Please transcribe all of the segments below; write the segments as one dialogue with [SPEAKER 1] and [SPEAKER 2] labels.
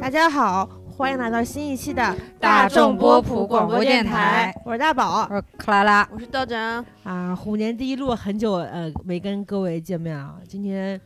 [SPEAKER 1] 大家好，欢迎来到新一期的
[SPEAKER 2] 大众波普广播电
[SPEAKER 1] 台
[SPEAKER 2] 台，
[SPEAKER 1] 我是大宝
[SPEAKER 2] 我是克拉拉，
[SPEAKER 3] 我是道长，
[SPEAKER 1] 啊。虎年第一路很久呃没跟各位见面啊，今天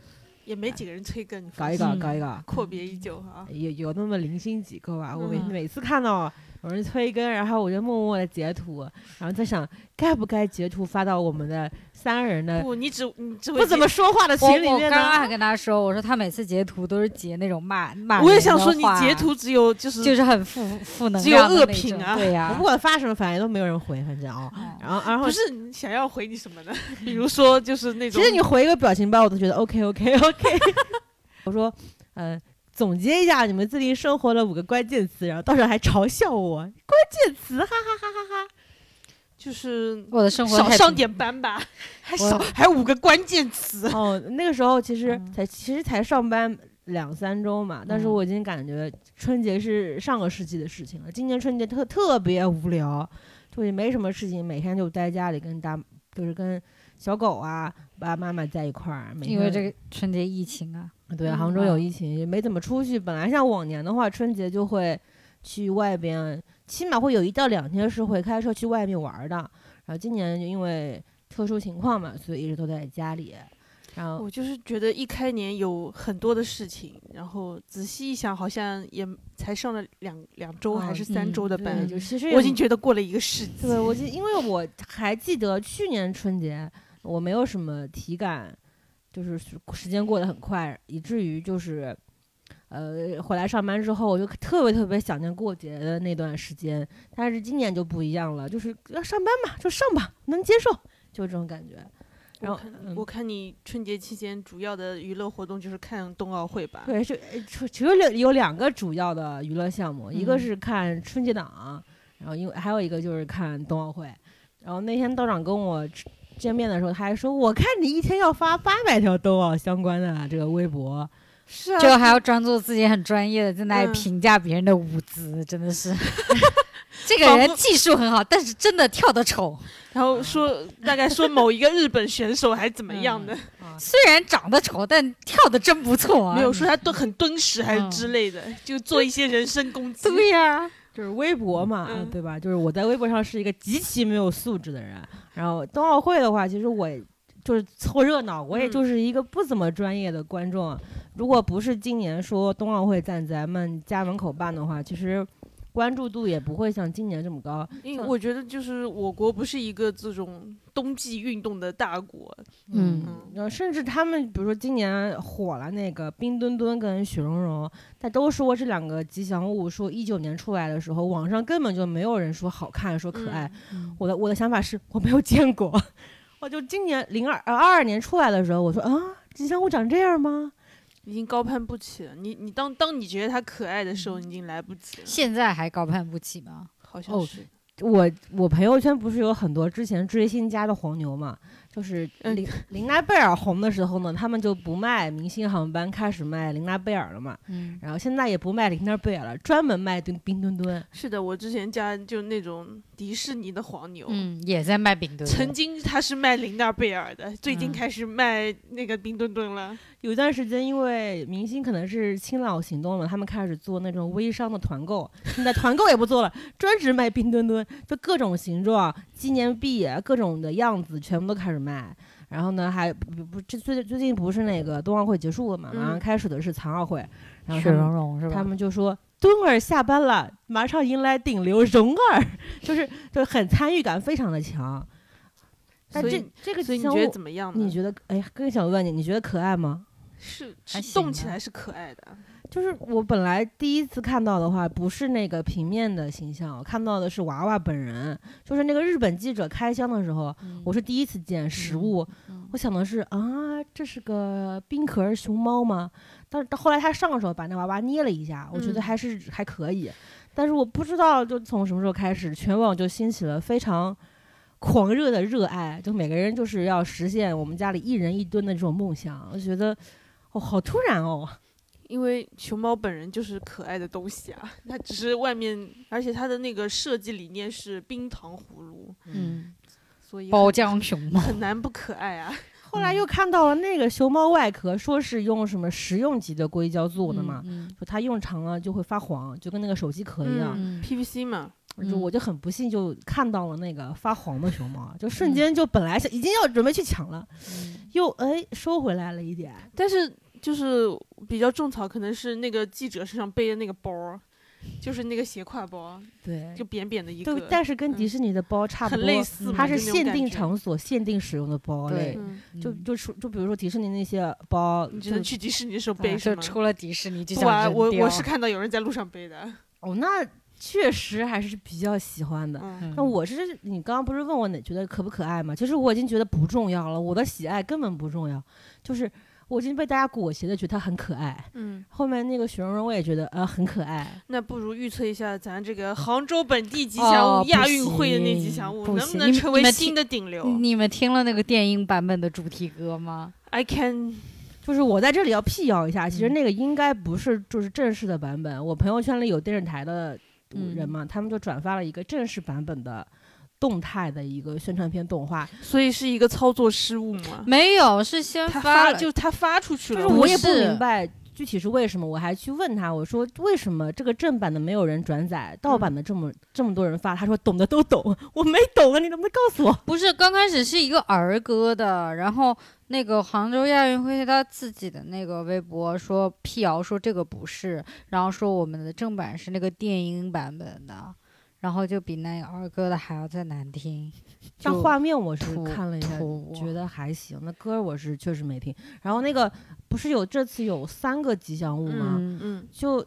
[SPEAKER 3] 也没几个人催更，你
[SPEAKER 1] 搞一
[SPEAKER 3] 放
[SPEAKER 1] 搞
[SPEAKER 3] 心
[SPEAKER 1] 搞一搞，
[SPEAKER 3] 阔别啊已久哈。
[SPEAKER 1] 有有那么零星几个吧。我每
[SPEAKER 3] 嗯
[SPEAKER 1] 每次看到有人催更，然后我就默默的截图，然后在想该不该截图发到我们的三人的
[SPEAKER 3] 不，你只你只
[SPEAKER 1] 嗯
[SPEAKER 3] 会
[SPEAKER 1] 不怎么说话的
[SPEAKER 2] 我
[SPEAKER 1] 群里
[SPEAKER 2] 我
[SPEAKER 1] 面
[SPEAKER 2] 刚刚
[SPEAKER 1] 呢。
[SPEAKER 2] 还跟他说，我说他每次截图都是截那种骂骂人的话，
[SPEAKER 3] 截，我也想说你截图只有就是
[SPEAKER 2] 就是很负负能
[SPEAKER 3] 只有
[SPEAKER 2] 量的那
[SPEAKER 3] 恶
[SPEAKER 2] 种
[SPEAKER 3] 评啊
[SPEAKER 2] 对
[SPEAKER 1] 我
[SPEAKER 2] 呀哎
[SPEAKER 1] 不、管发什么，反正都没有人回，反正啊。然后，然后嗯
[SPEAKER 3] 不是你想要回你什么呢？ 比如说就是那种，
[SPEAKER 1] 其实你回一个表情包，我都觉得 OK OK OK。我说，嗯、总结一下你们最近生活的五个关键词，然后到时候还嘲笑我关键词，啊哈哈哈哈哈。
[SPEAKER 3] 就是
[SPEAKER 2] 我的生活
[SPEAKER 3] 少
[SPEAKER 2] 太
[SPEAKER 3] 上
[SPEAKER 2] 平
[SPEAKER 3] 点班吧，还
[SPEAKER 1] 我
[SPEAKER 3] 少还有五个关键词，
[SPEAKER 1] 哦，那个时候其实
[SPEAKER 2] 嗯
[SPEAKER 1] 才其实才上班两三周嘛，但是
[SPEAKER 2] 嗯
[SPEAKER 1] 我已经感觉春节是上个世纪的事情了。今年春节特特别无聊，就也没什么事情，每天就待家里跟大就是跟小狗啊爸妈妈在一块儿，每
[SPEAKER 2] 因为
[SPEAKER 1] 天
[SPEAKER 2] 这个春节疫情啊，
[SPEAKER 1] 对，
[SPEAKER 3] 嗯
[SPEAKER 1] 杭州有
[SPEAKER 2] 嗯
[SPEAKER 1] 疫情，也没怎么出去。本来像往年的话，春节就会去外边，起码会有一到两天是会开车去外面玩儿的。然后今年就因为特殊情况嘛，所以一直都在家里。然后
[SPEAKER 3] 我就是觉得一开年有很多的事情，然后仔细一想，好像也才上了两两周
[SPEAKER 1] 嗯
[SPEAKER 3] 还是三周的
[SPEAKER 1] 对
[SPEAKER 3] 班，
[SPEAKER 1] 就其实
[SPEAKER 3] 我已经觉得过了一个世纪。
[SPEAKER 1] 对我记，因为我还记得去年春节我没有什么体感，就是时时间过得很快，以至于就是。呃，回来上班之后，我就特别特别想念过节的那段时间，但是今年就不一样了，就是要上班嘛，就上吧，能接受，就这种感觉。然
[SPEAKER 3] 我
[SPEAKER 1] 后，
[SPEAKER 3] 看
[SPEAKER 1] 嗯
[SPEAKER 3] 我看你春节期间主要的娱乐活动就是看冬奥会吧，
[SPEAKER 1] 对，是呃除除了有两个主要的娱乐项目，一个
[SPEAKER 2] 嗯
[SPEAKER 1] 是看春节档，然后因为还有一个就是看冬奥会。然后那天道长跟我吃见面的时候，他还说：“我看你一天要发八百条冬奥相关的这个微博。
[SPEAKER 3] 是啊，
[SPEAKER 2] 就还要装作自己很专业的在那里
[SPEAKER 3] 嗯
[SPEAKER 2] 评价别人的舞姿，真的 是。这个人
[SPEAKER 3] 仿佛
[SPEAKER 2] 技术很好，但是真的跳得丑。
[SPEAKER 3] 然后说大概说某一个日本选手还怎么样的，
[SPEAKER 1] 啊
[SPEAKER 2] 虽然长得丑，但跳得真不错啊！
[SPEAKER 3] 没有说他蹲很敦实还是之类的，就做一些人身攻击。
[SPEAKER 2] 对呀、
[SPEAKER 1] 就是微博嘛，
[SPEAKER 3] 嗯
[SPEAKER 1] 对吧？就是我在微博上是一个极其没有素质的人。然后冬奥会的话，其实我也就是凑热闹，我也
[SPEAKER 3] 嗯
[SPEAKER 1] 就是一个不怎么专业的观众。如果不是今年说冬奥会在咱们家门口办的话，其实关注度也不会像今年这么高。
[SPEAKER 3] 因为我觉得就是我国不是一个这种冬季运动的大国，
[SPEAKER 2] 嗯
[SPEAKER 3] 嗯，
[SPEAKER 1] 然后甚至他们，比如说今年火了那个冰墩墩跟雪融融，但都说这两个吉祥物，说一九年出来的时候，网上根本就没有人说好看，说可爱。
[SPEAKER 2] 嗯
[SPEAKER 1] 我的我的想法是我没有见过，我就今年零二呃二二年出来的时候，我说啊，吉祥物长这样吗？
[SPEAKER 3] 已经高攀不起了。你你当当你觉得他可爱的时候，你已经来不及了，
[SPEAKER 2] 现在还高攀不起吗？
[SPEAKER 3] 好像
[SPEAKER 1] 哦
[SPEAKER 3] 是。
[SPEAKER 1] 我我朋友圈不是有很多之前追星家的黄牛嘛，就是
[SPEAKER 3] 嗯
[SPEAKER 1] 琳琳娜贝尔红的时候呢，他们就不卖明星航班，开始卖琳娜贝尔了嘛，
[SPEAKER 2] 嗯，
[SPEAKER 1] 然后现在也不卖琳娜贝尔了，专门卖冰冰墩墩。
[SPEAKER 3] 是的，我之前家就那种迪士尼的黄牛。
[SPEAKER 2] 嗯，也在卖饼墩
[SPEAKER 3] 曾
[SPEAKER 2] 墩。
[SPEAKER 3] 经他是卖琳娜贝尔的，最
[SPEAKER 2] 嗯
[SPEAKER 3] 近开始卖那个冰墩墩了。
[SPEAKER 1] 有一段时间，因为明星可能是清老行动了，他们开始做那种微商的团购，现在团购也不做了，专职卖冰墩墩，就各种形状、纪念币、啊各种的样子，全部都开始卖。然后呢，还不不这最最近不是那个冬奥会结束了嘛，
[SPEAKER 3] 嗯
[SPEAKER 1] 马上开始的是残奥会，然后
[SPEAKER 2] 雪
[SPEAKER 1] 他们
[SPEAKER 2] 融融是吧？
[SPEAKER 1] 他们就说。墩儿下班了，马上迎来顶流蓉儿， 就是就很参与感非常的强。但
[SPEAKER 3] 所
[SPEAKER 1] 这
[SPEAKER 3] 以
[SPEAKER 1] 这个
[SPEAKER 3] 所以你
[SPEAKER 1] 像
[SPEAKER 3] 觉得
[SPEAKER 1] 我
[SPEAKER 3] 怎么样呢？
[SPEAKER 1] 你觉得哎，更想问你，你觉得可爱吗？
[SPEAKER 3] 是
[SPEAKER 2] 还
[SPEAKER 3] 是
[SPEAKER 2] 行
[SPEAKER 3] 动起
[SPEAKER 2] 吧
[SPEAKER 3] 来是可爱的，
[SPEAKER 1] 就是我本来第一次看到的话，不是那个平面的形象，我看到的是娃娃本人，就是那个日本记者开箱的时候，
[SPEAKER 2] 嗯
[SPEAKER 1] 我是第一次见实物，
[SPEAKER 2] 嗯
[SPEAKER 1] 我想的是啊，这是个冰壳儿熊猫吗？但是到后来他上手把那娃娃捏了一下，我觉得
[SPEAKER 3] 嗯
[SPEAKER 1] 还是、还可以，但是我不知道就从什么时候开始，全网就兴起了非常。狂热的热爱，就每个人就是要实现我们家里一人一吨的这种梦想。我觉得，哦，好突然哦，
[SPEAKER 3] 因为熊猫本人就是可爱的东西啊，它只是外面，而且它的那个设计理念是冰糖葫芦，
[SPEAKER 2] 嗯，
[SPEAKER 3] 所以
[SPEAKER 2] 包
[SPEAKER 3] 很
[SPEAKER 2] 浆熊猫，
[SPEAKER 3] 很难不可爱啊。
[SPEAKER 1] 后来又看到了那个熊猫外壳，说是用什么食用级的硅胶做的嘛，
[SPEAKER 2] 嗯
[SPEAKER 1] 说它用长了就会发黄，就跟那个手机壳一样。
[SPEAKER 2] 嗯
[SPEAKER 3] PVC 嘛，
[SPEAKER 1] 我就
[SPEAKER 2] 嗯
[SPEAKER 1] 我就很不幸就看到了那个发黄的熊猫，啊就瞬
[SPEAKER 2] 嗯
[SPEAKER 1] 间就本来想已经要准备去抢了，
[SPEAKER 2] 嗯
[SPEAKER 1] 又哎收回来了一点。
[SPEAKER 3] 但是就是比较种草，可能是那个记者身上背的那个包儿，就是那个斜挎包，
[SPEAKER 1] 对
[SPEAKER 3] 就扁扁的一
[SPEAKER 1] 对
[SPEAKER 3] 个，，
[SPEAKER 1] 但是跟迪
[SPEAKER 3] 嗯
[SPEAKER 1] 士尼的包差不
[SPEAKER 3] 很
[SPEAKER 1] 多，嗯
[SPEAKER 3] 类似嘛，
[SPEAKER 1] 它是
[SPEAKER 3] 就那种
[SPEAKER 1] 限
[SPEAKER 3] 感
[SPEAKER 1] 定
[SPEAKER 3] 觉，
[SPEAKER 1] 场所限定使用的包类
[SPEAKER 2] 对。
[SPEAKER 3] 嗯，
[SPEAKER 1] 就
[SPEAKER 2] 嗯
[SPEAKER 1] 就是就比如说迪士尼那些包，
[SPEAKER 3] 你只
[SPEAKER 1] 就
[SPEAKER 3] 能去迪士尼的时候
[SPEAKER 1] 哎
[SPEAKER 3] 背
[SPEAKER 2] 就
[SPEAKER 3] 什么？
[SPEAKER 2] 出了迪士尼就
[SPEAKER 3] 不
[SPEAKER 2] 想
[SPEAKER 3] 玩，
[SPEAKER 2] 扔
[SPEAKER 3] 我
[SPEAKER 2] 掉
[SPEAKER 3] 我是看到有人在路上背的，
[SPEAKER 1] 哦，那确实还是比较喜欢的。
[SPEAKER 3] 嗯，
[SPEAKER 2] 嗯
[SPEAKER 1] 那我是你刚刚不是问我哪觉得可不可爱吗？其实我已经觉得不重要了，我的喜爱根本不重要，就是我已经被大家裹挟的觉得它很可爱。
[SPEAKER 3] 嗯，
[SPEAKER 1] 后面那个雪融融我也觉得啊、呃很可爱，
[SPEAKER 3] 那不如预测一下咱这个杭州本地吉
[SPEAKER 2] 哦
[SPEAKER 3] 祥物、
[SPEAKER 2] 不
[SPEAKER 3] 亚运会的那吉祥
[SPEAKER 2] 行
[SPEAKER 3] 物
[SPEAKER 2] 不
[SPEAKER 3] 能
[SPEAKER 2] 行
[SPEAKER 3] 能
[SPEAKER 2] 你
[SPEAKER 3] 成
[SPEAKER 2] 你
[SPEAKER 3] 为
[SPEAKER 2] 们
[SPEAKER 3] 新
[SPEAKER 2] 听
[SPEAKER 3] 的顶流
[SPEAKER 2] 你们听了那个电影版本的主题歌吗？
[SPEAKER 3] ？I can，
[SPEAKER 1] 就是我在这里要辟谣一下，其实
[SPEAKER 2] 嗯
[SPEAKER 1] 那个应该不是就是正式的版本。我朋友圈里有电视台的人嘛，他们就转发了一个正式版本的动态的一个宣传片动画，
[SPEAKER 3] 所以是一个操作失误嘛？
[SPEAKER 2] 没有，是先
[SPEAKER 3] 嗯他
[SPEAKER 2] 了，
[SPEAKER 3] 就他发出去
[SPEAKER 1] 就
[SPEAKER 3] 了，
[SPEAKER 1] 是
[SPEAKER 2] 不
[SPEAKER 1] 我也不
[SPEAKER 2] 是
[SPEAKER 1] 明白。具体是为什么？我还去问他，我说为什么这个正版的没有人转载，盗版的这么、这么多人发？他说懂的都懂，我没懂啊，你能不能告诉我？
[SPEAKER 2] 不是刚开始是一个儿歌的，然后那个杭州亚运会他自己的那个微博说辟谣说这个不是，然后说我们的正版是那个电音版本的，然后就比那个儿歌的还要再难听。
[SPEAKER 1] 但
[SPEAKER 2] 就
[SPEAKER 1] 画面我是
[SPEAKER 2] 土
[SPEAKER 1] 看了一下，
[SPEAKER 2] 土
[SPEAKER 1] 觉得还行。那歌我是确实没听。然后那个不是有这次有三个吉祥物吗？
[SPEAKER 2] 嗯，
[SPEAKER 3] 嗯，
[SPEAKER 1] 就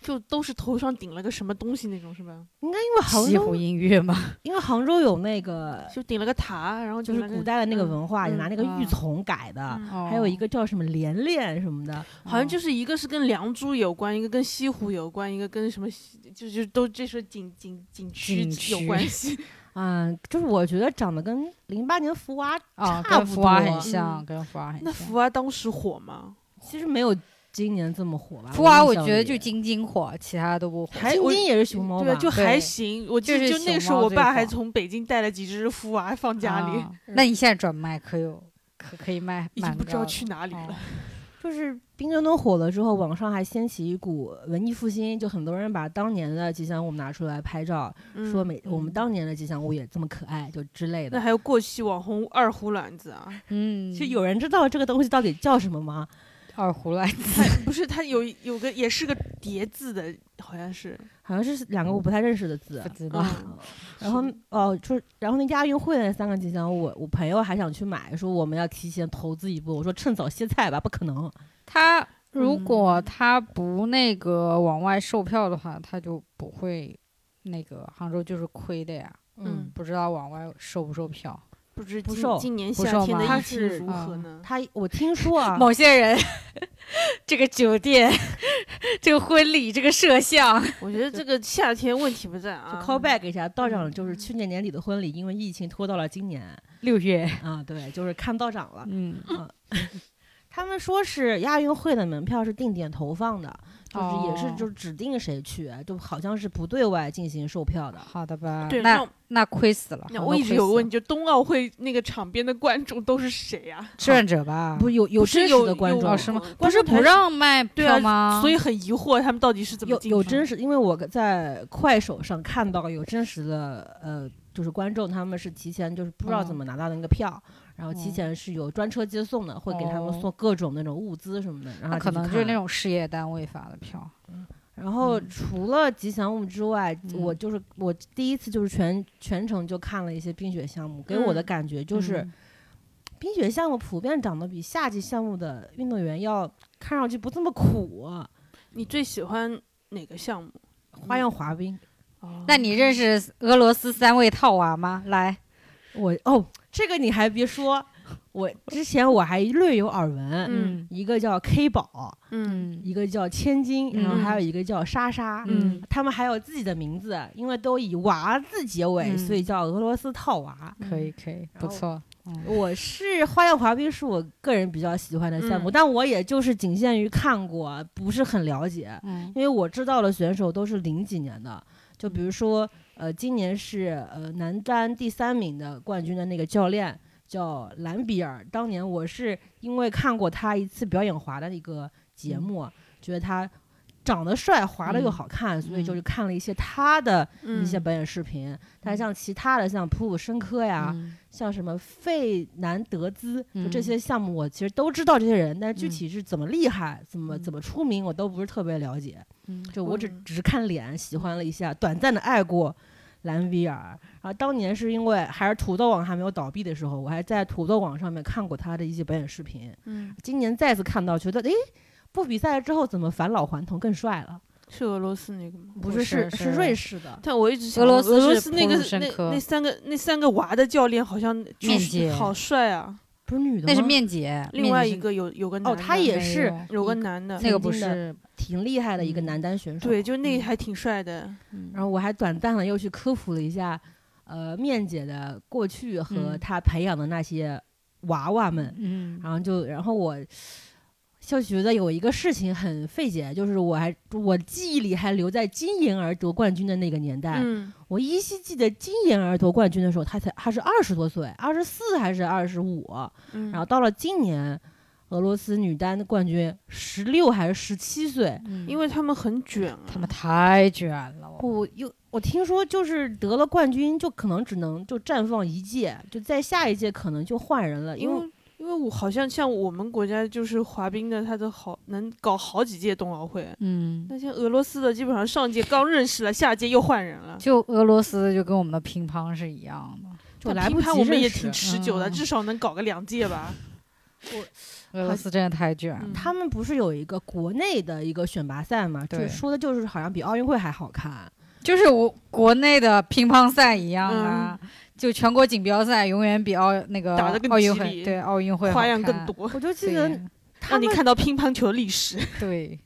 [SPEAKER 3] 就都是头上顶了个什么东西那种是吧？
[SPEAKER 1] 因为杭
[SPEAKER 2] 西湖
[SPEAKER 1] 州
[SPEAKER 2] 音乐嘛，
[SPEAKER 1] 因为杭州有那个，
[SPEAKER 3] 就顶了个塔，然后
[SPEAKER 1] 就
[SPEAKER 3] 顶
[SPEAKER 1] 是
[SPEAKER 3] 了个
[SPEAKER 1] 古代的那个文化，
[SPEAKER 3] 嗯
[SPEAKER 1] 也拿那个
[SPEAKER 2] 嗯哦
[SPEAKER 1] 玉琮改的，
[SPEAKER 3] 嗯
[SPEAKER 2] 还
[SPEAKER 1] 还有一个叫什么连练什么的，
[SPEAKER 2] 哦
[SPEAKER 3] 好
[SPEAKER 2] 嗯
[SPEAKER 3] 像就是一个是跟梁祝有关，一个跟西湖有关，一个跟什么西就就都这是景景景区
[SPEAKER 2] 景区
[SPEAKER 3] 有关系。
[SPEAKER 1] 嗯，就是我觉得长得跟零八年哦福娃
[SPEAKER 2] 啊，
[SPEAKER 1] 差
[SPEAKER 2] 跟
[SPEAKER 1] 不
[SPEAKER 2] 福娃
[SPEAKER 1] 多
[SPEAKER 2] 很像，
[SPEAKER 3] 嗯
[SPEAKER 2] 跟福娃很
[SPEAKER 3] 那
[SPEAKER 2] 像。
[SPEAKER 3] 福娃当时火吗？
[SPEAKER 1] 其实没有今年这么火吧。
[SPEAKER 2] 啊福娃我
[SPEAKER 1] 印象
[SPEAKER 2] 觉得
[SPEAKER 1] 里
[SPEAKER 2] 就金金火，其他都不火。
[SPEAKER 3] 还
[SPEAKER 1] 晶
[SPEAKER 3] 我
[SPEAKER 1] 晶也是熊猫
[SPEAKER 3] 对
[SPEAKER 1] 吧，
[SPEAKER 3] 啊，就还
[SPEAKER 2] 对
[SPEAKER 3] 行。我记
[SPEAKER 2] 就
[SPEAKER 3] 得
[SPEAKER 2] 是
[SPEAKER 3] 就那
[SPEAKER 2] 熊
[SPEAKER 3] 时候，
[SPEAKER 2] 猫
[SPEAKER 3] 我
[SPEAKER 2] 最
[SPEAKER 3] 爸还
[SPEAKER 2] 火
[SPEAKER 3] 从北京带了几只福娃放家里，
[SPEAKER 2] 啊那你现在转卖可有可可以卖，
[SPEAKER 3] 已经
[SPEAKER 2] 蛮
[SPEAKER 3] 不知道
[SPEAKER 2] 高
[SPEAKER 3] 去哪里
[SPEAKER 2] 哦
[SPEAKER 3] 了。
[SPEAKER 1] 就是冰墩墩火了之后，网上还掀起一股文艺复兴，就很多人把当年的吉祥物拿出来拍照，
[SPEAKER 3] 嗯
[SPEAKER 1] 说每我们
[SPEAKER 2] 嗯
[SPEAKER 1] 当年的吉祥物也这么可爱，就之类
[SPEAKER 3] 那
[SPEAKER 1] 的。
[SPEAKER 3] 还有过气网红二胡卵子 啊，
[SPEAKER 2] 嗯，
[SPEAKER 1] 就有人知道这个东西到底叫什么吗？
[SPEAKER 2] 二胡来
[SPEAKER 3] 他不是他有有个也是个叠字的，好像是
[SPEAKER 1] 好像是两个嗯我不太认识的字啊
[SPEAKER 2] 不。知道。
[SPEAKER 3] 嗯
[SPEAKER 1] 然后哦，就是然后那亚运会的那三个吉祥物，我我朋友还想去买，说我们要提前投资一步。我说趁早歇菜吧，不可能。
[SPEAKER 2] 他如
[SPEAKER 3] 嗯
[SPEAKER 2] 果他不那个往外售票的话，他就不会那个杭州就是亏的呀。
[SPEAKER 3] 嗯
[SPEAKER 2] 不知道往外售不售票。
[SPEAKER 3] 不知
[SPEAKER 1] 不
[SPEAKER 3] 今
[SPEAKER 1] 瘦
[SPEAKER 3] 今年
[SPEAKER 2] 不
[SPEAKER 3] 夏
[SPEAKER 2] 瘦
[SPEAKER 3] 天
[SPEAKER 2] 吗
[SPEAKER 3] 的
[SPEAKER 1] 他
[SPEAKER 3] 疫情
[SPEAKER 1] 是
[SPEAKER 3] 如何
[SPEAKER 2] 嗯
[SPEAKER 3] 呢？
[SPEAKER 1] 他我听说啊，
[SPEAKER 2] 某些人， 这个酒店， 这个婚礼，这个摄像，
[SPEAKER 3] 我觉 得这个夏天问题不在
[SPEAKER 1] 就
[SPEAKER 3] 啊。
[SPEAKER 1] call back 一下，道长就是去年年底的婚礼，因为疫情拖到了今年
[SPEAKER 2] 六月，
[SPEAKER 1] 啊。对，就是看道长了。
[SPEAKER 2] 嗯，
[SPEAKER 1] 他们说是亚运会的门票是定点投放的，就是也是
[SPEAKER 2] 哦
[SPEAKER 1] 就是指定谁去，就好像是不对外进行售票的。
[SPEAKER 2] 好的吧，
[SPEAKER 3] 对，
[SPEAKER 2] 那
[SPEAKER 3] 那
[SPEAKER 2] 那亏死了。
[SPEAKER 3] 那
[SPEAKER 2] 杭
[SPEAKER 3] 我
[SPEAKER 2] 州
[SPEAKER 3] 一直
[SPEAKER 2] 亏
[SPEAKER 3] 有
[SPEAKER 2] 死
[SPEAKER 3] 个问
[SPEAKER 2] 了
[SPEAKER 3] 题，就冬奥会那个场边的观众都是谁呀？
[SPEAKER 2] 志愿者吧，
[SPEAKER 1] 不有有
[SPEAKER 3] 不是
[SPEAKER 1] 真实
[SPEAKER 3] 有
[SPEAKER 1] 的观
[SPEAKER 3] 有
[SPEAKER 1] 众
[SPEAKER 2] 哦是吗
[SPEAKER 3] 观
[SPEAKER 2] 不是
[SPEAKER 3] 众
[SPEAKER 2] 不
[SPEAKER 3] 团
[SPEAKER 2] 让卖
[SPEAKER 3] 对啊
[SPEAKER 2] 票吗？
[SPEAKER 3] 所以很疑惑他们到底是怎么
[SPEAKER 1] 有
[SPEAKER 3] 进
[SPEAKER 1] 有
[SPEAKER 3] 去
[SPEAKER 1] 真
[SPEAKER 3] 的
[SPEAKER 1] 实，因为我在快手上看到有真实的呃，就是观众他们是提前就是不知道怎
[SPEAKER 2] 嗯
[SPEAKER 1] 么拿到那个票，然后提
[SPEAKER 2] 嗯
[SPEAKER 1] 前是有专车接送的，会给他们
[SPEAKER 2] 哦
[SPEAKER 1] 送各种那种物资什么的，然后
[SPEAKER 2] 那可
[SPEAKER 1] 进去
[SPEAKER 2] 能就是
[SPEAKER 1] 看
[SPEAKER 2] 那。种事业单位发的票。
[SPEAKER 1] 然后
[SPEAKER 2] 嗯
[SPEAKER 1] 除了吉祥物之外，我
[SPEAKER 2] 嗯
[SPEAKER 1] 就是我第一次就是全全程就看了一些冰雪项目，给我的
[SPEAKER 3] 嗯
[SPEAKER 1] 感觉就是
[SPEAKER 2] 嗯
[SPEAKER 1] 冰雪项目普遍长得比夏季项目的运动员要看上去不这么苦啊、
[SPEAKER 3] 你最喜欢哪个项目？
[SPEAKER 1] 花
[SPEAKER 2] 嗯
[SPEAKER 1] 样滑冰，
[SPEAKER 3] 哦
[SPEAKER 2] 那你认识俄罗斯三位套娃吗？来，
[SPEAKER 1] 我哦，这个你还别说，我之前我还略有耳闻，
[SPEAKER 3] 嗯
[SPEAKER 1] 一个叫 K 宝，
[SPEAKER 3] 嗯
[SPEAKER 1] 一个叫千金，然后还有
[SPEAKER 3] 嗯
[SPEAKER 1] 一个叫莎莎。
[SPEAKER 2] 嗯
[SPEAKER 1] 他们还有自己的名字，因为都以娃字结尾，
[SPEAKER 2] 嗯
[SPEAKER 1] 所以叫俄罗斯套娃。
[SPEAKER 3] 嗯
[SPEAKER 2] 可以可以，
[SPEAKER 1] 然
[SPEAKER 2] 不
[SPEAKER 1] 后
[SPEAKER 2] 错。
[SPEAKER 1] 我是花样滑冰是我个人比较喜欢的项目，
[SPEAKER 3] 嗯
[SPEAKER 1] 但我也就是仅限于看过，不是很了解。
[SPEAKER 2] 嗯
[SPEAKER 1] 因为我知道的选手都是零几年的，就比如说，呃，今年是呃男单第三名的冠军的那个教练叫兰比尔。当年我是因为看过他一次表演滑的一个节目，觉得他长得帅，滑的又
[SPEAKER 2] 嗯
[SPEAKER 1] 好看，所以就
[SPEAKER 2] 嗯
[SPEAKER 1] 是看了一些他的一
[SPEAKER 3] 嗯
[SPEAKER 1] 些表演视频。但像其他的，像普鲁申科呀，
[SPEAKER 2] 嗯
[SPEAKER 1] 像什么费南德兹，就这
[SPEAKER 2] 嗯
[SPEAKER 1] 些项目，我其实都知道这些人，但是具
[SPEAKER 2] 嗯
[SPEAKER 1] 体是怎么厉害、怎么
[SPEAKER 2] 嗯
[SPEAKER 1] 怎么出名，我都不是特别了解。
[SPEAKER 2] 嗯
[SPEAKER 1] 就我只
[SPEAKER 3] 嗯
[SPEAKER 1] 只是看脸喜欢了一下，短暂的爱过兰比尔。然后当年是因为还是土豆网还没有倒闭的时候，我还在土豆网上面看过他的一些表演视频。
[SPEAKER 3] 嗯，
[SPEAKER 1] 今年再次看到，觉得诶，不比赛之后怎么返老还童更帅了？
[SPEAKER 3] 是俄罗斯那个吗？
[SPEAKER 1] 不
[SPEAKER 2] 不
[SPEAKER 1] 是
[SPEAKER 2] 是
[SPEAKER 1] 是
[SPEAKER 2] 是
[SPEAKER 1] 瑞士的，
[SPEAKER 3] 但我一直想
[SPEAKER 2] 俄罗斯
[SPEAKER 3] 俄罗
[SPEAKER 2] 是
[SPEAKER 3] 斯那
[SPEAKER 2] 普
[SPEAKER 3] 个
[SPEAKER 2] 鲁申
[SPEAKER 3] 那
[SPEAKER 2] 科
[SPEAKER 3] 那三个那三个娃的教练好像
[SPEAKER 2] 面
[SPEAKER 3] 就是
[SPEAKER 2] 姐
[SPEAKER 3] 好帅啊，
[SPEAKER 1] 不是女的吗？
[SPEAKER 2] 那是面姐，
[SPEAKER 3] 另
[SPEAKER 2] 面
[SPEAKER 3] 外
[SPEAKER 2] 姐
[SPEAKER 3] 一
[SPEAKER 2] 是
[SPEAKER 3] 个有有个男
[SPEAKER 1] 哦，
[SPEAKER 3] 的
[SPEAKER 1] 他也是
[SPEAKER 2] 没嗯
[SPEAKER 3] 有个男的，
[SPEAKER 2] 那个不
[SPEAKER 1] 曾经的
[SPEAKER 2] 是，
[SPEAKER 1] 挺厉害的一个
[SPEAKER 2] 嗯
[SPEAKER 1] 男单选手。
[SPEAKER 3] 对，就那个还挺帅的，
[SPEAKER 2] 嗯
[SPEAKER 1] 然后我还短暂的又去科普了一下，呃，面姐的过去和
[SPEAKER 2] 嗯
[SPEAKER 1] 她培养的那些娃娃们，
[SPEAKER 2] 嗯
[SPEAKER 1] 然后就然后我就觉得有一个事情很费解，就是我还我记忆里还留在金妍儿夺冠军的那个年代，
[SPEAKER 3] 嗯
[SPEAKER 1] 我依稀记得金妍儿夺冠军的时候，她才她是二十多岁，二十四还是二十五，
[SPEAKER 3] 嗯，
[SPEAKER 1] 然后到了今年。俄罗斯女单的冠军十六还是十七岁，
[SPEAKER 2] 嗯
[SPEAKER 3] 因为他们很卷啊，
[SPEAKER 2] 他们太卷
[SPEAKER 3] 哦
[SPEAKER 2] 了，
[SPEAKER 1] 我又我听说就是得了冠军，就可能只能就绽放一届，就在下一届可能就换人了，因
[SPEAKER 3] 因
[SPEAKER 1] 为
[SPEAKER 3] 为因为我好像像我们国家就是滑冰的，他都好能搞好几届冬奥会，
[SPEAKER 2] 嗯，
[SPEAKER 3] 那像俄罗斯的基本上上届刚认识了，下届又换人了。
[SPEAKER 2] 就俄罗斯就跟我们的乒乓是一样的，
[SPEAKER 1] 就
[SPEAKER 3] 但
[SPEAKER 1] 来
[SPEAKER 3] 乒
[SPEAKER 1] 不及
[SPEAKER 3] 乓我们
[SPEAKER 1] 认
[SPEAKER 3] 也
[SPEAKER 1] 识
[SPEAKER 3] 挺持久的，
[SPEAKER 2] 嗯
[SPEAKER 3] 至少能搞个两届吧。
[SPEAKER 2] 俄罗斯真的太卷了
[SPEAKER 3] 嗯，
[SPEAKER 1] 他们不是有一个国内的一个选拔赛嘛？就
[SPEAKER 2] 对
[SPEAKER 1] 说的就是好像比奥运会还好看。
[SPEAKER 2] 就是我国内的乒乓赛一样啊，就全国锦标赛永远比奥那个
[SPEAKER 3] 打得更
[SPEAKER 2] 奥运
[SPEAKER 3] 激
[SPEAKER 2] 会
[SPEAKER 3] 烈
[SPEAKER 2] 对奥运会
[SPEAKER 3] 花
[SPEAKER 2] 好
[SPEAKER 3] 样更
[SPEAKER 2] 看，
[SPEAKER 3] 多，
[SPEAKER 1] 我就记得
[SPEAKER 2] 对
[SPEAKER 1] 他
[SPEAKER 3] 让你
[SPEAKER 1] 们，
[SPEAKER 3] 看到乒乓球历史。
[SPEAKER 2] 对，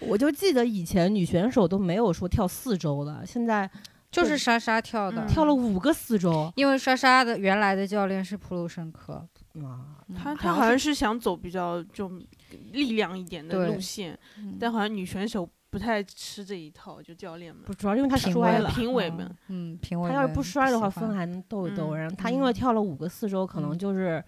[SPEAKER 1] 我就记得以前女选手都没有说跳四周的，现在
[SPEAKER 2] 就是莎莎跳的
[SPEAKER 3] 嗯，
[SPEAKER 1] 跳了五个四周
[SPEAKER 2] 因为莎莎的原来的教练是普鲁申科，嗯
[SPEAKER 1] 啊。
[SPEAKER 3] 他
[SPEAKER 1] 好
[SPEAKER 3] 他
[SPEAKER 1] 像
[SPEAKER 3] 好像是想走比较就力量一点的
[SPEAKER 2] 对
[SPEAKER 3] 路线，
[SPEAKER 2] 嗯
[SPEAKER 3] 但好像女选手不太吃这一套，就教练们
[SPEAKER 1] 不，主要因为她
[SPEAKER 2] 评
[SPEAKER 1] 摔
[SPEAKER 2] 委
[SPEAKER 1] 了。
[SPEAKER 3] 评委们，
[SPEAKER 2] 嗯，嗯评委
[SPEAKER 1] 她要是
[SPEAKER 2] 们
[SPEAKER 1] 不摔的话，
[SPEAKER 2] 喜欢
[SPEAKER 1] 分还能斗一斗。
[SPEAKER 3] 嗯
[SPEAKER 1] 然后她因为
[SPEAKER 2] 嗯
[SPEAKER 1] 跳了五个四周，可能
[SPEAKER 2] 嗯
[SPEAKER 1] 就是，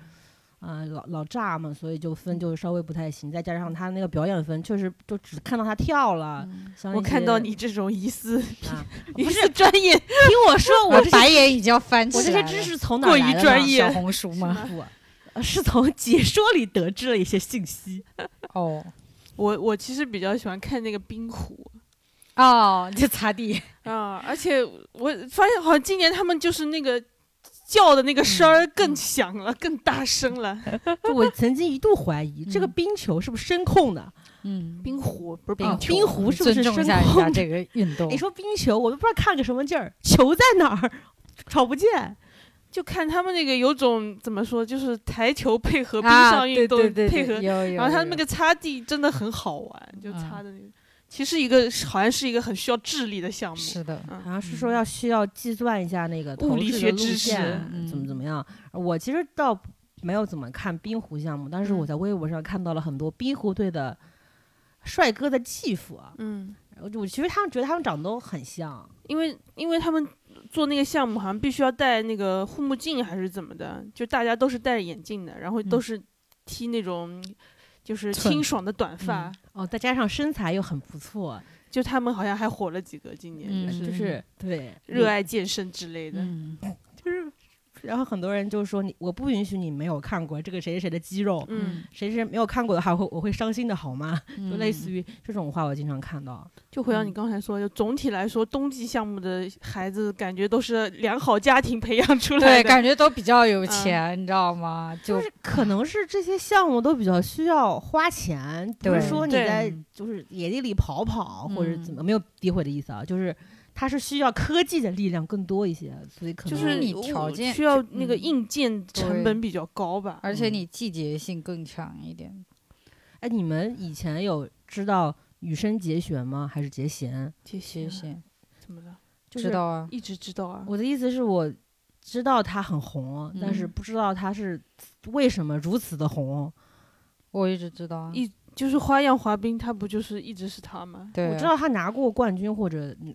[SPEAKER 1] 嗯、老老炸嘛，所以就分就稍微不太行。再加上她那个表演分，确实就只看到她跳了。
[SPEAKER 2] 嗯
[SPEAKER 1] 像
[SPEAKER 3] 我
[SPEAKER 1] 一
[SPEAKER 3] 看
[SPEAKER 1] 些
[SPEAKER 3] 到你这种疑似
[SPEAKER 1] 啊，
[SPEAKER 3] 疑似专业，
[SPEAKER 1] 听我说，我
[SPEAKER 2] 啊
[SPEAKER 1] 这些
[SPEAKER 2] 白眼已经要翻起
[SPEAKER 1] 我这
[SPEAKER 2] 来
[SPEAKER 1] 些
[SPEAKER 2] 了
[SPEAKER 1] 知识从哪
[SPEAKER 3] 过
[SPEAKER 1] 儿
[SPEAKER 3] 于
[SPEAKER 1] 来的呢？
[SPEAKER 3] 专业
[SPEAKER 2] 小红书吗？
[SPEAKER 1] 不，呃是从解说里得知了一些信息。
[SPEAKER 2] 哦
[SPEAKER 3] 我我其实比较喜欢看那个冰壶
[SPEAKER 2] 哦，就擦地，
[SPEAKER 3] 啊，而且我发现好像今年他们就是那个叫的那个
[SPEAKER 2] 嗯
[SPEAKER 3] 声儿更响了，更大声了。
[SPEAKER 2] 哎
[SPEAKER 1] 就我曾经一度怀疑，这个
[SPEAKER 2] 嗯
[SPEAKER 1] 冰球是不是声控的？
[SPEAKER 2] 嗯，
[SPEAKER 3] 冰壶不是
[SPEAKER 1] 啊
[SPEAKER 2] 冰
[SPEAKER 3] 冰
[SPEAKER 2] 球
[SPEAKER 3] 球，
[SPEAKER 1] 冰壶是不是
[SPEAKER 2] 尊重一下
[SPEAKER 1] 声
[SPEAKER 2] 人
[SPEAKER 1] 控
[SPEAKER 2] 家这个运动？
[SPEAKER 1] 你哎说冰球，我都不知道看个什么劲儿，球在哪儿，找不见。
[SPEAKER 3] 就看他们那个有种怎么说，就是台球配合冰
[SPEAKER 2] 啊
[SPEAKER 3] 上运动
[SPEAKER 2] 对对对
[SPEAKER 3] 配合
[SPEAKER 2] 对有有
[SPEAKER 3] 然后他那
[SPEAKER 2] 有
[SPEAKER 3] 个擦地真的很好玩，就
[SPEAKER 2] 嗯
[SPEAKER 3] 擦的那个，其实一个好像是一个很需要智力的项目。
[SPEAKER 2] 是的，
[SPEAKER 1] 好像是说要需要计算一下那个
[SPEAKER 3] 物
[SPEAKER 1] 投
[SPEAKER 3] 理
[SPEAKER 1] 掷
[SPEAKER 3] 学
[SPEAKER 1] 的路
[SPEAKER 3] 知识
[SPEAKER 1] 线
[SPEAKER 2] 嗯
[SPEAKER 1] 怎么怎么样。我其实倒没有怎么看冰壶项目，但是我
[SPEAKER 3] 嗯
[SPEAKER 1] 在微博上看到了很多冰壶队的帅哥的继父啊，
[SPEAKER 3] 嗯，
[SPEAKER 1] 我我其实他们觉得他们长得都很像，
[SPEAKER 3] 因为因为他们做那个项目好像必须要戴那个护目镜还是怎么的，就大家都是戴眼镜的，然后
[SPEAKER 2] 嗯
[SPEAKER 3] 都是剃那种就是
[SPEAKER 2] 寸
[SPEAKER 3] 清爽的短发
[SPEAKER 2] 嗯。
[SPEAKER 1] 哦，再加上身材又很不错，
[SPEAKER 3] 就他们好像还火了几个，今年
[SPEAKER 2] 嗯
[SPEAKER 3] 就是
[SPEAKER 1] 就是对
[SPEAKER 3] 热，爱健身之类的。
[SPEAKER 2] 嗯，
[SPEAKER 1] 就是。然后很多人就说你，我不允许你没有看过这个谁谁谁的肌肉，
[SPEAKER 3] 嗯，
[SPEAKER 1] 谁谁没有看过的话，会我会伤心的好吗？嗯就类似
[SPEAKER 2] 于
[SPEAKER 1] 于这种话，我经常看到。
[SPEAKER 3] 就回到你
[SPEAKER 2] 嗯
[SPEAKER 3] 刚才说，就总体来说，冬季项目的孩子感觉都是良好家庭培养出来
[SPEAKER 2] 对，
[SPEAKER 3] 的。
[SPEAKER 2] 感觉都比较有
[SPEAKER 3] 嗯
[SPEAKER 2] 钱，你知道吗？就
[SPEAKER 1] 就是可能是这些项目都比较需要花钱，不
[SPEAKER 2] 对
[SPEAKER 1] 是说你
[SPEAKER 3] 对
[SPEAKER 1] 在
[SPEAKER 2] 嗯
[SPEAKER 1] 就是野地里跑跑或者
[SPEAKER 2] 嗯
[SPEAKER 1] 怎么，没有诋毁的意思啊，就是它是需要科技的力量更多一些，所以可
[SPEAKER 3] 就
[SPEAKER 1] 能
[SPEAKER 3] 是
[SPEAKER 2] 你
[SPEAKER 3] 我
[SPEAKER 2] 条件
[SPEAKER 3] 需要那个
[SPEAKER 2] 嗯
[SPEAKER 3] 硬件成本比较高吧。
[SPEAKER 2] 而且
[SPEAKER 1] 嗯
[SPEAKER 2] 你季节性更强一点，
[SPEAKER 1] 哎，你们以前有知道羽生结弦吗？还是结弦？
[SPEAKER 3] 谢
[SPEAKER 2] 谢谢，
[SPEAKER 3] 怎么了？
[SPEAKER 1] 就
[SPEAKER 2] 知
[SPEAKER 1] 是
[SPEAKER 2] 道啊，
[SPEAKER 3] 一直知道啊。
[SPEAKER 1] 我的意思是我知道他很红，但是
[SPEAKER 2] 嗯
[SPEAKER 1] 不知道他是为什么如此的红。
[SPEAKER 2] 我一直知道啊，
[SPEAKER 3] 一就是花样滑冰，他不就是一直是他吗？
[SPEAKER 2] 对，
[SPEAKER 1] 我知道他拿过冠军或者嗯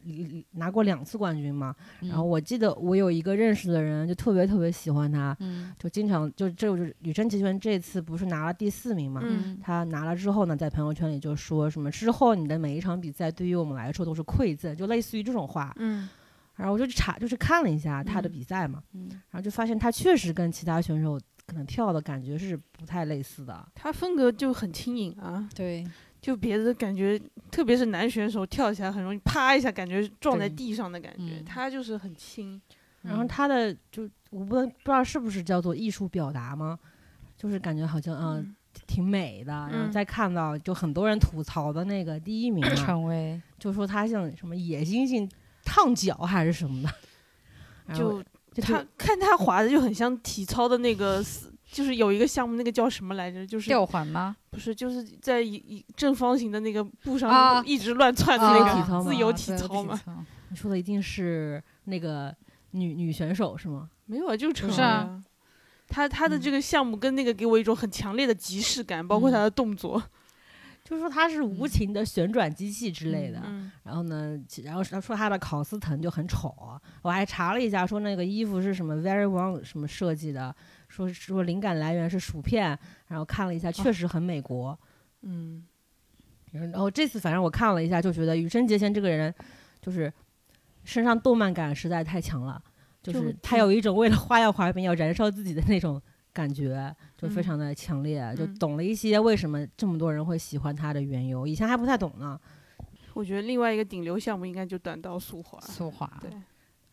[SPEAKER 1] 拿过两次冠军嘛。
[SPEAKER 2] 嗯，
[SPEAKER 1] 然后我记得我有一个认识的人，就特别特别喜欢他，
[SPEAKER 2] 嗯
[SPEAKER 1] 就经常就这就是羽生结弦这次不是拿了第四名嘛？
[SPEAKER 3] 嗯
[SPEAKER 1] 他拿了之后呢，在朋友圈里就说什么之后你的每一场比赛对于我们来说都是馈赠，就类似于这种话。
[SPEAKER 3] 嗯
[SPEAKER 1] 然后我就去查，就是看了一下他的比赛嘛，
[SPEAKER 2] 嗯
[SPEAKER 1] 然后就发现他确实跟其他选手可能跳的感觉是不太类似的。
[SPEAKER 3] 他风格就很轻盈啊，
[SPEAKER 2] 对，
[SPEAKER 3] 就别的感觉，特别是男选手跳起来很容易啪一下，感觉撞在
[SPEAKER 2] 对
[SPEAKER 3] 地上的感觉，
[SPEAKER 2] 嗯
[SPEAKER 3] 他就是很轻。
[SPEAKER 1] 然后
[SPEAKER 2] 嗯
[SPEAKER 1] 他的就我不能不知道是不是叫做艺术表达吗？就是感觉好像嗯、
[SPEAKER 3] 嗯
[SPEAKER 1] 挺美的，然后
[SPEAKER 3] 嗯
[SPEAKER 1] 再看到就很多人吐槽的那个第一名 嘛，
[SPEAKER 2] 成为
[SPEAKER 1] 就说他像什么野猩猩烫脚还是什么的，然后
[SPEAKER 3] 就
[SPEAKER 1] 就
[SPEAKER 3] 他看他滑的就很像体操的那个四，就是有一个项目，那个叫什么来着？就是
[SPEAKER 2] 吊环吗？
[SPEAKER 3] 不是就是在一一正方形的那个布
[SPEAKER 2] 啊
[SPEAKER 3] 上一直乱窜的
[SPEAKER 1] 自由
[SPEAKER 3] 那
[SPEAKER 1] 体
[SPEAKER 3] 个
[SPEAKER 1] 操嘛
[SPEAKER 3] 自由体
[SPEAKER 2] 操
[SPEAKER 3] 操嘛？
[SPEAKER 1] 你说的一定是那个女女选手是吗？
[SPEAKER 3] 没有啊，就是成
[SPEAKER 1] 不
[SPEAKER 3] 为
[SPEAKER 1] 是
[SPEAKER 2] 啊
[SPEAKER 3] 啊。他他的
[SPEAKER 1] 嗯
[SPEAKER 3] 这个项目跟那个给我一种很强烈的即视感，包括他的动作。
[SPEAKER 1] 就是说她是无
[SPEAKER 2] 嗯
[SPEAKER 1] 情的旋转机器之类的，
[SPEAKER 3] 嗯
[SPEAKER 1] 然后呢，其然后说她的考斯藤就很丑，我还查了一下，说那个衣服是什么 Very One 什么设计的，说说灵感来源是薯片，然后看了一
[SPEAKER 3] 哦
[SPEAKER 1] 下，确实很美国。
[SPEAKER 3] 嗯
[SPEAKER 1] 然后这次反正我看了一下，就觉得羽生结弦这个人，就是身上动漫感实在太强了，就
[SPEAKER 3] 就是嗯很
[SPEAKER 1] 他有一种为了花样滑冰要燃烧自己的那种感觉，就非
[SPEAKER 3] 嗯
[SPEAKER 1] 常的强烈，就
[SPEAKER 3] 嗯
[SPEAKER 1] 懂了一些为什么这么多人会喜欢他的缘由，以前还不太懂呢。
[SPEAKER 3] 我觉得另外一个顶流项目应该就短道速滑，
[SPEAKER 2] 速滑，
[SPEAKER 3] 对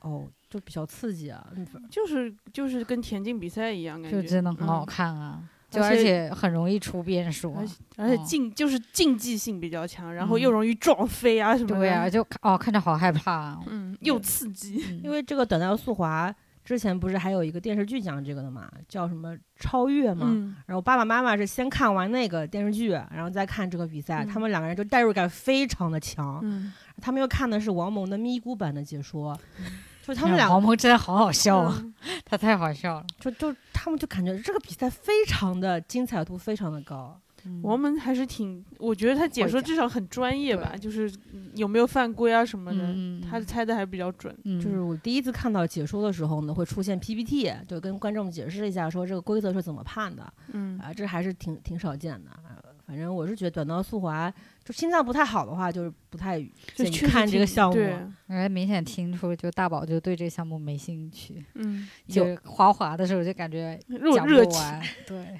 [SPEAKER 1] 哦，就比较刺激啊，嗯
[SPEAKER 3] 就是就是跟田径比赛一样，感觉
[SPEAKER 2] 就真的很好
[SPEAKER 3] 嗯
[SPEAKER 2] 看啊，就
[SPEAKER 3] 而
[SPEAKER 2] 而
[SPEAKER 3] 且
[SPEAKER 2] 且很容易出变数啊，
[SPEAKER 3] 而且
[SPEAKER 2] 哦
[SPEAKER 3] 竞就是竞技性比较强，然后
[SPEAKER 2] 嗯
[SPEAKER 3] 又容易撞飞啊什么的。
[SPEAKER 2] 对啊，就看哦看着好害怕啊，
[SPEAKER 3] 嗯，又刺 激。
[SPEAKER 2] 嗯
[SPEAKER 1] 因为这个短道速滑之前不是还有一个电视剧讲这个的嘛，叫什么超越嘛，
[SPEAKER 3] 嗯，
[SPEAKER 1] 然后爸爸妈妈是先看完那个电视剧，然后再看这个比赛，
[SPEAKER 3] 嗯
[SPEAKER 1] 他们两个人就代入感非常的强。
[SPEAKER 3] 嗯，
[SPEAKER 1] 他们又看的是王蒙的咪咕版的解 说，就他们
[SPEAKER 2] 哎呀
[SPEAKER 1] 俩
[SPEAKER 2] 黄毛真的好好笑啊，
[SPEAKER 3] 嗯
[SPEAKER 2] 他太好笑了，
[SPEAKER 1] 就就他们就感觉这个比赛非常的精彩度非常的高，
[SPEAKER 2] 嗯
[SPEAKER 3] 我们还是挺，我觉得他解说
[SPEAKER 2] 会讲
[SPEAKER 3] 至少很专业吧，
[SPEAKER 2] 对
[SPEAKER 3] 就是有没有犯规啊什么的，
[SPEAKER 2] 嗯
[SPEAKER 3] 他猜的还比较准。
[SPEAKER 2] 嗯
[SPEAKER 1] 就是我第一次看到解说的时候呢，会出现 PPT，就跟观众解释一下说这个规则是怎么判的
[SPEAKER 3] 嗯
[SPEAKER 1] 啊，这还是挺挺少见的。啊反正我是觉得短道速滑，就心脏不太好的话，就是不太
[SPEAKER 3] 就
[SPEAKER 1] 建议
[SPEAKER 3] 确实
[SPEAKER 1] 看这个
[SPEAKER 3] 挺
[SPEAKER 1] 项目。
[SPEAKER 3] 对，
[SPEAKER 2] 人家明显听出就大宝就对这项目没兴趣，
[SPEAKER 3] 嗯，
[SPEAKER 2] 就滑滑的时候就感觉
[SPEAKER 3] 热
[SPEAKER 2] 讲
[SPEAKER 3] 热
[SPEAKER 2] 不
[SPEAKER 3] 情，
[SPEAKER 2] 完，对，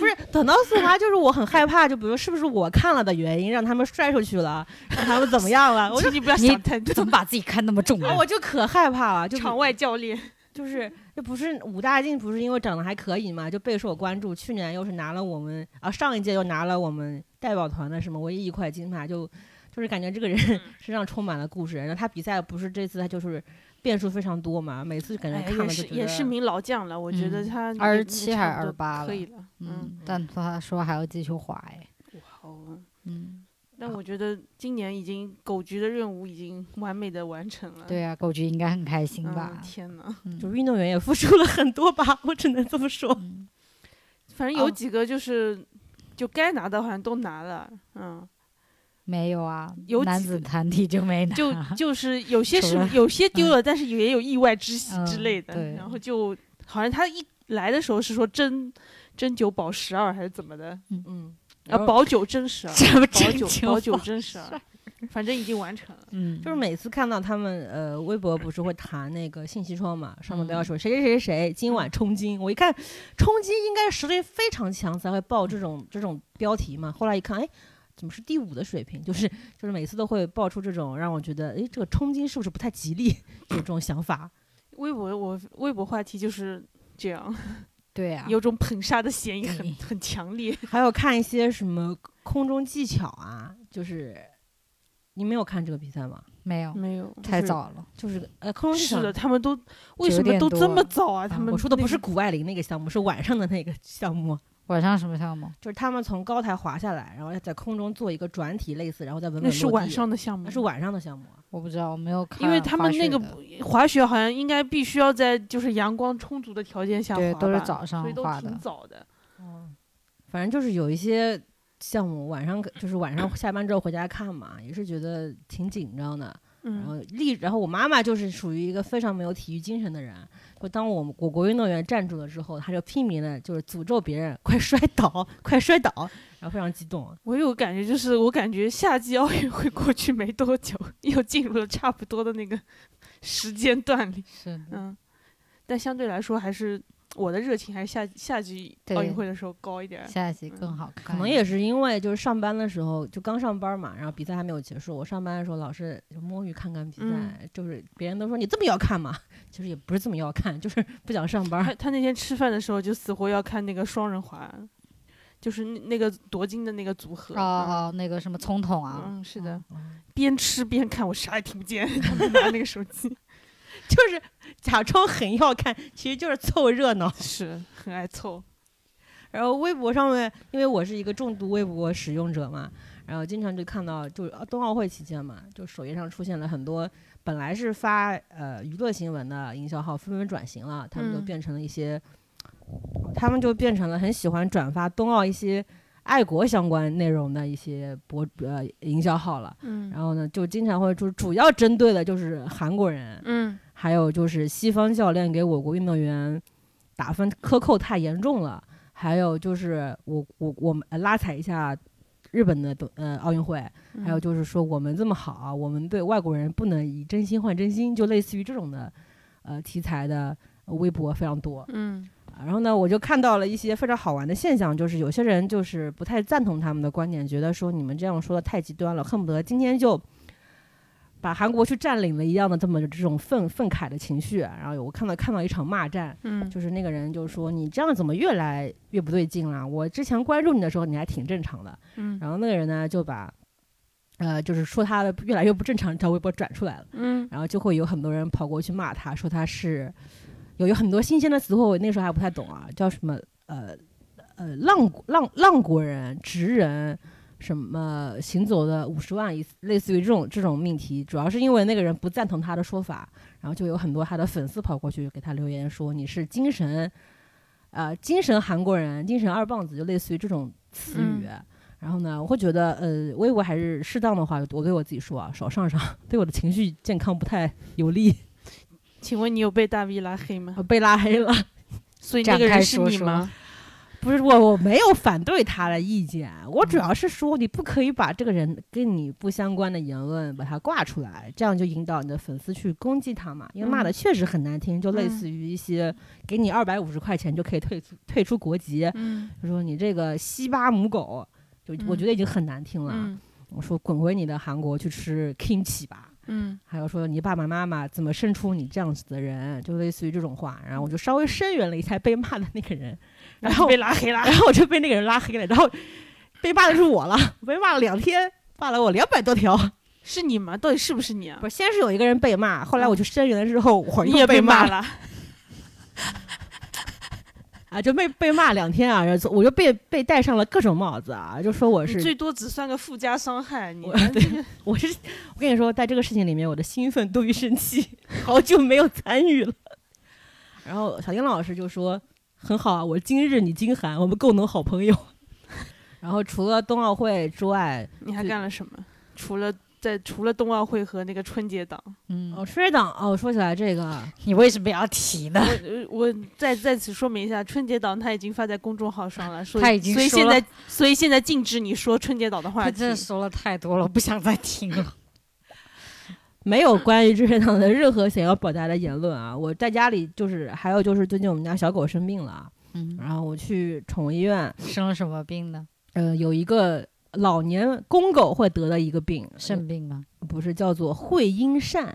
[SPEAKER 1] 不是短道速滑，就是我很害怕，就比如是不是我看了的原因，让他们摔出去了，让他们怎么样了，我就
[SPEAKER 3] 请你不要
[SPEAKER 2] 你
[SPEAKER 3] 想太多
[SPEAKER 2] 怎。么把自己看那么重啊
[SPEAKER 1] 啊，？我就可害怕了，就
[SPEAKER 3] 场外教练，
[SPEAKER 1] 就是这不是武大靖，不是因为长得还可以嘛，就备受关注。去年又是拿了我们啊，上一届又拿了我们代表团的什么唯一一块金牌，就就是感觉这个人
[SPEAKER 3] 嗯
[SPEAKER 1] 身上充满了故事。然后他比赛不是这次他就是变数非常多嘛，每次感觉
[SPEAKER 3] 哎，
[SPEAKER 1] 看
[SPEAKER 3] 也
[SPEAKER 1] 了就是觉
[SPEAKER 3] 也是
[SPEAKER 1] 得
[SPEAKER 3] 名老将了，我觉得
[SPEAKER 2] 嗯
[SPEAKER 3] 他
[SPEAKER 2] 27还是
[SPEAKER 3] 差不多
[SPEAKER 2] 28了
[SPEAKER 3] 可以了。嗯，
[SPEAKER 2] 嗯，但他说还要继续滑哎，
[SPEAKER 3] 哇哦。
[SPEAKER 2] 嗯，
[SPEAKER 3] 但
[SPEAKER 1] 好
[SPEAKER 3] 我觉得今年已经狗局的任务已经完美的完成了。
[SPEAKER 2] 对啊，狗局应该很开心
[SPEAKER 3] 嗯，
[SPEAKER 2] 吧？
[SPEAKER 3] 天哪，
[SPEAKER 2] 嗯
[SPEAKER 1] 就是运动员也付出了很多吧，我只能这么说。
[SPEAKER 2] 嗯
[SPEAKER 3] 反正有
[SPEAKER 2] 哦
[SPEAKER 3] 几个就是、就该拿的好像都拿了，嗯，
[SPEAKER 2] 没有啊，
[SPEAKER 3] 有
[SPEAKER 2] 男
[SPEAKER 3] 几
[SPEAKER 2] 子
[SPEAKER 3] 个
[SPEAKER 2] 团体就 没拿，
[SPEAKER 3] 就就是有些
[SPEAKER 2] 除
[SPEAKER 3] 是
[SPEAKER 2] 了
[SPEAKER 3] 有些丢了，但是也有意外之喜之
[SPEAKER 2] 嗯
[SPEAKER 3] 类的。
[SPEAKER 2] 对
[SPEAKER 3] 然后就好像他一来的时候是说争争九保十二还是怎么的
[SPEAKER 1] 嗯，
[SPEAKER 3] 啊？
[SPEAKER 1] 然后
[SPEAKER 3] 保九争十二，
[SPEAKER 2] 什么
[SPEAKER 3] 保
[SPEAKER 2] 真
[SPEAKER 3] 九
[SPEAKER 2] 情
[SPEAKER 3] 保九
[SPEAKER 2] 话
[SPEAKER 3] 争十二，反正已经完成了。
[SPEAKER 2] 嗯，
[SPEAKER 1] 就是每次看到他们呃微博不是会弹那个信息窗嘛，上面都要说谁谁谁谁谁今晚冲金，我一看冲金应该是实力非常强才会报这种这种标题嘛，后来一看哎。怎么是第五的水平？就是就是每次都会爆出这种让我觉得，哎，这个冲金是不是不太吉利？ 有这种想法。
[SPEAKER 3] 微博我微博话题就是这样，
[SPEAKER 2] 对啊，
[SPEAKER 3] 有种捧杀的嫌疑很
[SPEAKER 2] 嗯
[SPEAKER 3] 很强 烈。
[SPEAKER 1] 还有看一些什么空中技巧啊，就是你没有看这个比赛吗？
[SPEAKER 2] 没有？
[SPEAKER 3] 没有，
[SPEAKER 2] 太
[SPEAKER 1] 是
[SPEAKER 2] 早了，
[SPEAKER 1] 就是呃，空中技巧
[SPEAKER 3] 是的，他们都为什
[SPEAKER 2] 9
[SPEAKER 3] 么
[SPEAKER 2] 点
[SPEAKER 3] 都
[SPEAKER 2] 多
[SPEAKER 3] 这么
[SPEAKER 2] 了
[SPEAKER 3] 早啊？他
[SPEAKER 2] 啊
[SPEAKER 3] 们
[SPEAKER 1] 我说的
[SPEAKER 3] 那
[SPEAKER 1] 不是
[SPEAKER 3] 个
[SPEAKER 1] 谷爱嗯凌那个项目，是晚上的那个项目。
[SPEAKER 2] 晚上什么项目？
[SPEAKER 1] 就是他们从高台滑下来，然后在空中做一个转体，类似，然后再稳稳
[SPEAKER 3] 那
[SPEAKER 1] 落地。
[SPEAKER 3] 是晚上的
[SPEAKER 2] 啊
[SPEAKER 3] 项目，
[SPEAKER 1] 那是晚上的项目啊。
[SPEAKER 2] 我不知道，我没有看滑雪
[SPEAKER 3] 因
[SPEAKER 2] 的，
[SPEAKER 3] 为他们那个滑雪好像应该必须要在就是阳光充足的条件下滑
[SPEAKER 2] 对
[SPEAKER 3] 吧
[SPEAKER 2] 都是早上
[SPEAKER 3] 所以都
[SPEAKER 2] 滑
[SPEAKER 3] 挺
[SPEAKER 2] 的
[SPEAKER 3] 早的。
[SPEAKER 1] 哦，反正就是有一些项目，晚上就是晚上下班之后回家看嘛，也是觉得挺紧张的。然后
[SPEAKER 3] 嗯，
[SPEAKER 1] 立，然后我妈妈就是属于一个非常没有体育精神的人，就当我们我国运动员站住了之后，她就拼命的就是诅咒别人，快摔倒，快摔倒，然后非常激动。啊
[SPEAKER 3] 我有感觉，就是我感觉夏季奥运会过去没多久， 又进入了差不多的那个时间段里。
[SPEAKER 2] 是
[SPEAKER 3] 嗯，但相对来说，还是我的热情还是夏夏季奥
[SPEAKER 2] 对
[SPEAKER 3] 运会的时候高一点儿。
[SPEAKER 2] 下一集更好看，
[SPEAKER 1] 可能也是因为就是上班的时候就刚上班嘛，然后比赛还没有结束，我上班的时候老是就摸鱼看看比赛，
[SPEAKER 3] 嗯
[SPEAKER 1] 就是别人都说你这么要看嘛， 其实也不是这么要看，就是不想上班
[SPEAKER 3] 他。他那天吃饭的时候就死活要看那个双人滑，就是那那个夺金的那个组合。
[SPEAKER 2] 哦哦，那个什么总统
[SPEAKER 3] 嗯
[SPEAKER 2] 啊，
[SPEAKER 3] 嗯，是的，
[SPEAKER 1] 嗯
[SPEAKER 3] 边吃边看，我啥也听不见， 他们拿那个手机，
[SPEAKER 1] 就是假装很要看，其实就是凑热闹。
[SPEAKER 3] 是很爱凑。
[SPEAKER 1] 然后微博上面，因为我是一个重度微博使用者嘛，然后经常就看到，就是呃冬奥会期间嘛，就首页上出现了很多本来是发呃娱乐新闻的营销号纷纷转型了，他们就
[SPEAKER 3] 嗯
[SPEAKER 1] 变成了一些，他们就变成了很喜欢转发冬奥一些爱国相关内容的一些博呃营销号了。
[SPEAKER 3] 嗯
[SPEAKER 1] 然后呢，就经常会就主要针对的就是韩国人，
[SPEAKER 3] 嗯
[SPEAKER 1] 还有就是西方教练给我国运动员打分克扣太严重了，还有就是我我我们呃拉踩一下日本的冬呃奥运会，
[SPEAKER 3] 嗯
[SPEAKER 1] 还有就是说我们这么好，啊我们对外国人不能以真心换真心，就类似于这种的呃题材的微博非常多。
[SPEAKER 3] 嗯
[SPEAKER 1] 啊然后呢，我就看到了一些非常好玩的现象，就是有些人就是不太赞同他们的观点，觉得说你们这样说的太极端了，恨不得今天就把韩国去占领了一样的这么这种愤愤慨的情绪。啊然后有我看到看到一场骂战，
[SPEAKER 3] 嗯，
[SPEAKER 1] 就是那个人就说你这样怎么越来越不对劲了？我之前关注你的时候你还挺正常的，
[SPEAKER 3] 嗯
[SPEAKER 1] 然后那个人呢就把。呃，就是说他的越来越不正常这条微博转出来了，
[SPEAKER 3] 嗯
[SPEAKER 1] 然后就会有很多人跑过去骂他，说他是有有很多新鲜的词汇，我那时候还不太懂啊，叫什么呃呃浪浪浪国人、直人，什么行走的五十万，类似于这种这种命题，主要是因为那个人不赞同他的说法，然后就有很多他的粉丝跑过去给他留言说你是精神呃精神韩国人、精神二棒子，就类似于这种词语。然后呢，我会觉得，呃，微博还是适当的话，我对我自己说啊，少上上， 对我的情绪健康不太有利。
[SPEAKER 3] 请问你有被大 V 拉黑吗？
[SPEAKER 1] 被拉黑了，
[SPEAKER 3] 所以那
[SPEAKER 2] 展
[SPEAKER 3] 个
[SPEAKER 2] 开
[SPEAKER 3] 人是
[SPEAKER 2] 说
[SPEAKER 3] 你
[SPEAKER 2] 说
[SPEAKER 3] 吗？，
[SPEAKER 1] 不是我，我没有反对他的意见，我
[SPEAKER 3] 嗯
[SPEAKER 1] 主要是说你不可以把这个人跟你不相关的言论把它挂出来，这样就引导你的粉丝去攻击他嘛，因为骂的
[SPEAKER 3] 嗯
[SPEAKER 1] 确实很难听，就类似于一些给你二百五十块钱就可以退出退出国籍，
[SPEAKER 3] 嗯
[SPEAKER 1] 就说你这个西巴母狗，就我觉得已经很难听了。
[SPEAKER 3] 嗯
[SPEAKER 1] 我说滚回你的韩国去吃 kimchi 吧。
[SPEAKER 3] 嗯
[SPEAKER 1] 还有说你爸爸妈妈怎么生出你这样子的人，就类似于这种话。然后我就稍微声援了一下被骂的那个人，然
[SPEAKER 3] 然
[SPEAKER 1] 后
[SPEAKER 3] 后被拉黑了。
[SPEAKER 1] 然后我就被那个人拉黑了，然后被骂的是我了，我被骂了两天，骂了我两百多条。
[SPEAKER 3] 是你吗？到底是不是你啊？
[SPEAKER 1] 不是，先是有一个人被骂，后来我去声援的时候，我
[SPEAKER 3] 你
[SPEAKER 1] 又
[SPEAKER 3] 也
[SPEAKER 1] 嗯被
[SPEAKER 3] 骂
[SPEAKER 1] 了
[SPEAKER 3] 了。
[SPEAKER 1] 啊，就被被骂两天啊，然后我就被被戴上了各种帽子啊，就说我
[SPEAKER 3] 你
[SPEAKER 1] 是
[SPEAKER 3] 最多只算个附加伤害，你
[SPEAKER 1] 我 对，我是我跟你说，在这个事情里面，我的兴奋多于生气， 好久没有参与了。然后小丁老师就说：“很好啊，我今日你今韩，我们共同好朋友。” 然后除了冬奥会之外，
[SPEAKER 3] 你还
[SPEAKER 1] 对
[SPEAKER 3] 干了什么？除了在除了冬奥会和那个春节档，
[SPEAKER 1] 哦，
[SPEAKER 2] 嗯，
[SPEAKER 1] 春节档哦，说起来这个，
[SPEAKER 2] 你为什么要提呢？
[SPEAKER 3] 我呃我再再次说明一下，春节档他已经发在公众号上了，所以
[SPEAKER 2] 他已经
[SPEAKER 3] 所以
[SPEAKER 2] 说
[SPEAKER 3] 现
[SPEAKER 2] 了
[SPEAKER 3] 在所以现在禁止你说春节档的话
[SPEAKER 2] 他
[SPEAKER 3] 题
[SPEAKER 2] 真。的说了太多了，不想再听 了。
[SPEAKER 1] 没有关于春节档的任何想要表达的言论啊！我在家里就是，还有就是最近我们家小狗生病了啊，
[SPEAKER 2] 嗯，
[SPEAKER 1] 然后我去宠物医院，
[SPEAKER 2] 生了什么病呢？
[SPEAKER 1] 呃，有一个老年公狗会得的一个病，呃
[SPEAKER 2] 肾病吗？
[SPEAKER 1] 不是叫做会阴疝，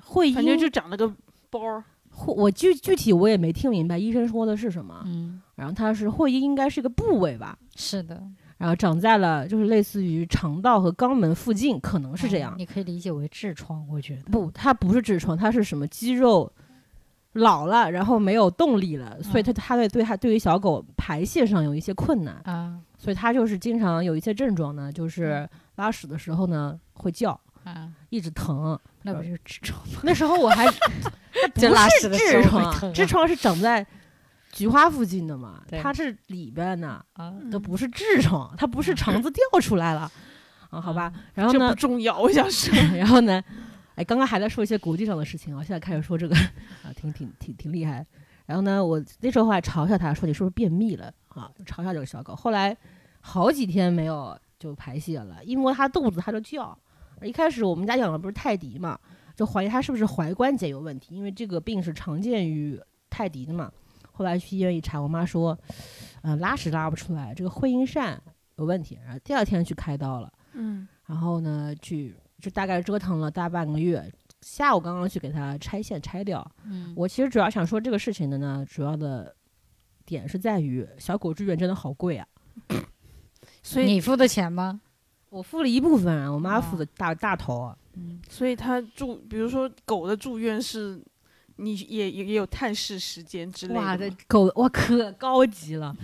[SPEAKER 1] 会
[SPEAKER 3] 反正
[SPEAKER 1] 阴
[SPEAKER 3] 就长了个包儿，
[SPEAKER 1] 会我具具体我也没听明白医生说的是什么。
[SPEAKER 2] 嗯，
[SPEAKER 1] 然后它是会阴应该是个部位吧，
[SPEAKER 2] 是的，
[SPEAKER 1] 然后长在了就是类似于肠道和肛门附近，可能是这
[SPEAKER 2] 哦
[SPEAKER 1] 样。
[SPEAKER 2] 你可以理解为痔疮，我觉得。
[SPEAKER 1] 不，它不是痔疮，它是什么肌肉老了，然后没有动力了，所以
[SPEAKER 2] 嗯
[SPEAKER 1] 它它对对它对于小狗排泄上有一些困难，
[SPEAKER 2] 啊
[SPEAKER 1] 所以它就是经常有一些症状呢，
[SPEAKER 2] 嗯
[SPEAKER 1] 就是拉屎的时候呢会叫，
[SPEAKER 2] 啊，
[SPEAKER 1] 一直疼。
[SPEAKER 2] 那不就是痔疮吗？
[SPEAKER 1] 那时候我还
[SPEAKER 2] 这
[SPEAKER 1] 不
[SPEAKER 2] 拉
[SPEAKER 1] 是
[SPEAKER 2] 屎的时
[SPEAKER 1] 痔
[SPEAKER 2] 候会
[SPEAKER 1] 疮，
[SPEAKER 2] 疼啊
[SPEAKER 1] 痔疮是长在菊花附近的嘛，
[SPEAKER 4] 对
[SPEAKER 1] 它是里边的，
[SPEAKER 4] 啊，
[SPEAKER 2] 嗯
[SPEAKER 1] 都不是痔疮，它不是肠子掉出来了啊，好
[SPEAKER 2] 嗯
[SPEAKER 1] 吧。然后
[SPEAKER 3] 嗯这
[SPEAKER 1] 呢
[SPEAKER 3] 不，重要，我 想说，
[SPEAKER 1] 然后呢，哎，刚刚还在说一些国际上的事情啊，现在开始说这个啊，挺挺挺挺厉害。然后呢，我那时候还嘲笑他说你是不是便秘了啊？就嘲笑这个小狗。后来好几天没有就排泄了，因为它肚子它就叫。一开始我们家养的不是泰迪嘛，就怀疑它是不是踝关节有问题，因为这个病是常见于泰迪的嘛。后来去医院一查，我妈说，呃，拉屎拉不出来，这个会阴扇有问题。然后第二天去开刀了。
[SPEAKER 3] 嗯
[SPEAKER 1] 然后呢，去就大概折腾了大半个月。下午刚刚去给它拆线拆掉。
[SPEAKER 2] 嗯
[SPEAKER 1] 我其实主要想说这个事情的呢，主要的点是在于小狗住院真的好贵啊！
[SPEAKER 3] 所以
[SPEAKER 2] 你付的钱吗？
[SPEAKER 1] 我付了一部分啊，我妈
[SPEAKER 2] 哦
[SPEAKER 1] 付的大、大头啊。
[SPEAKER 2] 嗯，
[SPEAKER 3] 所以他住，比如说狗的住院是，你也也也有探视时间之类的吗。
[SPEAKER 1] 哇，这狗哇可高级了，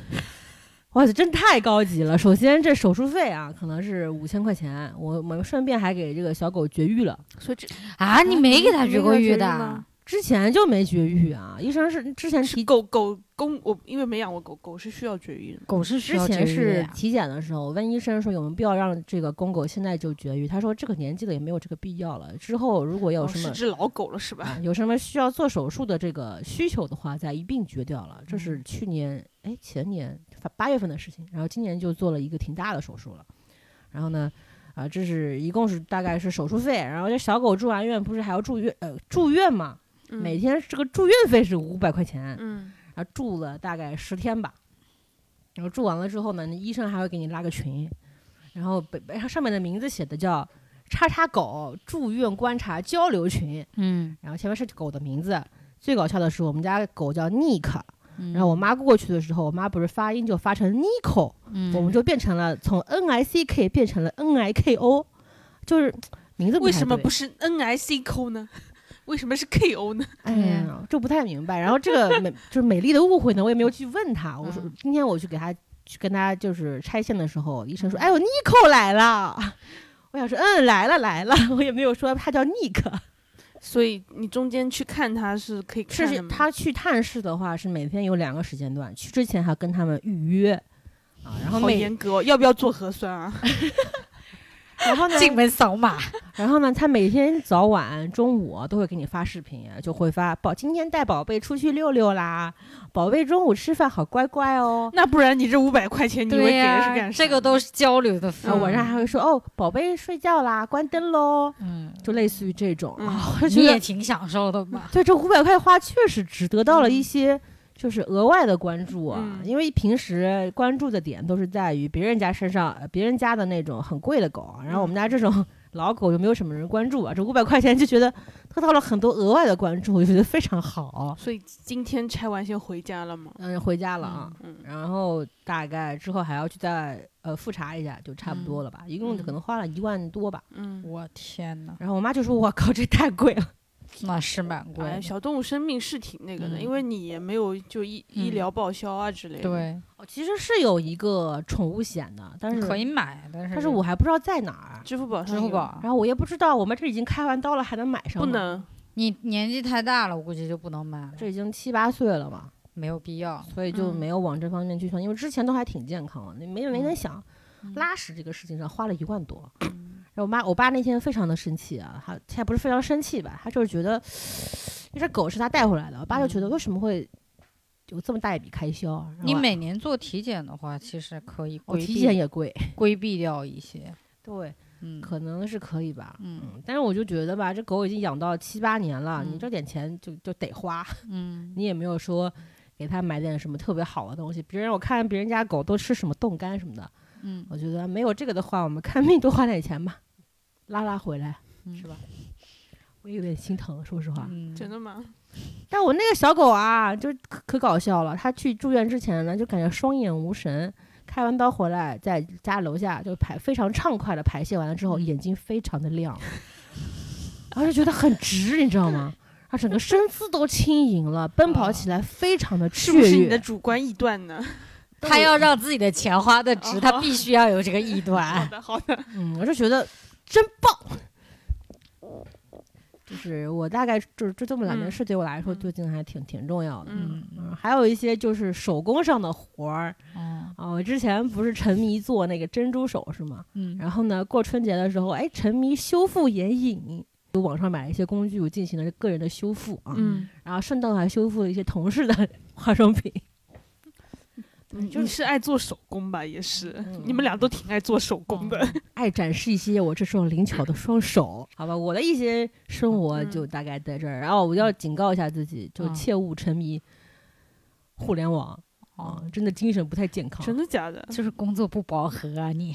[SPEAKER 1] 哇塞，真太高级了！首先这手术费啊，可能是五千块钱，我我们顺便还给这个小狗绝育了。
[SPEAKER 3] 所以这
[SPEAKER 2] 啊，你没给他
[SPEAKER 3] 没
[SPEAKER 2] 绝
[SPEAKER 3] 给
[SPEAKER 2] 过
[SPEAKER 3] 它绝
[SPEAKER 2] 育
[SPEAKER 3] 育
[SPEAKER 2] 的
[SPEAKER 3] 吗
[SPEAKER 2] 啊？
[SPEAKER 1] 之前就没绝育啊，医生是之前
[SPEAKER 3] 是
[SPEAKER 1] 提
[SPEAKER 3] 狗狗公，我因为没养过狗，狗是需要绝育的。
[SPEAKER 2] 狗是需
[SPEAKER 1] 之
[SPEAKER 2] 要绝
[SPEAKER 1] 前
[SPEAKER 2] 育的
[SPEAKER 1] 是
[SPEAKER 2] 呀
[SPEAKER 1] 体检的时候，我问医生说有没有必要让这个公狗现在就绝育，他说这个年纪了也没有这个必要了。之后如果有
[SPEAKER 3] 哦
[SPEAKER 1] 什
[SPEAKER 3] 是
[SPEAKER 1] 么、
[SPEAKER 3] 只老狗了是吧？
[SPEAKER 1] 啊有什么需要做手术的这个需求的话，再一并绝掉了。这
[SPEAKER 3] 嗯
[SPEAKER 1] 是去年哎前年反八月份的事情，然后今年就做了一个挺大的手术了。然后呢，啊、这是一共是大概是手术费，然后这小狗住完院不是还要住院呃住院嘛，
[SPEAKER 3] 嗯
[SPEAKER 1] 每天这个住院费是五百块钱，
[SPEAKER 3] 嗯，
[SPEAKER 1] 然后住了大概十天吧。然后住完了之后呢，那医生还会给你拉个群，然后北北上面的名字写的叫“叉叉狗住院观察交流群
[SPEAKER 2] 嗯”，，
[SPEAKER 1] 然后前面是狗的名字。最搞笑的是，我们家狗叫 Nick，
[SPEAKER 2] 嗯
[SPEAKER 1] 然后我，妈过去的时候，我妈不是发音就发成 Nico，
[SPEAKER 2] 嗯
[SPEAKER 1] 我们就变成了从 N I C K 变成了 N I K O，就是名字
[SPEAKER 3] 为什么不
[SPEAKER 1] 是？
[SPEAKER 3] 是 N I C Q 呢？ 为什么是 K O 呢？
[SPEAKER 1] 哎呀，这不太明白。然后这个美就是美丽的误会呢，我也没有去问他。我说
[SPEAKER 2] 嗯
[SPEAKER 1] 今天我去给他去跟他就是拆线的时候，医生说：“哎呦，Nico 来了。” 我想说：“嗯，来了来了。” 我也没有说他叫 Nick。
[SPEAKER 3] 所以你中间去看它是可以看
[SPEAKER 1] 是
[SPEAKER 3] 的
[SPEAKER 1] 是
[SPEAKER 3] 吗，
[SPEAKER 1] 他去探视的话是每天有两个时间段，去之前还要跟他们预约啊，然后
[SPEAKER 3] 好
[SPEAKER 1] 每
[SPEAKER 3] 严格哦，要不要做核酸啊？
[SPEAKER 1] 然后呢，
[SPEAKER 2] 进门扫码，
[SPEAKER 1] 然后呢，他每天早晚、中午啊都会给你发视频，就会发宝今天带宝贝出去溜溜啦，宝贝中午吃饭好乖乖哦。
[SPEAKER 3] 那不然你这五百块钱， 你以为给的是
[SPEAKER 2] 呀，
[SPEAKER 3] 干啥？
[SPEAKER 2] 这个都是交流的费
[SPEAKER 1] 啊，
[SPEAKER 2] 用。
[SPEAKER 1] 晚
[SPEAKER 3] 嗯
[SPEAKER 1] 上还会说哦，宝贝睡觉啦，关灯喽，
[SPEAKER 2] 嗯，
[SPEAKER 1] 就类似于这种。
[SPEAKER 3] 嗯
[SPEAKER 1] 啊，我就
[SPEAKER 2] 你
[SPEAKER 1] 觉
[SPEAKER 2] 也
[SPEAKER 1] 得，
[SPEAKER 2] 挺享受的嘛。
[SPEAKER 1] 对这五百块花确实值得到了一些就是额外的关注啊，
[SPEAKER 3] 嗯
[SPEAKER 1] 因为平时关注的点都是在于别人家身上，呃别人家的那种很贵的狗，啊然后我们家这
[SPEAKER 3] 嗯
[SPEAKER 1] 种老狗就没有什么人关注啊，这五百块钱就觉得得到了很多额外的关注，我就觉得非常好。
[SPEAKER 3] 所以今天拆完先回家了吗？
[SPEAKER 1] 嗯，回家了啊。
[SPEAKER 3] 嗯，
[SPEAKER 1] 然后大概之后还要去再呃复查一下，就差不多了吧，一共可能花了一万多吧。
[SPEAKER 3] 嗯，
[SPEAKER 2] 我天哪，
[SPEAKER 1] 然后我妈就说：“我靠，这太贵了。
[SPEAKER 2] 那是蛮贵
[SPEAKER 3] 哎，
[SPEAKER 2] 的。
[SPEAKER 3] 小动物生命是挺那个的，
[SPEAKER 2] 嗯
[SPEAKER 3] 因为你也没有就医医
[SPEAKER 2] 嗯
[SPEAKER 3] 疗报销啊之类的。，
[SPEAKER 2] 对，”
[SPEAKER 1] 哦，其实是有一个宠物险的，但是
[SPEAKER 2] 可以买，但是
[SPEAKER 1] 但是我还不知道在哪儿，
[SPEAKER 3] 支付宝上
[SPEAKER 2] 支付
[SPEAKER 3] 有
[SPEAKER 2] 宝，
[SPEAKER 1] 然后我也不知道我们这已经开完刀了还能买上
[SPEAKER 3] 不
[SPEAKER 1] 吗，
[SPEAKER 3] 能，
[SPEAKER 2] 你年纪太大了，我估计就不能买了，
[SPEAKER 1] 这已经七八岁了嘛，
[SPEAKER 2] 没有必要。
[SPEAKER 1] 所以就
[SPEAKER 3] 嗯
[SPEAKER 1] 没有往这方面去想，因为之前都还挺健康的，你没没能想、
[SPEAKER 2] 嗯
[SPEAKER 1] 拉屎这个事情上花了一万多。然后我妈我爸那天非常的生气啊，他他也不是非常生气吧，他就是觉得因为这狗是他带回来的，我爸就觉得为什么会有这么大一笔开销？然后
[SPEAKER 2] 嗯你
[SPEAKER 1] 啊
[SPEAKER 2] 每年做体检的话，其实可以
[SPEAKER 1] 我
[SPEAKER 2] 规
[SPEAKER 1] 体检
[SPEAKER 2] 避
[SPEAKER 1] 也贵，
[SPEAKER 2] 规避掉一些。
[SPEAKER 1] 对，
[SPEAKER 2] 嗯，
[SPEAKER 1] 可能是可以吧。
[SPEAKER 2] 嗯
[SPEAKER 1] 但是我就觉得吧，这狗已经养到七八年了，你
[SPEAKER 2] 嗯
[SPEAKER 1] 这点钱就就得花，
[SPEAKER 2] 嗯，
[SPEAKER 1] 你也没有说给它买点什么特别好的东西。别人我看别人家狗都吃什么冻干什么的，
[SPEAKER 2] 嗯
[SPEAKER 1] 我觉得没有这个的话，我们看病多花点钱吧，拉拉回来
[SPEAKER 2] 嗯
[SPEAKER 1] 是吧？我有点心疼，说实话。
[SPEAKER 2] 嗯，
[SPEAKER 3] 真的吗？
[SPEAKER 1] 但我那个小狗啊，就可可搞笑了。它去住院之前呢，就感觉双眼无神，开完刀回来，在家楼下就排非常畅快的排泄完了之后，
[SPEAKER 2] 嗯
[SPEAKER 1] 眼睛非常的亮，然后就觉得很直，你知道吗？它整个身姿都轻盈了，奔跑起来非常的
[SPEAKER 3] 是
[SPEAKER 1] 雀
[SPEAKER 3] 不
[SPEAKER 1] 跃。
[SPEAKER 3] 是你的主观臆断呢？
[SPEAKER 2] 他要让自己的钱花的值，他必须要有这个臆
[SPEAKER 3] 好
[SPEAKER 2] 断。
[SPEAKER 1] 嗯
[SPEAKER 3] 的，好的，
[SPEAKER 1] 嗯，我就觉得真棒。就是我大概就是这这么两件
[SPEAKER 3] 嗯
[SPEAKER 1] 事对我来说，
[SPEAKER 3] 嗯
[SPEAKER 1] 最近还挺挺重要的。
[SPEAKER 3] 嗯
[SPEAKER 1] 嗯，还有一些就是手工上的活儿
[SPEAKER 2] 嗯
[SPEAKER 1] 啊，我之前不是沉迷做那个珍珠首饰嘛，
[SPEAKER 2] 嗯
[SPEAKER 1] 然后呢，过春节的时候，哎，沉迷修复眼影，就网上买了一些工具，我进行了个人的修复啊，
[SPEAKER 3] 嗯，
[SPEAKER 1] 然后顺道还修复了一些同事的 化妆品。
[SPEAKER 3] 你
[SPEAKER 1] 就是
[SPEAKER 3] 嗯你是爱做手工吧？也是
[SPEAKER 1] 嗯，
[SPEAKER 3] 你们俩都挺爱做手工的。
[SPEAKER 1] 爱展示一些我这双灵巧的双手，好吧，我的一些生活
[SPEAKER 3] 嗯
[SPEAKER 1] 就大概在这儿。然后我要警告一下自己，就切勿沉迷互联网啊、
[SPEAKER 2] 哦，
[SPEAKER 1] 真的精神不太健康。
[SPEAKER 3] 真的假的？
[SPEAKER 2] 就是工作不饱和啊，你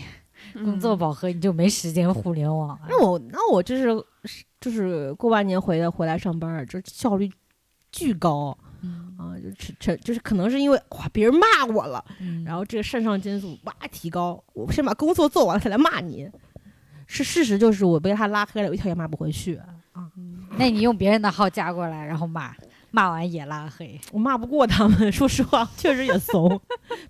[SPEAKER 2] 工
[SPEAKER 3] 嗯
[SPEAKER 2] 作饱和你就没时间互联网了。
[SPEAKER 1] 那我那我就是就是过完年回来回来上班儿，就是效率巨高
[SPEAKER 2] 嗯
[SPEAKER 1] 啊，就沉沉就是可能是因为哇别人骂我了，
[SPEAKER 2] 嗯
[SPEAKER 1] 然后这个肾上腺素哇提高，我先把工作做完了才来骂你。是事实就是我被他拉黑了，我一条也骂不回去，
[SPEAKER 3] 嗯
[SPEAKER 2] 那你用别人的号加过来，然后骂，骂完也拉黑。
[SPEAKER 1] 我骂不过他们， 说实话确实也怂。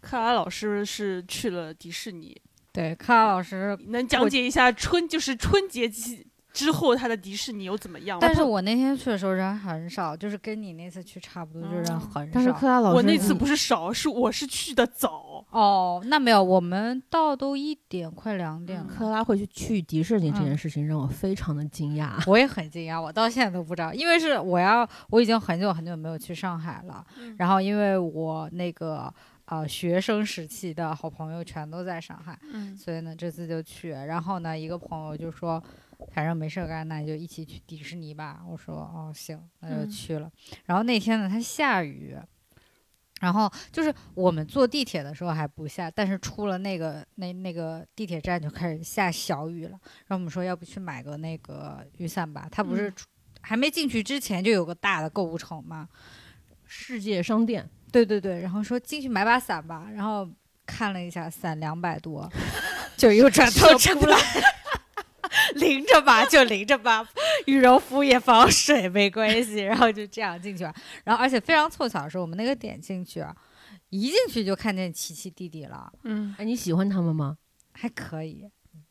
[SPEAKER 3] 克拉老师是去了迪士尼，
[SPEAKER 2] 对，卡拉老师，
[SPEAKER 3] 能讲解一下春就是春节期之后他的迪士尼又怎么样吗？
[SPEAKER 2] 但是我那天去的时候人很少，就是跟你那次去差不多，就是人
[SPEAKER 3] 哦
[SPEAKER 2] 很
[SPEAKER 1] 但是
[SPEAKER 2] 少
[SPEAKER 1] 克。拉老师，
[SPEAKER 3] 我那次不是少，是我是去的早。
[SPEAKER 2] 哦，那没有，我们到都一点快两点
[SPEAKER 3] 嗯
[SPEAKER 2] 了。
[SPEAKER 1] 克拉会去去迪士尼这件事情让我非常的惊讶。
[SPEAKER 2] 我也很惊讶，我到现在都不知道，因为是我要我已经很久很久没有去上海了，
[SPEAKER 3] 嗯
[SPEAKER 2] 然后因为我那个呃学生时期的好朋友全都在上海，
[SPEAKER 3] 嗯
[SPEAKER 2] 所以呢这次就去，然后呢一个朋友就说，反正没事儿干，那就一起去迪士尼吧。我说哦行，那就
[SPEAKER 3] 嗯
[SPEAKER 2] 去了。然后那天呢它下雨。然后就是我们坐地铁的时候还不下，但是出了那个那那个地铁站就开始下小雨了。然后我们说要不去买个那个雨伞吧，它不是
[SPEAKER 3] 嗯
[SPEAKER 2] 出、还没进去之前就有个大的购物城嘛，
[SPEAKER 1] 世界商店，
[SPEAKER 2] 对对对，然后说进去买把伞吧，然后看了一下伞两百 多，就又转头出 来，淋着吧就淋着吧，羽绒服也防水没关系，然后就这样进去了。然后而且非常凑巧的是，我们那个点进去啊，一进去就看见琪琪弟弟了，
[SPEAKER 3] 嗯，
[SPEAKER 1] 哎，你喜欢他们吗？
[SPEAKER 2] 还可以。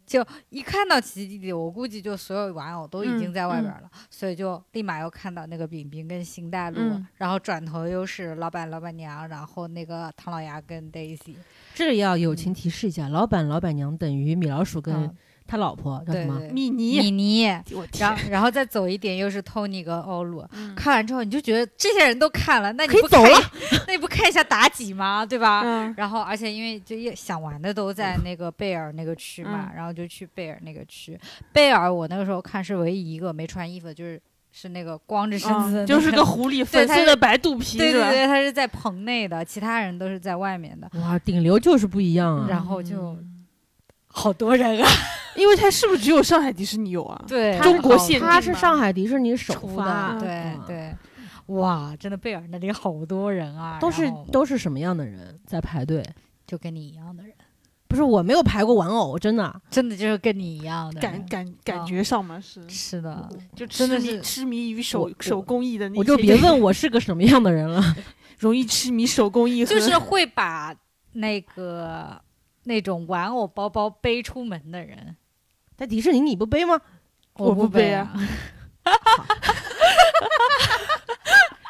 [SPEAKER 2] 就一看到奇奇弟弟，我估计就所有玩偶都已经
[SPEAKER 3] 嗯
[SPEAKER 2] 在外边
[SPEAKER 3] 嗯
[SPEAKER 2] 了，所以就立马又看到那个饼饼跟邢大陆，
[SPEAKER 3] 嗯
[SPEAKER 2] 然后转头又是老板、老板娘，然后那个唐老鸭跟 Daisy，
[SPEAKER 1] 这里要友情提示一下，老板老板娘等于米老鼠跟
[SPEAKER 2] 嗯，
[SPEAKER 1] 他老婆叫什
[SPEAKER 2] 对
[SPEAKER 1] 么？
[SPEAKER 2] 对，
[SPEAKER 3] 米妮，
[SPEAKER 2] 米妮，
[SPEAKER 3] 我天
[SPEAKER 2] 然，后然后再走一点又是 Tony 跟欧鲁。
[SPEAKER 3] 嗯
[SPEAKER 2] 看完之后你就觉得这些人都看了，那你
[SPEAKER 1] 可以
[SPEAKER 2] 不
[SPEAKER 1] 走
[SPEAKER 2] 看一，那你不看一下妲己吗？对吧？
[SPEAKER 3] 嗯
[SPEAKER 2] 然后，而且因为就也想玩的都在那个贝尔那个区嘛，然后就去贝尔那个区。贝尔我那个时候看是唯一一个没穿衣服的，就是是那个光着身子的那、
[SPEAKER 3] 嗯就是个狐狸，粉
[SPEAKER 2] 他
[SPEAKER 3] 色
[SPEAKER 2] 是
[SPEAKER 3] 的白肚皮
[SPEAKER 2] 对
[SPEAKER 3] 是
[SPEAKER 2] 对
[SPEAKER 3] 吧？
[SPEAKER 2] 对，他是在棚内的，其他人都是在外面的，
[SPEAKER 1] 哇，顶流就是不一样啊！
[SPEAKER 2] 然后就好多人啊，
[SPEAKER 3] 因为它是不是只有上海迪士尼有啊？
[SPEAKER 2] 对，
[SPEAKER 3] 中国
[SPEAKER 2] 好
[SPEAKER 3] 限定
[SPEAKER 1] 他是
[SPEAKER 3] 吗
[SPEAKER 1] 上海迪士尼首
[SPEAKER 2] 出
[SPEAKER 1] 发
[SPEAKER 2] 的，，对
[SPEAKER 1] 嗯，
[SPEAKER 2] 对。哇，真的贝尔那里好多人啊，
[SPEAKER 1] 都是
[SPEAKER 2] 然后
[SPEAKER 1] 都是什么样的人在排队？
[SPEAKER 2] 就跟你一样的人，
[SPEAKER 1] 不是我没有排过玩偶，真的。
[SPEAKER 2] 真的就是跟你一样的
[SPEAKER 3] 感
[SPEAKER 2] 人，
[SPEAKER 3] 感感
[SPEAKER 2] 哦
[SPEAKER 3] 觉上嘛是，
[SPEAKER 2] 是的，
[SPEAKER 3] 就
[SPEAKER 2] 真的
[SPEAKER 3] 痴迷
[SPEAKER 2] 是
[SPEAKER 3] 痴迷于
[SPEAKER 1] 我
[SPEAKER 3] 手手工艺的那些，
[SPEAKER 1] 我就别问我是个什么样的人了。
[SPEAKER 3] 容易痴迷手工艺和，
[SPEAKER 2] 就是会把那个那种玩偶包包背出门的人，
[SPEAKER 1] 在迪士尼你不背吗？
[SPEAKER 3] 我
[SPEAKER 2] 不
[SPEAKER 3] 不背
[SPEAKER 2] 啊
[SPEAKER 3] 啊，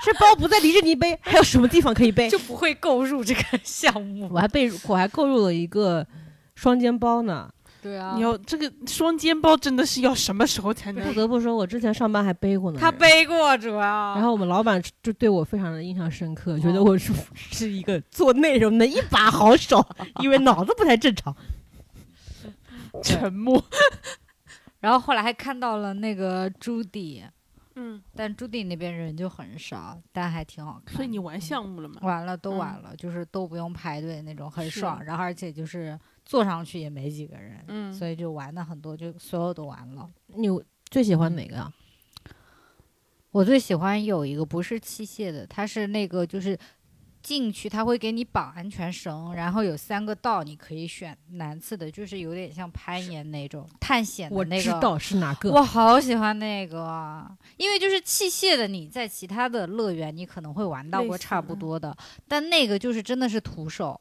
[SPEAKER 1] 这包不在迪士尼背，还有什么地方可以
[SPEAKER 3] 啊
[SPEAKER 1] 背？
[SPEAKER 2] 就不会购入这个 项目
[SPEAKER 1] 我。还被我还购入了一个双肩包呢。
[SPEAKER 2] 对啊
[SPEAKER 3] 你要这个双肩包真的是要什么时候才
[SPEAKER 1] 不
[SPEAKER 3] 能？
[SPEAKER 1] 得不说，我之前上班还背过呢。
[SPEAKER 2] 他。
[SPEAKER 3] 啊
[SPEAKER 2] 背过主要，
[SPEAKER 1] 然后我们老板就对我非常的印象深刻，觉得我是 是一个做内容的一把好手，因为脑子不太正常。
[SPEAKER 3] 沉默。
[SPEAKER 2] 然后后来还看到了那个朱迪，
[SPEAKER 3] 嗯，
[SPEAKER 2] 但朱迪那边人就很少，但还挺好看的。
[SPEAKER 3] 所以你玩项目了吗？
[SPEAKER 2] 完了都
[SPEAKER 3] 嗯
[SPEAKER 2] 完了，就是都不用排队那种，很
[SPEAKER 3] 是
[SPEAKER 2] 爽。然后而且就是坐上去也没几个人，
[SPEAKER 3] 嗯
[SPEAKER 2] 所以就玩的很多，就所有都玩了。
[SPEAKER 1] 你最喜欢哪个啊？
[SPEAKER 2] 我最喜欢有一个不是器械的，它是那个就是进去它会给你绑安全绳，然后有三个道你可以选难次的，就是有点像攀岩那种探险的
[SPEAKER 1] 我
[SPEAKER 2] 那
[SPEAKER 1] 知
[SPEAKER 2] 个。
[SPEAKER 1] 道是哪个。
[SPEAKER 2] 我好喜欢那个啊，因为就是器械的，你在其他的乐园你可能会玩到
[SPEAKER 3] 类
[SPEAKER 2] 过
[SPEAKER 3] 似
[SPEAKER 2] 差不
[SPEAKER 3] 嗯
[SPEAKER 2] 多的，但那个就是真的是徒手，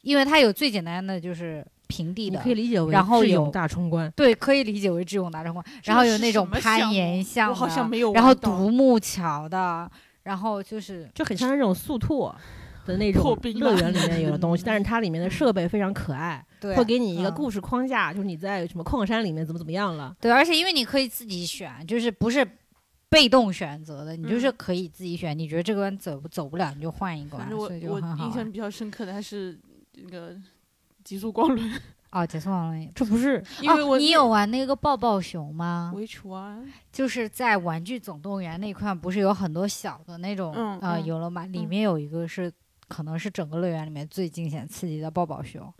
[SPEAKER 2] 因为它有最简单的就是平地
[SPEAKER 1] 你
[SPEAKER 2] 的
[SPEAKER 1] 可，以理解为
[SPEAKER 2] 然后
[SPEAKER 1] 智
[SPEAKER 2] 有
[SPEAKER 1] 勇大冲关，
[SPEAKER 2] 对，可以理解为智勇大冲关。
[SPEAKER 3] 这
[SPEAKER 2] 然后
[SPEAKER 3] 个
[SPEAKER 2] 有
[SPEAKER 3] 是
[SPEAKER 2] 那
[SPEAKER 3] 什
[SPEAKER 2] 种
[SPEAKER 3] 么
[SPEAKER 2] 攀
[SPEAKER 3] 项
[SPEAKER 2] 岩
[SPEAKER 3] 目
[SPEAKER 2] 项啊
[SPEAKER 3] 我好
[SPEAKER 2] 的
[SPEAKER 3] 像没有
[SPEAKER 2] 然后
[SPEAKER 3] 玩到
[SPEAKER 2] 独木桥的，然后就是
[SPEAKER 1] 就很像那种速兔的那种
[SPEAKER 3] 破冰
[SPEAKER 1] 乐
[SPEAKER 3] 吧
[SPEAKER 1] 园里面有的 东西，但是它里面的设备非常可爱，
[SPEAKER 2] 对
[SPEAKER 1] 会给你一个
[SPEAKER 2] 嗯
[SPEAKER 1] 故事框架，就是你在什么矿山里面怎么怎么样了。
[SPEAKER 2] 对，而且因为你可以自己选，就是不是被动选择的，你就是
[SPEAKER 3] 嗯
[SPEAKER 2] 可以自己选。你觉得这关走不走不了，你就换一关
[SPEAKER 3] 反，正我
[SPEAKER 2] 所以就
[SPEAKER 3] 我
[SPEAKER 2] 很好
[SPEAKER 3] 印象
[SPEAKER 2] 玩。
[SPEAKER 3] 比较深刻的还是那个极速光轮，
[SPEAKER 2] 哦，解锁网了。
[SPEAKER 1] 这不是
[SPEAKER 3] 因为我
[SPEAKER 2] 哦、你有玩那个抱抱熊吗？
[SPEAKER 3] Which one？
[SPEAKER 2] 就是在《玩具总动员》那块，不是有很多小的那种、
[SPEAKER 3] 嗯
[SPEAKER 2] 呃
[SPEAKER 3] 嗯
[SPEAKER 2] 游乐嘛？里
[SPEAKER 3] 嗯
[SPEAKER 2] 面有一个是、可能是整个乐园里面最惊险刺激的抱抱熊，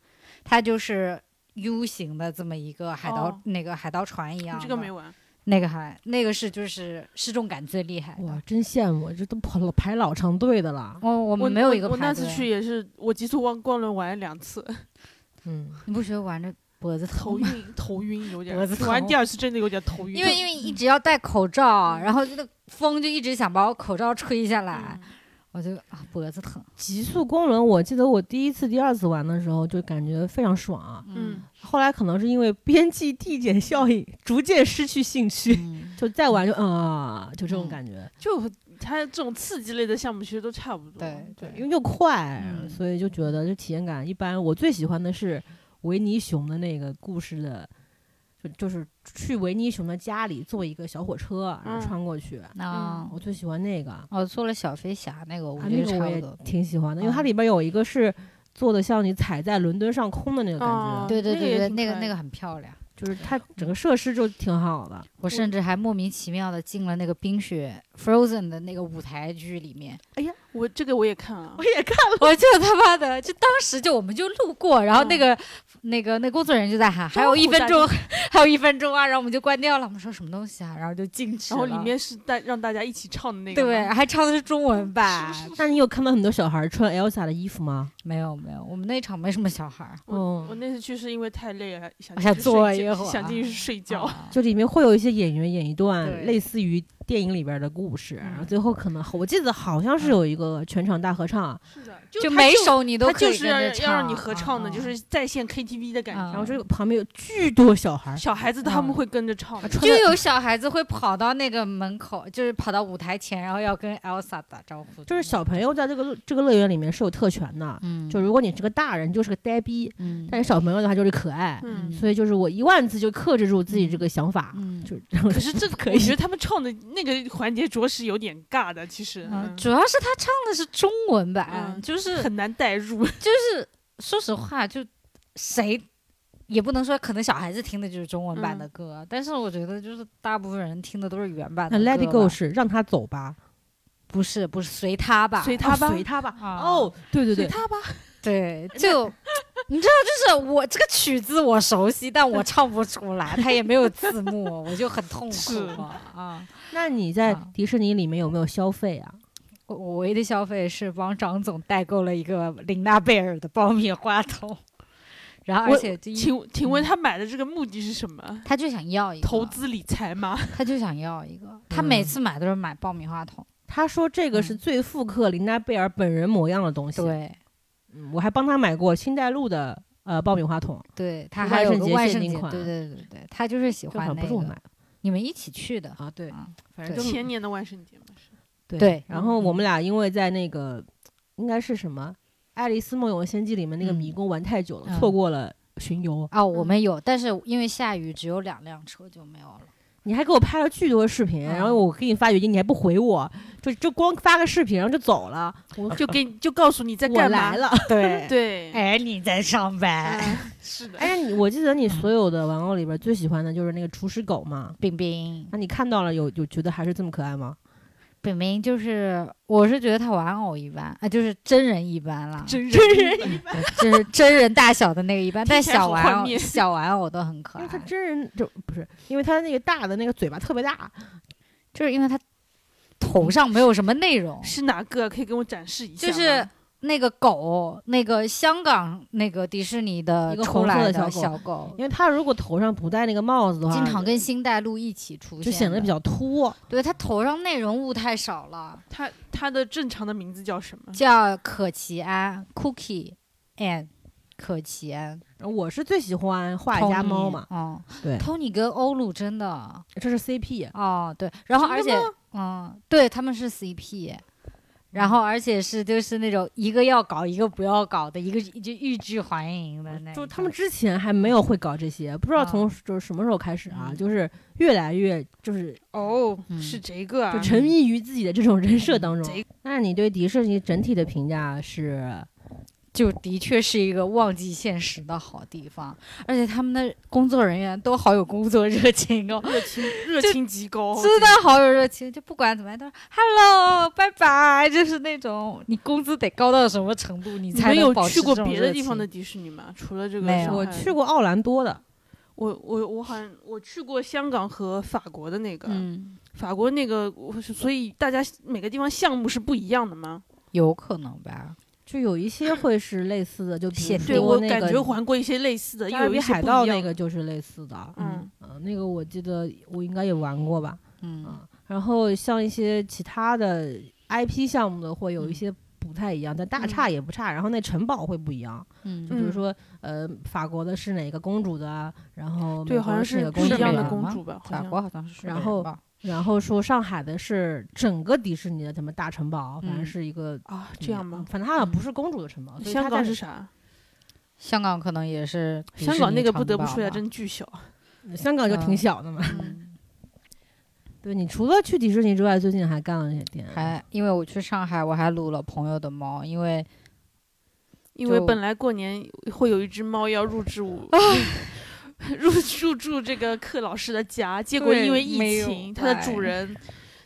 [SPEAKER 2] 它就是 U 型的这么一个海盗、
[SPEAKER 3] 哦
[SPEAKER 2] 那个海盗船一样
[SPEAKER 3] 我
[SPEAKER 2] 的。
[SPEAKER 3] 这个没玩，
[SPEAKER 2] 那个还那个是就是失重感最厉害的。
[SPEAKER 1] 哇，真羡慕，这都跑了排老长队的了。
[SPEAKER 2] 哦，我
[SPEAKER 3] 我
[SPEAKER 2] 们没有一个
[SPEAKER 3] 我我那
[SPEAKER 2] 排
[SPEAKER 3] 次
[SPEAKER 2] 队
[SPEAKER 3] 去也是，我极速光光轮玩了 两次，
[SPEAKER 1] 嗯，
[SPEAKER 2] 你不觉得玩着脖子
[SPEAKER 3] 头
[SPEAKER 2] 疼吗？
[SPEAKER 3] 晕头晕有点
[SPEAKER 2] 脖子，疼
[SPEAKER 3] 玩第二次真的有点头晕， 嗯
[SPEAKER 2] 因为因为一直要戴口罩，啊然后这个风就一直想把我口罩吹下
[SPEAKER 3] 嗯
[SPEAKER 2] 来，我就啊脖子疼。
[SPEAKER 1] 极速光轮，我记得我第一次、第二次玩的时候就感觉非常爽啊，
[SPEAKER 3] 嗯，
[SPEAKER 1] 后来可能是因为边际递减效应，逐渐失去兴趣，
[SPEAKER 2] 嗯，
[SPEAKER 1] 就再玩就啊、就这种
[SPEAKER 2] 嗯
[SPEAKER 1] 感觉，
[SPEAKER 3] 就它这种刺激类的项目其实都差不多，
[SPEAKER 2] 对
[SPEAKER 1] 因
[SPEAKER 2] 对，
[SPEAKER 1] 为又快，
[SPEAKER 2] 嗯
[SPEAKER 1] 所以就觉得这体验感一般。我最喜欢的是维尼熊的那个故事的，就就是去维尼熊的家里坐一个小火车，然后
[SPEAKER 3] 嗯
[SPEAKER 1] 穿过去，
[SPEAKER 2] 那
[SPEAKER 1] 我最喜欢那个，啊，
[SPEAKER 2] 我哦做了小飞侠那个，我
[SPEAKER 3] 啊
[SPEAKER 2] 觉
[SPEAKER 1] 那
[SPEAKER 2] 得
[SPEAKER 1] 个
[SPEAKER 2] 差
[SPEAKER 1] 我
[SPEAKER 2] 不
[SPEAKER 1] 也
[SPEAKER 2] 多。嗯
[SPEAKER 1] 挺喜欢的，因为它里边有一个是。做的像你踩在伦敦上空的那个感觉，
[SPEAKER 3] 哦
[SPEAKER 2] 嗯对对
[SPEAKER 3] 那个
[SPEAKER 2] 对
[SPEAKER 3] 也
[SPEAKER 2] 对，
[SPEAKER 3] 挺
[SPEAKER 2] 那
[SPEAKER 3] 可
[SPEAKER 2] 个
[SPEAKER 3] 爱
[SPEAKER 2] 那
[SPEAKER 3] 的
[SPEAKER 2] 个很漂亮。
[SPEAKER 1] 就是它整个设施就挺好的。
[SPEAKER 2] 我甚至还莫名其妙的进了那个冰雪 Frozen 的那个舞台剧里 面，
[SPEAKER 3] 哎呀，我这个我也看了，
[SPEAKER 1] 也看
[SPEAKER 2] 我就他妈的，就当时就我们就路过，然后
[SPEAKER 3] 嗯
[SPEAKER 2] 那个、那个那工作人员就在喊，还有一分钟，还有一分钟啊，然后我们就关掉了。我们说什么东西啊？然后就进去
[SPEAKER 3] 然后
[SPEAKER 2] 了。
[SPEAKER 3] 里面是带让大家一起唱的那个，
[SPEAKER 2] 对，，啊还唱的是中文版。
[SPEAKER 1] 那你有看到很多小孩穿 Elsa 的衣服吗？
[SPEAKER 2] 没有没有，我们那场没什么小孩儿，
[SPEAKER 1] 嗯
[SPEAKER 3] 我我那次去是因为太累了，想
[SPEAKER 2] 我哦想
[SPEAKER 3] 进去
[SPEAKER 2] 坐
[SPEAKER 3] 睡
[SPEAKER 2] 一
[SPEAKER 3] 觉
[SPEAKER 2] 会儿
[SPEAKER 3] 想进去睡觉，
[SPEAKER 2] 啊
[SPEAKER 1] 就里面会有一些演员演一段
[SPEAKER 2] 对
[SPEAKER 1] 类似于电影里边的故事，然后
[SPEAKER 2] 嗯
[SPEAKER 1] 最后可能我记得好像是有一个全场大合唱，啊
[SPEAKER 3] 是的，
[SPEAKER 2] 就
[SPEAKER 3] 它
[SPEAKER 2] 每首你都
[SPEAKER 3] 它
[SPEAKER 2] 可
[SPEAKER 3] 就
[SPEAKER 2] 以
[SPEAKER 3] 是
[SPEAKER 2] 跟
[SPEAKER 3] 要
[SPEAKER 2] 着
[SPEAKER 3] 要让你
[SPEAKER 2] 唱
[SPEAKER 3] 合唱的，
[SPEAKER 2] 啊
[SPEAKER 3] 就
[SPEAKER 2] 啊
[SPEAKER 3] 是在线 KTV 的感
[SPEAKER 2] 啊
[SPEAKER 3] 觉。
[SPEAKER 1] 然后这个旁边有巨多小孩儿，
[SPEAKER 3] 小孩子他们会跟着唱
[SPEAKER 1] 啊
[SPEAKER 3] 的，
[SPEAKER 1] 穿
[SPEAKER 2] 就
[SPEAKER 1] 的
[SPEAKER 2] 有小孩子会跑到那个门口，就是跑到舞台前，然后要跟 Elsa 打招呼。
[SPEAKER 1] 就是小朋友在这个这个乐园里面是有特权的，
[SPEAKER 2] 嗯，
[SPEAKER 1] 就如果你是个大人，你就是个呆逼，
[SPEAKER 2] 嗯
[SPEAKER 1] 但是小朋友的话就是可爱，
[SPEAKER 3] 嗯。
[SPEAKER 1] 所以就是我一万次就克制住自己这个想法，
[SPEAKER 2] 嗯
[SPEAKER 1] 就然 后
[SPEAKER 3] 可是这，
[SPEAKER 1] 可
[SPEAKER 3] 我
[SPEAKER 1] 以
[SPEAKER 3] 觉得他们唱的那个环节着实有点尬的，其实、
[SPEAKER 2] 嗯，
[SPEAKER 3] 嗯
[SPEAKER 2] 主要是他唱的是中文版，
[SPEAKER 3] 嗯
[SPEAKER 2] 就是
[SPEAKER 3] 很难代入。
[SPEAKER 2] 就是说实话，就谁也不能说，可能小孩子听的就是中文版的歌，但是我觉得就是大部分人听的都是原版的
[SPEAKER 1] 那
[SPEAKER 2] 歌吧。
[SPEAKER 1] Let It Go 是让他走吧，
[SPEAKER 2] 不是不是随他吧？
[SPEAKER 3] 随
[SPEAKER 1] 他
[SPEAKER 3] 他吧，
[SPEAKER 1] 随他吧，
[SPEAKER 2] 啊
[SPEAKER 1] 哦，对对对，
[SPEAKER 3] 他吧。
[SPEAKER 2] 对， 就你知道，就是我这个曲子我熟悉，但我唱不出来，它也没有字幕，我就很痛
[SPEAKER 3] 是
[SPEAKER 2] 苦啊。
[SPEAKER 1] 那你在
[SPEAKER 2] 啊
[SPEAKER 1] 迪士尼里面有没有消费啊？
[SPEAKER 2] 我我唯一的消费是帮张总代购了一个琳娜贝尔的爆米花桶，然后而
[SPEAKER 3] 我
[SPEAKER 2] 且就一
[SPEAKER 3] 请请问他买的这个目的是什么？
[SPEAKER 2] 他就想要一个
[SPEAKER 3] 投，资嗯理财吗？
[SPEAKER 2] 他就想要一个，他每次买都是买爆米花桶。
[SPEAKER 1] 他说这个是
[SPEAKER 2] 嗯
[SPEAKER 1] 最复刻琳达贝尔本人模样的东西。
[SPEAKER 2] 对
[SPEAKER 1] 嗯，我还帮他买过清代路的呃爆米花桶，
[SPEAKER 2] 对，他
[SPEAKER 1] 万
[SPEAKER 2] 还有
[SPEAKER 1] 圣
[SPEAKER 2] 个
[SPEAKER 1] 节
[SPEAKER 2] 万
[SPEAKER 1] 限
[SPEAKER 2] 圣
[SPEAKER 1] 定
[SPEAKER 2] 节，
[SPEAKER 1] 款
[SPEAKER 2] 对对对对，他就是喜
[SPEAKER 1] 这好
[SPEAKER 2] 欢
[SPEAKER 1] 像
[SPEAKER 2] 那
[SPEAKER 1] 不是我买
[SPEAKER 2] 个。
[SPEAKER 1] 的
[SPEAKER 2] 你们一起去的，
[SPEAKER 1] 啊。对
[SPEAKER 3] 嗯
[SPEAKER 2] 啊
[SPEAKER 1] 反
[SPEAKER 2] 对
[SPEAKER 1] 正就
[SPEAKER 3] 前年的万圣节嘛，是
[SPEAKER 1] 对
[SPEAKER 2] 对
[SPEAKER 1] 然后
[SPEAKER 2] 嗯
[SPEAKER 1] 我们俩因为在那个应该是什么《爱丽丝梦游仙境》里面那个
[SPEAKER 2] 嗯
[SPEAKER 1] 迷宫玩太久了，
[SPEAKER 2] 嗯
[SPEAKER 1] 错过了巡游。
[SPEAKER 2] 哦，
[SPEAKER 3] 嗯
[SPEAKER 2] 我们有，但是因为下雨，只有两辆车就没有了。
[SPEAKER 1] 你还给我拍了巨多视频，
[SPEAKER 2] 嗯
[SPEAKER 1] 然后我给你发语音，你还不回我，就就光发个视频，然后就走了。我
[SPEAKER 3] 就给你就告诉你在
[SPEAKER 1] 我
[SPEAKER 3] 干嘛
[SPEAKER 1] 来。了。
[SPEAKER 2] 对，
[SPEAKER 3] 对，
[SPEAKER 2] 哎，你在上班，
[SPEAKER 3] 嗯是的。
[SPEAKER 1] 哎，那你我记得你所有的玩偶里边最喜欢的就是那个厨师狗嘛？
[SPEAKER 2] 冰冰，
[SPEAKER 1] 那你看到了有有觉得还是这么可爱吗？
[SPEAKER 2] 冰冰就是，我是觉得他玩偶一般啊，就是真人一般了，
[SPEAKER 3] 真人
[SPEAKER 1] 人，
[SPEAKER 2] 对就是真人大小的那个一般，但
[SPEAKER 3] 听起来
[SPEAKER 2] 小
[SPEAKER 3] 好
[SPEAKER 2] 玩
[SPEAKER 3] 幻
[SPEAKER 2] 偶
[SPEAKER 3] 灭
[SPEAKER 2] 小玩偶都很可
[SPEAKER 1] 因为他
[SPEAKER 2] 爱，
[SPEAKER 1] 真人就不是，因为他那个大的那个嘴巴特别大，
[SPEAKER 2] 就是因为他头上没有什么内容，
[SPEAKER 3] 是哪个？可以给我展示一下
[SPEAKER 2] 就
[SPEAKER 3] 吗？
[SPEAKER 2] 是那个狗，那个香港那个迪士尼的
[SPEAKER 1] 一个
[SPEAKER 2] 出
[SPEAKER 1] 红色
[SPEAKER 2] 来
[SPEAKER 1] 的
[SPEAKER 2] 的
[SPEAKER 1] 小狗
[SPEAKER 2] 小狗
[SPEAKER 1] 因，为他如果头上不戴那个帽子的话，
[SPEAKER 2] 经常跟星黛露一起出现，
[SPEAKER 1] 就显得比较秃。
[SPEAKER 2] 对，它头上内容物太少了，
[SPEAKER 3] 它它的正常的名字叫什么？
[SPEAKER 2] 叫可奇安 Cookie Ann。可奇安
[SPEAKER 1] 我是最喜欢画家猫嘛，，
[SPEAKER 2] 哦，
[SPEAKER 1] 对
[SPEAKER 2] ，Tony 跟欧鲁真的
[SPEAKER 1] 这是 CP，
[SPEAKER 2] 哦，对，然后而且嗯，对，他们是 CP。然
[SPEAKER 3] 嗯
[SPEAKER 2] 后，而且是就是那种一个要搞，一个不要搞的，一个就欲拒还迎的那种。啊
[SPEAKER 1] 就是他们之前还没有会搞这些，不知道从就是什么时候开始啊，
[SPEAKER 2] 嗯
[SPEAKER 1] 就是越来越就是
[SPEAKER 3] 哦
[SPEAKER 2] 嗯，
[SPEAKER 3] 是这个
[SPEAKER 1] 就
[SPEAKER 3] 啊，
[SPEAKER 1] 沉迷于自己的这种人设当中
[SPEAKER 3] 贼。
[SPEAKER 1] 那你对迪士尼整体的评价是？
[SPEAKER 2] 就的确是一个忘记现实的好地方，而且他们的工作人员都好有工作热情 哦，
[SPEAKER 3] 热情热
[SPEAKER 2] 就
[SPEAKER 3] 情极高，
[SPEAKER 2] 真的好有热情，就不管怎么样都说 hello 拜拜，就是那种你工资得高到什么程度，你
[SPEAKER 3] 你
[SPEAKER 2] 才
[SPEAKER 3] 们
[SPEAKER 2] 能
[SPEAKER 3] 有
[SPEAKER 2] 保持
[SPEAKER 3] 去过
[SPEAKER 2] 这种
[SPEAKER 3] 别的
[SPEAKER 2] 热
[SPEAKER 3] 地
[SPEAKER 2] 情
[SPEAKER 3] 方的迪士尼吗？除了这个
[SPEAKER 2] 没
[SPEAKER 3] 上
[SPEAKER 2] 有
[SPEAKER 3] 海，
[SPEAKER 1] 我去过奥兰多的，
[SPEAKER 3] 我我我好像我去过香港和法国的那个，
[SPEAKER 2] 嗯，
[SPEAKER 3] 法国那个，我是所以大家每个地方项目是不一样的吗？
[SPEAKER 2] 有可能吧，
[SPEAKER 1] 就有一些会是类似的，就比
[SPEAKER 2] 显
[SPEAKER 1] 如
[SPEAKER 3] 对
[SPEAKER 2] 灵
[SPEAKER 1] 说
[SPEAKER 3] 我
[SPEAKER 1] 那
[SPEAKER 3] 感觉
[SPEAKER 1] 个
[SPEAKER 3] 环过一些类似的，
[SPEAKER 1] 加
[SPEAKER 3] 又
[SPEAKER 1] 勒
[SPEAKER 3] 有
[SPEAKER 1] 比
[SPEAKER 3] 一些
[SPEAKER 1] 海
[SPEAKER 3] 不
[SPEAKER 1] 盗
[SPEAKER 3] 一样
[SPEAKER 1] 那个就是类似的，
[SPEAKER 3] 嗯，
[SPEAKER 1] 嗯，那个我记得我应该也玩过吧，
[SPEAKER 2] 嗯
[SPEAKER 1] 嗯，然后像一些其他的 IP 项目的会
[SPEAKER 3] 嗯
[SPEAKER 1] 有一些不太一样，但大差也不差，然后那城堡会不一样，
[SPEAKER 2] 嗯
[SPEAKER 1] 就比
[SPEAKER 3] 嗯
[SPEAKER 1] 如说呃，法国的是哪个公主的啊，然后
[SPEAKER 3] 对，
[SPEAKER 1] 美
[SPEAKER 3] 好
[SPEAKER 1] 国的
[SPEAKER 3] 像
[SPEAKER 1] 是哪个
[SPEAKER 3] 不
[SPEAKER 1] 公
[SPEAKER 3] 一
[SPEAKER 1] 主
[SPEAKER 3] 样
[SPEAKER 2] 美
[SPEAKER 3] 的
[SPEAKER 1] 啊
[SPEAKER 2] 国
[SPEAKER 3] 公
[SPEAKER 2] 吗
[SPEAKER 3] 主吧？好
[SPEAKER 2] 法
[SPEAKER 3] 像
[SPEAKER 2] 国好像是，
[SPEAKER 1] 然后然后说上海的是整个迪士尼的什么大城堡，反正
[SPEAKER 2] 嗯
[SPEAKER 1] 是一个
[SPEAKER 3] 啊，这样吗？
[SPEAKER 1] 嗯反正它好像不是公主的城堡，所以它
[SPEAKER 3] 香港
[SPEAKER 1] 在
[SPEAKER 3] 是啥？
[SPEAKER 2] 香港可能也是迪士尼城堡吧，
[SPEAKER 3] 香港那个不得不说呀，真巨小。
[SPEAKER 1] 香港就挺小的嘛。
[SPEAKER 2] 嗯
[SPEAKER 1] 对你除了去迪士尼之外，最近还干了些点，
[SPEAKER 2] 还因为我去上海，我还撸了朋友的猫，因为。
[SPEAKER 3] 因为
[SPEAKER 2] 就
[SPEAKER 3] 本来过年会有一只猫要入 住入入住这个克老师的家，结果
[SPEAKER 2] 对
[SPEAKER 3] 因为
[SPEAKER 2] 没
[SPEAKER 3] 疫
[SPEAKER 2] 有
[SPEAKER 3] 情，它的
[SPEAKER 2] 哎
[SPEAKER 3] 主人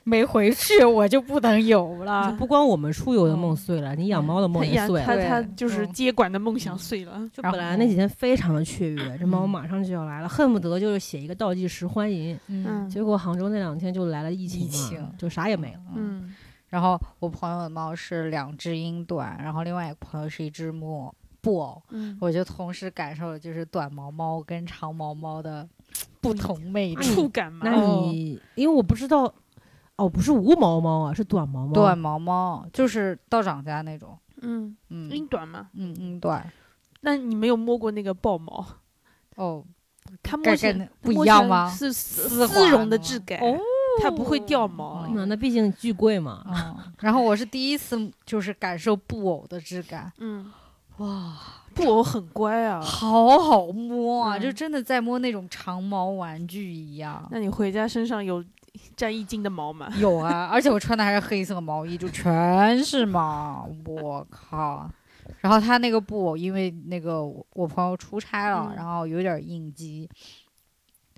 [SPEAKER 2] 没回去，我就不能游
[SPEAKER 1] 就
[SPEAKER 2] 了。
[SPEAKER 1] 不光我们出游的梦碎了，你养猫的梦
[SPEAKER 3] 它
[SPEAKER 1] 也
[SPEAKER 3] 呀，
[SPEAKER 1] 碎
[SPEAKER 3] 它
[SPEAKER 1] 了。
[SPEAKER 2] 对
[SPEAKER 3] 它就是
[SPEAKER 2] 嗯
[SPEAKER 3] 接管的梦想碎了。
[SPEAKER 1] 就本
[SPEAKER 2] 然后
[SPEAKER 1] 来那几天非常的雀跃，这猫
[SPEAKER 2] 嗯
[SPEAKER 1] 马上就要来了，恨不得就是写一个倒计时欢迎。
[SPEAKER 2] 嗯
[SPEAKER 1] 结果杭州那两天就来了疫情
[SPEAKER 2] 疫
[SPEAKER 1] 嘛
[SPEAKER 2] 情，
[SPEAKER 1] 就啥也没了。
[SPEAKER 2] 嗯。
[SPEAKER 3] 嗯，
[SPEAKER 2] 然后我朋友的猫是两只英短，然后另外一个朋友是一只木偶布偶，
[SPEAKER 3] 嗯
[SPEAKER 2] 我就同时感受了就是短毛猫跟长毛猫的不同魅
[SPEAKER 1] 那你
[SPEAKER 2] 力。
[SPEAKER 3] 嗯触感嘛，哦
[SPEAKER 1] 那你因为我不知道，哦，不是无毛猫啊，是短毛猫。
[SPEAKER 2] 短毛猫就是道长家那种，
[SPEAKER 3] 嗯，
[SPEAKER 2] 嗯
[SPEAKER 3] 英短嘛。
[SPEAKER 2] 嗯嗯，短
[SPEAKER 3] 那你没有摸过那个豹毛？
[SPEAKER 2] 哦，
[SPEAKER 3] 它摸
[SPEAKER 2] 跟
[SPEAKER 3] 起来
[SPEAKER 2] 跟不一
[SPEAKER 3] 摸起
[SPEAKER 2] 样
[SPEAKER 3] 来
[SPEAKER 2] 吗？
[SPEAKER 3] 是丝
[SPEAKER 2] 丝滑
[SPEAKER 3] 绒
[SPEAKER 2] 的
[SPEAKER 3] 的
[SPEAKER 2] 吗
[SPEAKER 3] 质感，
[SPEAKER 2] 哦
[SPEAKER 3] 它不会掉毛。
[SPEAKER 1] 那那毕竟巨贵嘛，
[SPEAKER 2] 哦，然后我是第一次就是感受布偶的质感，
[SPEAKER 3] 嗯，
[SPEAKER 2] 哇，
[SPEAKER 3] 布偶很乖啊。
[SPEAKER 2] 好好摸啊，
[SPEAKER 3] 嗯
[SPEAKER 2] 就真的在摸那种长毛玩具一样。
[SPEAKER 3] 那你回家身上有沾一斤的毛 吗？
[SPEAKER 2] 有啊，而且我穿的还是黑色毛衣，就全是毛，我靠！然后他那个布偶，因为那个我我朋友出差了，
[SPEAKER 3] 嗯
[SPEAKER 2] 然后有点应激，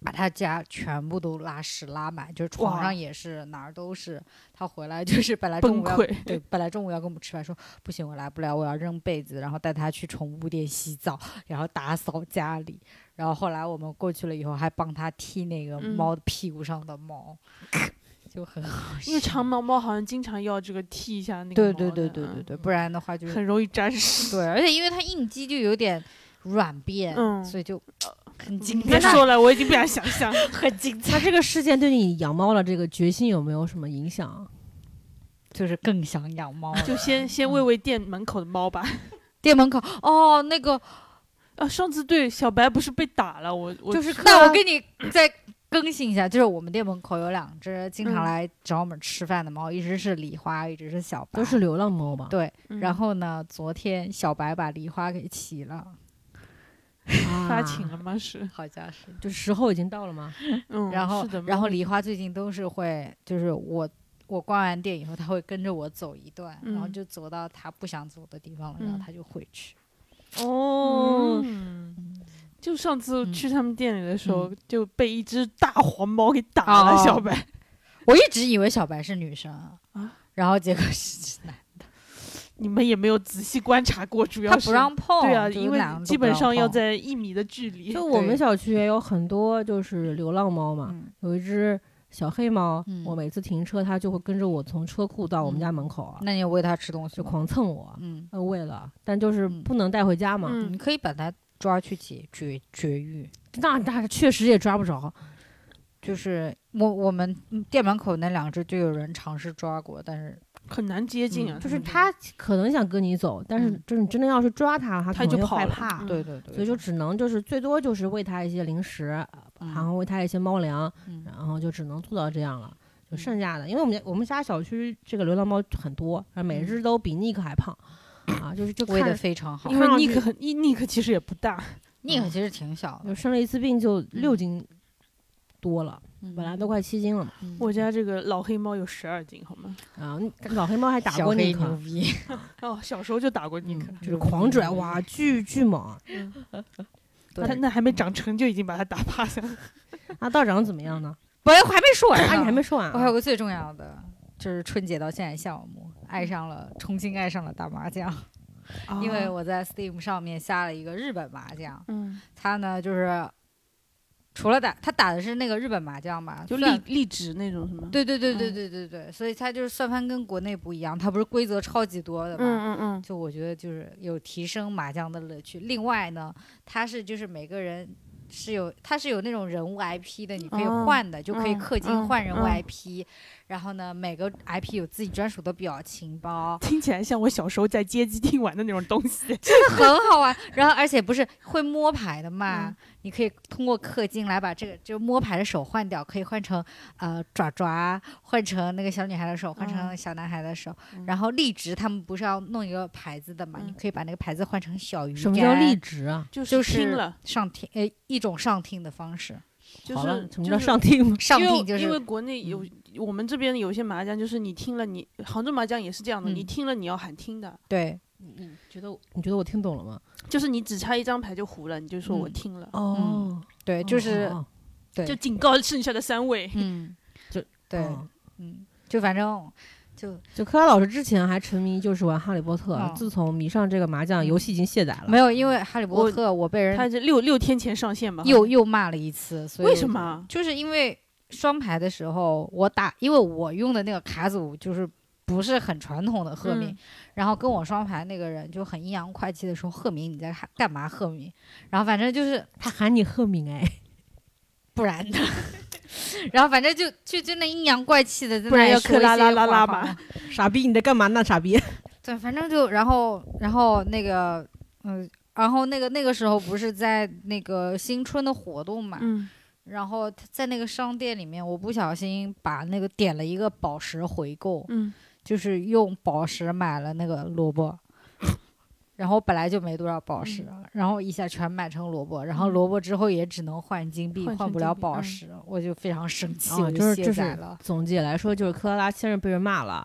[SPEAKER 2] 把他家全部都拉屎拉满，就是床
[SPEAKER 3] 哇
[SPEAKER 2] 上也是，哪儿都是。他回来就是本来中
[SPEAKER 3] 崩
[SPEAKER 2] 午要
[SPEAKER 3] 溃。
[SPEAKER 2] 对，本来中午要跟我们吃饭，说不行，我来不了，我要扔被子，然后带他去宠物店洗澡，然后打扫家里。然后后来我们过去了以后，还帮他剃那个
[SPEAKER 3] 嗯
[SPEAKER 2] 猫屁股上的毛，就很好笑。
[SPEAKER 3] 因为长毛猫好像经常要这个剃一下那个
[SPEAKER 2] 对
[SPEAKER 3] 毛
[SPEAKER 2] 对对
[SPEAKER 3] 的
[SPEAKER 2] 对
[SPEAKER 3] 嗯
[SPEAKER 2] 对对，不然的话就是
[SPEAKER 3] 很容易沾湿。
[SPEAKER 2] 对，而且因为它应激就有点软便，
[SPEAKER 3] 嗯
[SPEAKER 2] 所以就很精
[SPEAKER 3] 今 天
[SPEAKER 2] 彩，
[SPEAKER 3] 说了，我已经不想想 象。
[SPEAKER 2] 很 精彩，
[SPEAKER 1] 那这个事件对你养猫的这个决心有没有什么影响？
[SPEAKER 2] 就是更想养猫了。
[SPEAKER 3] 就先先喂喂店门口的猫吧。
[SPEAKER 2] 店门口哦，那个
[SPEAKER 3] 啊，上次对小白不是被打了，我我
[SPEAKER 2] 就是
[SPEAKER 1] 克
[SPEAKER 2] 那
[SPEAKER 1] 拉
[SPEAKER 2] 我给你再更新一下，就是我们店门口有两只经常
[SPEAKER 3] 嗯
[SPEAKER 2] 来找我们吃饭的猫，一只是梨花，一只是小白。
[SPEAKER 1] 都是流浪猫吧？
[SPEAKER 2] 对，
[SPEAKER 3] 嗯
[SPEAKER 2] 然后呢，昨天小白把梨花给骑了，
[SPEAKER 1] 啊
[SPEAKER 3] 发情了吗？是，
[SPEAKER 2] 好像是。
[SPEAKER 1] 就时候已经到了吗？
[SPEAKER 3] 嗯，
[SPEAKER 2] 然后
[SPEAKER 3] 哦是的，
[SPEAKER 2] 然后
[SPEAKER 3] 猫
[SPEAKER 2] 梨花最近都是会，就是我我逛完店以后，它会跟着我走一段，然后
[SPEAKER 3] 嗯
[SPEAKER 2] 就走到它不想走的地方了，然后
[SPEAKER 3] 嗯
[SPEAKER 2] 它就回去。
[SPEAKER 1] 哦，
[SPEAKER 3] 嗯，就上次去他们店里的时候，
[SPEAKER 2] 嗯
[SPEAKER 3] 就被一只大黄猫给打了，
[SPEAKER 2] 哦
[SPEAKER 3] 小白。
[SPEAKER 2] 我一直以为小白是女生啊，然后结果是男，
[SPEAKER 3] 你们也没有仔细观察过，主要
[SPEAKER 2] 他
[SPEAKER 3] 是
[SPEAKER 2] 不让碰，
[SPEAKER 3] 对啊，
[SPEAKER 2] 就是
[SPEAKER 3] 因为
[SPEAKER 2] 男的
[SPEAKER 3] 基
[SPEAKER 2] 都不
[SPEAKER 3] 本
[SPEAKER 2] 让
[SPEAKER 3] 上要
[SPEAKER 2] 碰。
[SPEAKER 3] 在一米的距离。
[SPEAKER 1] 就我们
[SPEAKER 2] 对
[SPEAKER 1] 小区也有很多就是流浪猫嘛，
[SPEAKER 2] 嗯
[SPEAKER 1] 有一只小黑猫，
[SPEAKER 2] 嗯
[SPEAKER 1] 我每次停车它就会跟着我从车库到我们
[SPEAKER 2] 嗯
[SPEAKER 1] 家门口啊，
[SPEAKER 2] 那你有喂它吃东西
[SPEAKER 1] 就
[SPEAKER 2] 吗？
[SPEAKER 1] 狂蹭我，
[SPEAKER 2] 嗯，
[SPEAKER 1] 呃喂了，但就是
[SPEAKER 2] 嗯
[SPEAKER 1] 不能带回家嘛，
[SPEAKER 2] 你
[SPEAKER 3] 嗯，
[SPEAKER 2] 可以把它抓去解绝绝育。
[SPEAKER 1] 那那确实也抓不着，
[SPEAKER 2] 就是我我们店门口那两只就有人尝试抓过，但是
[SPEAKER 3] 很难接近啊。
[SPEAKER 1] 就是
[SPEAKER 3] 们这
[SPEAKER 1] 他可能想跟你走，但是
[SPEAKER 2] 嗯
[SPEAKER 1] 就是你真的要是抓他，他
[SPEAKER 3] 他
[SPEAKER 1] 可能
[SPEAKER 3] 就
[SPEAKER 1] 又
[SPEAKER 3] 跑
[SPEAKER 1] 害
[SPEAKER 3] 了
[SPEAKER 1] 怕，
[SPEAKER 3] 嗯
[SPEAKER 2] 对对对，
[SPEAKER 1] 所以就只能就是最多就是喂他一些零食，
[SPEAKER 2] 嗯
[SPEAKER 1] 然后喂他一些猫粮，
[SPEAKER 2] 嗯
[SPEAKER 1] 然后就只能做到这样了。就
[SPEAKER 2] 嗯
[SPEAKER 1] 剩下的，因为我们家我们家小区这个流浪猫很多，啊每只都比尼克还胖，啊，就是就
[SPEAKER 2] 喂的
[SPEAKER 1] 看
[SPEAKER 2] 非常好
[SPEAKER 1] 因
[SPEAKER 3] 因。
[SPEAKER 1] 为
[SPEAKER 3] 为
[SPEAKER 1] 让
[SPEAKER 3] 尼
[SPEAKER 1] 这
[SPEAKER 3] 克很 尼尼克其实也不大，
[SPEAKER 2] 那个其实挺小的
[SPEAKER 1] 就，生了一次病就六
[SPEAKER 2] 嗯
[SPEAKER 1] 斤多了，
[SPEAKER 2] 嗯
[SPEAKER 1] 本来都快七斤了嘛。
[SPEAKER 2] 嗯
[SPEAKER 3] 我家这个老黑猫有十二斤，好吗？
[SPEAKER 1] 啊，老黑猫还打
[SPEAKER 2] 小
[SPEAKER 1] 过
[SPEAKER 2] 黑
[SPEAKER 1] 尼
[SPEAKER 2] 牛
[SPEAKER 1] 克，
[SPEAKER 2] 逼，
[SPEAKER 3] 哦，小时候就打过尼
[SPEAKER 1] 嗯
[SPEAKER 3] 克，嗯
[SPEAKER 1] 就是狂拽，哇，巨巨猛。
[SPEAKER 2] 对
[SPEAKER 3] 他那还没长成就已经把他打趴下了。
[SPEAKER 1] 那道长怎么样呢？
[SPEAKER 2] 不，我还没说完
[SPEAKER 1] 啊，
[SPEAKER 2] 呢，
[SPEAKER 1] 你还没说完
[SPEAKER 2] 我还有
[SPEAKER 1] 啊？
[SPEAKER 2] 个最重要的，就是春节到现在项目，爱上了，重新爱上了打麻将，因为
[SPEAKER 3] 啊
[SPEAKER 2] 我在 Steam 上面下了一个日本麻将，
[SPEAKER 3] 嗯，
[SPEAKER 2] 它呢就是除了打，它打的是那个日本麻将嘛，
[SPEAKER 3] 就
[SPEAKER 2] 算
[SPEAKER 3] 立立直那种是吗？，
[SPEAKER 2] 对对对对
[SPEAKER 3] 嗯
[SPEAKER 2] 对对对，所以它就是算盘跟国内不一样，它不是规则超级多的嘛，
[SPEAKER 3] 嗯嗯嗯，
[SPEAKER 2] 就我觉得就是有提升麻将的乐趣。另外呢，它是就是每个人是有它是有那种人物 IP 的，你可以
[SPEAKER 3] 哦
[SPEAKER 2] 换的，就可以
[SPEAKER 3] 嗯
[SPEAKER 2] 氪金
[SPEAKER 3] 嗯
[SPEAKER 2] 换人物
[SPEAKER 3] 嗯
[SPEAKER 2] IP、然后呢，每个 IP 有自己专属的表情
[SPEAKER 3] ，
[SPEAKER 2] 包
[SPEAKER 3] 听起来像我小时候在街机厅玩的那种东西。
[SPEAKER 2] 很好玩。然后而且不是会摸牌的嘛，
[SPEAKER 3] 嗯
[SPEAKER 2] 你可以通过氪金来把这个就摸牌的手换掉，可以换成呃爪爪，换成那个小女孩的手，换成
[SPEAKER 3] 嗯
[SPEAKER 2] 小男孩的手。
[SPEAKER 3] 嗯
[SPEAKER 2] 然后立直他们不是要弄一个牌子的嘛，你
[SPEAKER 3] 嗯
[SPEAKER 2] 可以把那个牌子换成小鱼干。
[SPEAKER 1] 什么叫立直啊？
[SPEAKER 3] 就是
[SPEAKER 2] 就是
[SPEAKER 3] 听了，
[SPEAKER 2] 上听，呃，一种上听的方式。
[SPEAKER 3] 就
[SPEAKER 1] 好了
[SPEAKER 3] 是，
[SPEAKER 1] 什么叫
[SPEAKER 3] 就是
[SPEAKER 1] 上听吗？
[SPEAKER 2] 上
[SPEAKER 3] 因为
[SPEAKER 2] 听就
[SPEAKER 3] 因为
[SPEAKER 2] 是
[SPEAKER 3] 国内有、我们这边有一些麻将，就是你听了你杭州麻将也是这样的，
[SPEAKER 2] 嗯
[SPEAKER 3] 你听了你要喊听的，
[SPEAKER 2] 对，
[SPEAKER 1] 你觉得你觉得我听懂了吗？
[SPEAKER 3] 就是你只差一张牌就胡了，你就说我
[SPEAKER 2] 嗯
[SPEAKER 3] 听了，
[SPEAKER 1] 哦，
[SPEAKER 2] 对，就是
[SPEAKER 1] 哦
[SPEAKER 2] 对，
[SPEAKER 3] 就警告剩下的三位。
[SPEAKER 2] 嗯，
[SPEAKER 1] 就
[SPEAKER 2] 对，
[SPEAKER 1] 哦
[SPEAKER 2] 嗯，就反正就
[SPEAKER 1] 就科拉老师之前还沉迷就是玩哈利波特，
[SPEAKER 2] 嗯
[SPEAKER 1] 自从迷上这个麻将游戏已经懈怠了。
[SPEAKER 2] 没有，因为《哈利波
[SPEAKER 3] 我
[SPEAKER 2] 特》我被
[SPEAKER 3] 嗯他
[SPEAKER 2] 人
[SPEAKER 3] 这六六天前上线吧？
[SPEAKER 2] 又又骂了一次，所以
[SPEAKER 3] 为
[SPEAKER 2] 我
[SPEAKER 3] 什？么？啊
[SPEAKER 2] 就是因为双排的时候，我打，因为我用的那个卡组就是。不是很传统的赫敏，
[SPEAKER 3] 嗯
[SPEAKER 2] 然后跟我双排那个人就很阴阳怪气的说：“赫敏，你在干干嘛？赫敏。”然后反正就是
[SPEAKER 1] 他喊你赫敏哎，
[SPEAKER 2] 不然的。 然后反正就就就那阴阳怪气的，
[SPEAKER 3] 不然要克拉拉拉拉嘛
[SPEAKER 2] 嘛。
[SPEAKER 1] 傻逼你在干嘛呢？傻逼，
[SPEAKER 2] 对，反正就然后然后那个嗯，然后那个那个时候不是在那个新春的活动嘛，
[SPEAKER 3] 嗯，
[SPEAKER 2] 然后他在那个商店里面，我不小心把那个点了一个宝石回购，
[SPEAKER 3] 嗯，
[SPEAKER 2] 就是用宝石买了那个萝卜。然后本来就没多少宝石，然后一下全买成萝卜，然后
[SPEAKER 3] 嗯
[SPEAKER 2] 萝卜之后也只能换金币，
[SPEAKER 3] 换
[SPEAKER 2] 换
[SPEAKER 3] 成
[SPEAKER 2] 不
[SPEAKER 3] 金
[SPEAKER 2] 了
[SPEAKER 3] 币
[SPEAKER 2] 宝
[SPEAKER 3] 嗯哦
[SPEAKER 2] 石，我哦就非常生气，
[SPEAKER 1] 啊
[SPEAKER 2] 我
[SPEAKER 1] 就是
[SPEAKER 2] 卸
[SPEAKER 1] 就
[SPEAKER 2] 载
[SPEAKER 1] 是
[SPEAKER 2] 了。
[SPEAKER 1] 总结来说，就是克拉先是被人骂了，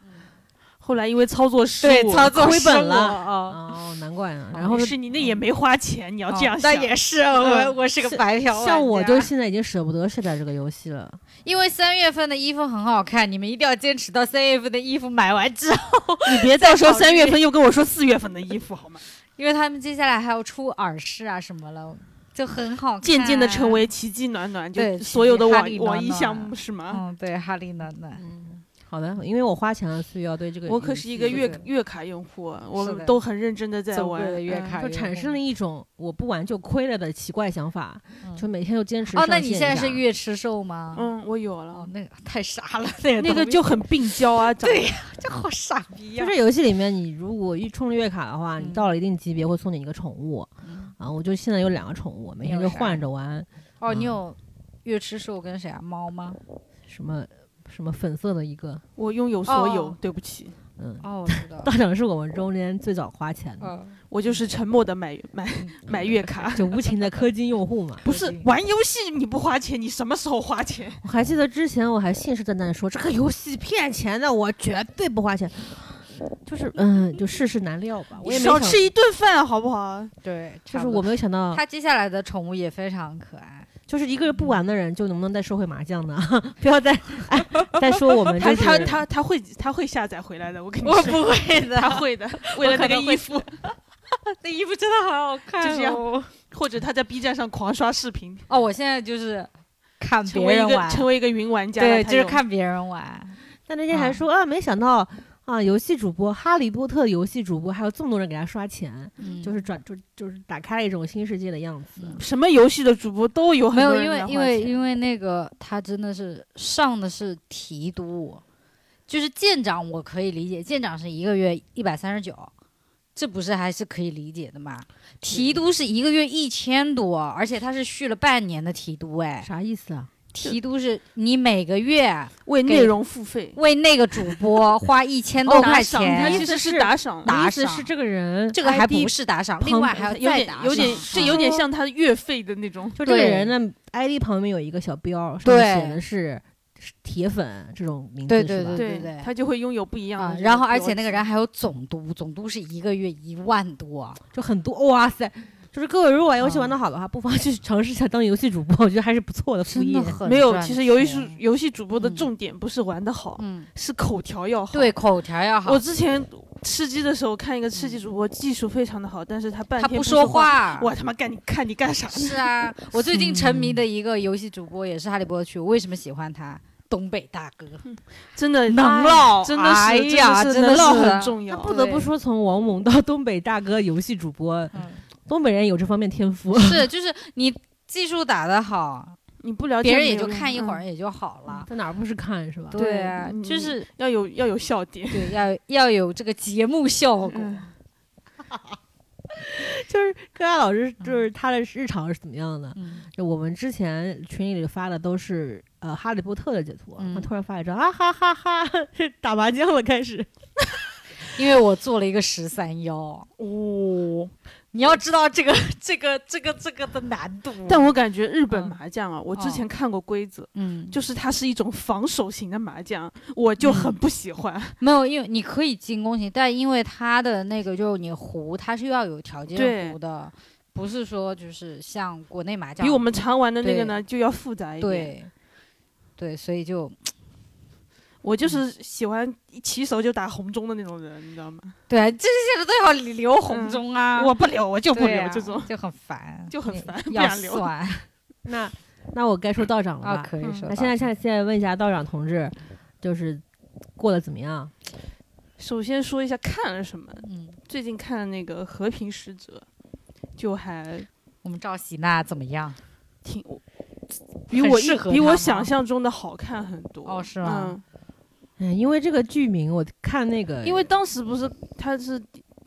[SPEAKER 3] 后来因为操作失误，
[SPEAKER 2] 对，操作
[SPEAKER 1] 亏
[SPEAKER 2] 失
[SPEAKER 1] 本
[SPEAKER 2] 误
[SPEAKER 1] 了
[SPEAKER 2] 啊。
[SPEAKER 1] 哦，难怪呢。
[SPEAKER 3] 啊
[SPEAKER 1] 然后
[SPEAKER 3] 也是你那也没花钱，你要这样
[SPEAKER 2] 那
[SPEAKER 3] 想。
[SPEAKER 2] 哦也是啊我，
[SPEAKER 3] 嗯
[SPEAKER 2] 我是个白嫖玩家。
[SPEAKER 1] 像我就现在已经舍不得卸载这个游戏 了。
[SPEAKER 2] 因为三月份的衣服很好看，你们一定要坚持到三月份的衣服买完之后，
[SPEAKER 3] 你别到时候
[SPEAKER 2] 考虑
[SPEAKER 3] 三月 份又跟我说四月份的衣服好吗？
[SPEAKER 2] 因为他们接下来还要出耳饰啊什么了，就很好看。
[SPEAKER 3] 渐渐的成，为奇迹暖暖，就
[SPEAKER 2] 对
[SPEAKER 3] 所有的
[SPEAKER 2] 奇迹哈
[SPEAKER 3] 网
[SPEAKER 2] 利暖
[SPEAKER 3] 网易
[SPEAKER 2] 暖
[SPEAKER 3] 项目是吗？
[SPEAKER 2] 嗯，对，哈利暖暖，
[SPEAKER 1] 嗯，好的，因为我花钱了，所以要对这个
[SPEAKER 3] 我可是一个
[SPEAKER 1] 游戏
[SPEAKER 3] 月
[SPEAKER 2] 对
[SPEAKER 3] 月卡用户啊，我
[SPEAKER 2] 是
[SPEAKER 3] 们
[SPEAKER 2] 的
[SPEAKER 3] 都很认真的在
[SPEAKER 2] 走过
[SPEAKER 3] 玩
[SPEAKER 2] 的月
[SPEAKER 3] 嗯
[SPEAKER 2] 卡
[SPEAKER 1] 就产生了一种我不玩就亏了的奇怪想法，
[SPEAKER 2] 嗯
[SPEAKER 1] 就每天都坚持上
[SPEAKER 2] 哦，
[SPEAKER 1] 线一下。
[SPEAKER 2] 那你现在是月吃兽吗？，
[SPEAKER 3] 嗯，我 有了
[SPEAKER 2] 哦，，那个太傻了，那个
[SPEAKER 3] 那个
[SPEAKER 2] 东西
[SPEAKER 3] 就很病娇啊，长
[SPEAKER 2] 对呀，这好傻逼
[SPEAKER 1] 就
[SPEAKER 2] 呀。
[SPEAKER 1] 这游戏里面，你如果一充了月卡的话，
[SPEAKER 2] 嗯
[SPEAKER 1] 你到了一定级别会送你一个宠物
[SPEAKER 2] 嗯
[SPEAKER 1] 啊。我就现在有两个宠物，每天就换着玩，
[SPEAKER 2] 哦，你有月吃兽跟谁啊？猫吗？
[SPEAKER 1] 什么什么粉色的一个，
[SPEAKER 3] 我拥有所有
[SPEAKER 2] 哦，
[SPEAKER 3] 对不起，
[SPEAKER 1] 嗯，
[SPEAKER 2] 哦，我 知道
[SPEAKER 1] 道。长是我们中间最早花钱的，
[SPEAKER 2] 嗯，
[SPEAKER 3] 我就是沉默的买买买月卡。
[SPEAKER 1] 就无情的氪金用户嘛。
[SPEAKER 3] 不是玩游戏你不花钱，你什么时候花钱？
[SPEAKER 1] 我还记得之前我还信誓旦旦地说这个游戏骗钱的，我绝对不花钱。就是嗯，就世事难料吧。我也没
[SPEAKER 3] 少
[SPEAKER 1] 想，
[SPEAKER 3] 吃一顿饭好不好？
[SPEAKER 2] 对，
[SPEAKER 1] 就
[SPEAKER 2] 差
[SPEAKER 1] 是
[SPEAKER 2] 不多
[SPEAKER 1] 我没有想到，
[SPEAKER 2] 他接下来的宠物也非常可爱。
[SPEAKER 1] 就是一个不玩的人，就能不能再说回麻将呢？ 不要再、哎、再说我们、就
[SPEAKER 3] 他
[SPEAKER 1] 是、
[SPEAKER 3] 他他他会他会下载回来的，我跟 你
[SPEAKER 2] 我
[SPEAKER 3] 说，
[SPEAKER 2] 不会的，
[SPEAKER 3] 他会的。为了那个衣 服，
[SPEAKER 2] 那衣服真的 好好看、
[SPEAKER 3] 就这样。哦或者他在 B 站上狂刷视频，
[SPEAKER 2] 哦，我现在就是看
[SPEAKER 3] 成
[SPEAKER 2] 别
[SPEAKER 3] 为一
[SPEAKER 2] 人
[SPEAKER 3] 个
[SPEAKER 2] 玩，
[SPEAKER 3] 成为一个云玩家了。
[SPEAKER 2] 对，
[SPEAKER 3] 他
[SPEAKER 2] 就是
[SPEAKER 3] 有
[SPEAKER 2] 看别人玩。
[SPEAKER 1] 但那天
[SPEAKER 2] 嗯
[SPEAKER 1] 还说啊没想到啊，游戏主播《哈利波特》游戏主播还有这么多人给他刷钱，
[SPEAKER 2] 嗯
[SPEAKER 1] 就是转就就是打开了一种新世界的样子。
[SPEAKER 2] 嗯
[SPEAKER 3] 什么游戏的主播都有很
[SPEAKER 2] 没
[SPEAKER 3] 多
[SPEAKER 2] 有，因为
[SPEAKER 3] 人在花
[SPEAKER 2] 因为
[SPEAKER 3] 钱
[SPEAKER 2] 因为那个他真的是上的是提督，就是舰长我可以理解，舰长是一个月一百三十九，这不是还是可以理解的吗？提督是一个月一千多，而且他是续了半年的提督，哎，
[SPEAKER 1] 啥意思啊？
[SPEAKER 2] 提督是你每个月
[SPEAKER 3] 为
[SPEAKER 2] 给
[SPEAKER 3] 内容付费，
[SPEAKER 2] 为那个主播花一千多
[SPEAKER 1] 哦
[SPEAKER 2] 块
[SPEAKER 3] 打赏，他
[SPEAKER 2] 钱，
[SPEAKER 3] 其实
[SPEAKER 1] 意思
[SPEAKER 3] 是
[SPEAKER 1] 是
[SPEAKER 3] 打赏，
[SPEAKER 2] 打
[SPEAKER 1] 意思
[SPEAKER 2] 赏
[SPEAKER 1] 是这个人，
[SPEAKER 2] 这个还
[SPEAKER 1] ID
[SPEAKER 2] 不是打赏，另外还要
[SPEAKER 3] 有
[SPEAKER 2] 再
[SPEAKER 3] 点
[SPEAKER 2] 打赏，
[SPEAKER 3] 有点，这有点像他的月费的那种。
[SPEAKER 1] 就这个
[SPEAKER 2] 对
[SPEAKER 1] 人呢，ID 旁边有一个小标，上
[SPEAKER 2] 对
[SPEAKER 1] 面写的是是铁粉这种名字，
[SPEAKER 2] 对
[SPEAKER 1] 是吧
[SPEAKER 2] 对对对
[SPEAKER 3] 他就会拥有不一样
[SPEAKER 2] 啊
[SPEAKER 3] 的。。
[SPEAKER 2] 然后而且那个，人还有总督，总督是一个月一万多，
[SPEAKER 1] 就很多，哇塞！就是各位，如果玩游戏玩
[SPEAKER 2] 嗯
[SPEAKER 1] 的好的话，不妨去 尝试一下当游戏主播，我觉得还是不错的副
[SPEAKER 2] 真
[SPEAKER 1] 业
[SPEAKER 2] 的。很
[SPEAKER 3] 没有，
[SPEAKER 2] 赚
[SPEAKER 3] 其实游戏
[SPEAKER 2] 钱
[SPEAKER 3] 主游戏主播的
[SPEAKER 2] 嗯
[SPEAKER 3] 重点不是玩的好，
[SPEAKER 2] 嗯，
[SPEAKER 3] 是口条要好。
[SPEAKER 2] 对，，口条要好
[SPEAKER 3] 我，之前吃鸡的时候看一个吃鸡主播，技术非常的好，但是他半
[SPEAKER 2] 他
[SPEAKER 3] 天
[SPEAKER 2] 不
[SPEAKER 3] 说
[SPEAKER 2] 说，话，
[SPEAKER 3] 我他妈干你看你干啥呢？
[SPEAKER 2] 是啊，我最近沉迷的一个游戏主播也是哈利波特区，我为什么喜欢他？东北大哥，
[SPEAKER 3] 真的
[SPEAKER 1] 能唠
[SPEAKER 3] 哎真的
[SPEAKER 2] 哎
[SPEAKER 3] 是
[SPEAKER 2] 呀
[SPEAKER 3] 真
[SPEAKER 2] 真的
[SPEAKER 3] 能唠
[SPEAKER 2] 是啊
[SPEAKER 3] 很重要
[SPEAKER 1] 那。不得不
[SPEAKER 2] 哎
[SPEAKER 1] 说，从王蒙到东北大哥游戏主播，
[SPEAKER 2] 嗯
[SPEAKER 1] 东北人有这方面天赋。
[SPEAKER 2] 是就是你技术打得好，
[SPEAKER 3] 你不了解
[SPEAKER 2] 别人
[SPEAKER 3] 没
[SPEAKER 2] 也
[SPEAKER 3] 有
[SPEAKER 2] 就
[SPEAKER 3] 用
[SPEAKER 2] 看一会
[SPEAKER 3] 嗯
[SPEAKER 2] 儿也就好了。
[SPEAKER 1] 在哪儿不是看是吧？
[SPEAKER 3] 对
[SPEAKER 2] 对啊，
[SPEAKER 3] 嗯
[SPEAKER 2] 就
[SPEAKER 3] 嗯
[SPEAKER 2] 是
[SPEAKER 3] 要有要有笑点。
[SPEAKER 2] 对要要有这个节目效果。
[SPEAKER 3] 嗯
[SPEAKER 1] 就是柯佳老师，就是他的日常是怎么样的？
[SPEAKER 2] 嗯
[SPEAKER 1] 就我们之前群里发的都是呃《哈利波特》的截图，
[SPEAKER 2] 嗯
[SPEAKER 1] 他突然发一张啊哈哈哈，打麻将了开始。
[SPEAKER 2] 因为我做了一个十三幺，
[SPEAKER 3] 哦，
[SPEAKER 2] 你要知道这个这个这个这个的难度。
[SPEAKER 3] 但我感觉日本
[SPEAKER 2] 嗯
[SPEAKER 3] 麻将啊，我之
[SPEAKER 2] 哦
[SPEAKER 3] 前看过规则，
[SPEAKER 2] 嗯，就
[SPEAKER 3] 就是它是一种防守型的麻将，我就很
[SPEAKER 2] 嗯
[SPEAKER 3] 不喜欢。
[SPEAKER 2] 没有，因为你可以进攻型，但因为它的那个就是你胡，它是要有条
[SPEAKER 3] 对
[SPEAKER 2] 件胡的，不是说就是像国内麻将
[SPEAKER 3] 比我们常玩的那个呢就要复杂一点。
[SPEAKER 2] 对对，所以就
[SPEAKER 3] 我
[SPEAKER 2] 嗯
[SPEAKER 3] 就是喜欢一起手就打红中的那种人，你知道吗？
[SPEAKER 2] 对啊这些人都要留红中啊，
[SPEAKER 3] 嗯我不留，我就不
[SPEAKER 2] 对
[SPEAKER 3] 留
[SPEAKER 2] 啊
[SPEAKER 3] 这种。
[SPEAKER 2] 就很烦，
[SPEAKER 3] 就很
[SPEAKER 2] 你
[SPEAKER 3] 烦不
[SPEAKER 2] 要
[SPEAKER 3] 想留
[SPEAKER 2] 算
[SPEAKER 1] 那那我该说道长了吧？
[SPEAKER 2] 啊，可以
[SPEAKER 3] 嗯
[SPEAKER 2] 说
[SPEAKER 1] 那
[SPEAKER 2] 到
[SPEAKER 1] 现在现在现在问一下道长同志，就是过得怎么样？
[SPEAKER 3] 首先说一下看了什么，
[SPEAKER 2] 嗯，
[SPEAKER 3] 最近看了那个《和平使者》，就还
[SPEAKER 2] 我们赵喜娜怎么样？
[SPEAKER 3] 挺比
[SPEAKER 2] 很
[SPEAKER 3] 我
[SPEAKER 2] 适
[SPEAKER 3] 一
[SPEAKER 2] 合
[SPEAKER 3] 比
[SPEAKER 2] 他
[SPEAKER 3] 我
[SPEAKER 2] 吗
[SPEAKER 3] 想象中的好看很多。
[SPEAKER 2] 哦是吗
[SPEAKER 3] 嗯，
[SPEAKER 1] 哎，因为这个剧名，我看那
[SPEAKER 2] 哎
[SPEAKER 1] 个，
[SPEAKER 3] 因为当时不是他是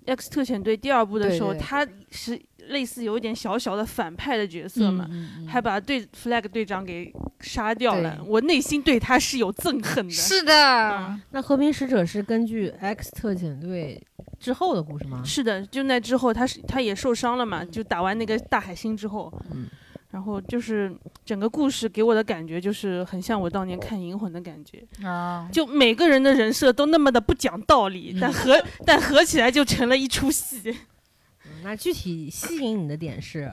[SPEAKER 3] X 特遣队第二部的
[SPEAKER 2] 对
[SPEAKER 3] 时候，
[SPEAKER 2] 对
[SPEAKER 3] 他是类似有一点小小的反派的角色嘛，
[SPEAKER 2] 嗯嗯嗯
[SPEAKER 3] 还把队 flag 队长给杀掉了
[SPEAKER 2] 对。
[SPEAKER 3] 我内心对他是有憎恨的。嗯
[SPEAKER 2] 是的，
[SPEAKER 1] 那和平使者是根据 X 特遣队之后的故事吗？
[SPEAKER 3] 是的，就那之后，他是他也受伤了嘛，就打完那个大海星之后，
[SPEAKER 1] 嗯
[SPEAKER 3] 然后就是整个故事给我的感觉就是很像我当年看《银魂》的感觉，
[SPEAKER 2] 啊，
[SPEAKER 3] 就每个人的人设都那么的不讲道理，
[SPEAKER 2] 嗯
[SPEAKER 3] 但合但合起来就成了一出戏，
[SPEAKER 1] 嗯那具体吸引你的点是，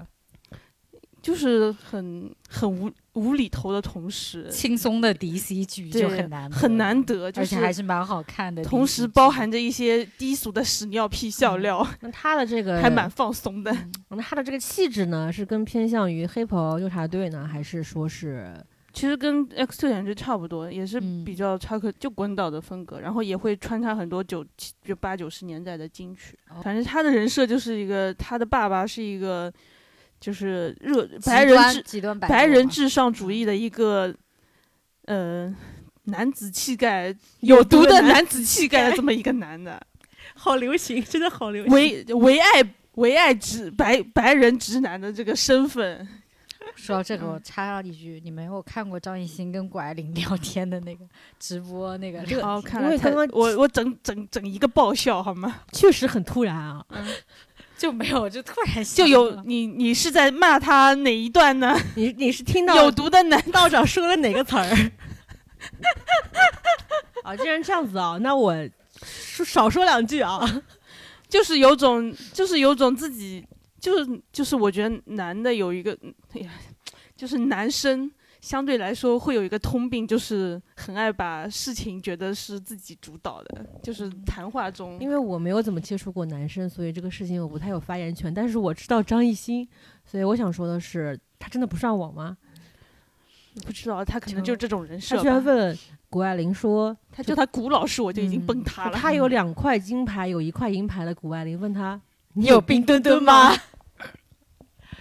[SPEAKER 3] 就是很很无无厘头的同时，
[SPEAKER 2] 轻松的 DC 剧就
[SPEAKER 3] 对
[SPEAKER 2] 很难
[SPEAKER 3] 很
[SPEAKER 2] 得，
[SPEAKER 3] 难得，就
[SPEAKER 2] 而且还
[SPEAKER 3] 是
[SPEAKER 2] 是蛮好看的 DC 剧，
[SPEAKER 3] 同时包含着一些低俗的屎尿屁笑料，
[SPEAKER 2] 嗯
[SPEAKER 1] 那他的这个
[SPEAKER 3] 还蛮，放松的。
[SPEAKER 1] 那他的这个气质呢，是更偏向于黑袍纠察队呢，还是说是
[SPEAKER 3] 其实跟 X 特遣队差不多，也是
[SPEAKER 2] 嗯
[SPEAKER 3] 比较插科就滚岛的风格，然后也会穿插很多九七就八九十年代的金曲。
[SPEAKER 2] 哦
[SPEAKER 3] 反正他的人设就是一个，他的爸爸是一个就是热白人至
[SPEAKER 2] 极端白
[SPEAKER 3] 白人
[SPEAKER 2] 之
[SPEAKER 3] 至上主义的一个呃男子气概
[SPEAKER 1] 有
[SPEAKER 3] 独的男子气概的这么一个男 的，
[SPEAKER 1] 好流行， 真的好流
[SPEAKER 3] 唯唯爱唯爱直白白人直男的这个身份。
[SPEAKER 2] 说到这
[SPEAKER 1] 嗯
[SPEAKER 2] 个，我插上一句，你们有看过张艺兴跟谷爱凌聊天的那个 直播那个？
[SPEAKER 1] 这
[SPEAKER 3] 好，看
[SPEAKER 1] 因为
[SPEAKER 3] 来他
[SPEAKER 1] 刚刚
[SPEAKER 3] 我我整整整一个爆笑好吗？
[SPEAKER 1] 确实很突然啊。
[SPEAKER 2] 就没有，就突然
[SPEAKER 3] 就
[SPEAKER 2] 想到
[SPEAKER 3] 有你，你是在骂他哪一段 呢？
[SPEAKER 1] 你你是听
[SPEAKER 3] 有
[SPEAKER 1] 到
[SPEAKER 3] 毒的男，
[SPEAKER 1] 道长说了哪个词儿？ 啊，既然这样子啊，那我说少说两句啊。
[SPEAKER 3] 就是有种，就是有种自己，就是就是，我觉得男的有一个，哎呀，就是男生相对来说会有一个通病，就是很爱把事情觉得是自己主导的，就是谈话中
[SPEAKER 1] 因为我没有怎么接触过男生，所以这个事情我不太有发言权。但是我知道张艺兴，所以我想说的是，他真的不上网吗？
[SPEAKER 3] 不知道他可能就这种人
[SPEAKER 1] 他
[SPEAKER 3] 设
[SPEAKER 1] 居然
[SPEAKER 3] 吧。
[SPEAKER 1] 问谷爱凌说，
[SPEAKER 3] 他就他古老师我就已经
[SPEAKER 2] 嗯
[SPEAKER 3] 崩塌了。
[SPEAKER 1] 他有两块金牌，有一块银牌的谷爱凌问 他，你
[SPEAKER 2] 有
[SPEAKER 1] 冰
[SPEAKER 2] 冰墩墩吗？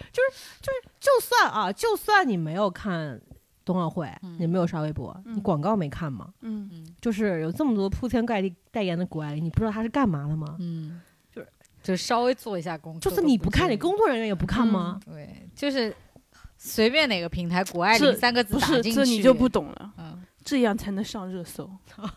[SPEAKER 1] 就算啊，就算你没有看冬奥会，你没有刷微博，你
[SPEAKER 3] 嗯
[SPEAKER 1] 广告没看吗？
[SPEAKER 3] 嗯，
[SPEAKER 2] 嗯
[SPEAKER 1] 就是有这么多铺天盖地代言的谷爱凌，你不知道她是干嘛的吗？
[SPEAKER 2] 嗯，
[SPEAKER 1] 就是
[SPEAKER 2] 就稍微做一下功课
[SPEAKER 1] 就
[SPEAKER 2] 都行，
[SPEAKER 1] 是你不看，你工作人员也不看吗？
[SPEAKER 2] 对，就是随便哪个平台“谷爱
[SPEAKER 3] 这
[SPEAKER 2] 凌”三个字
[SPEAKER 3] 不
[SPEAKER 2] 打
[SPEAKER 3] 是，
[SPEAKER 2] 进去，
[SPEAKER 3] 这你就不懂了，
[SPEAKER 2] 嗯
[SPEAKER 3] 这样才能上热搜，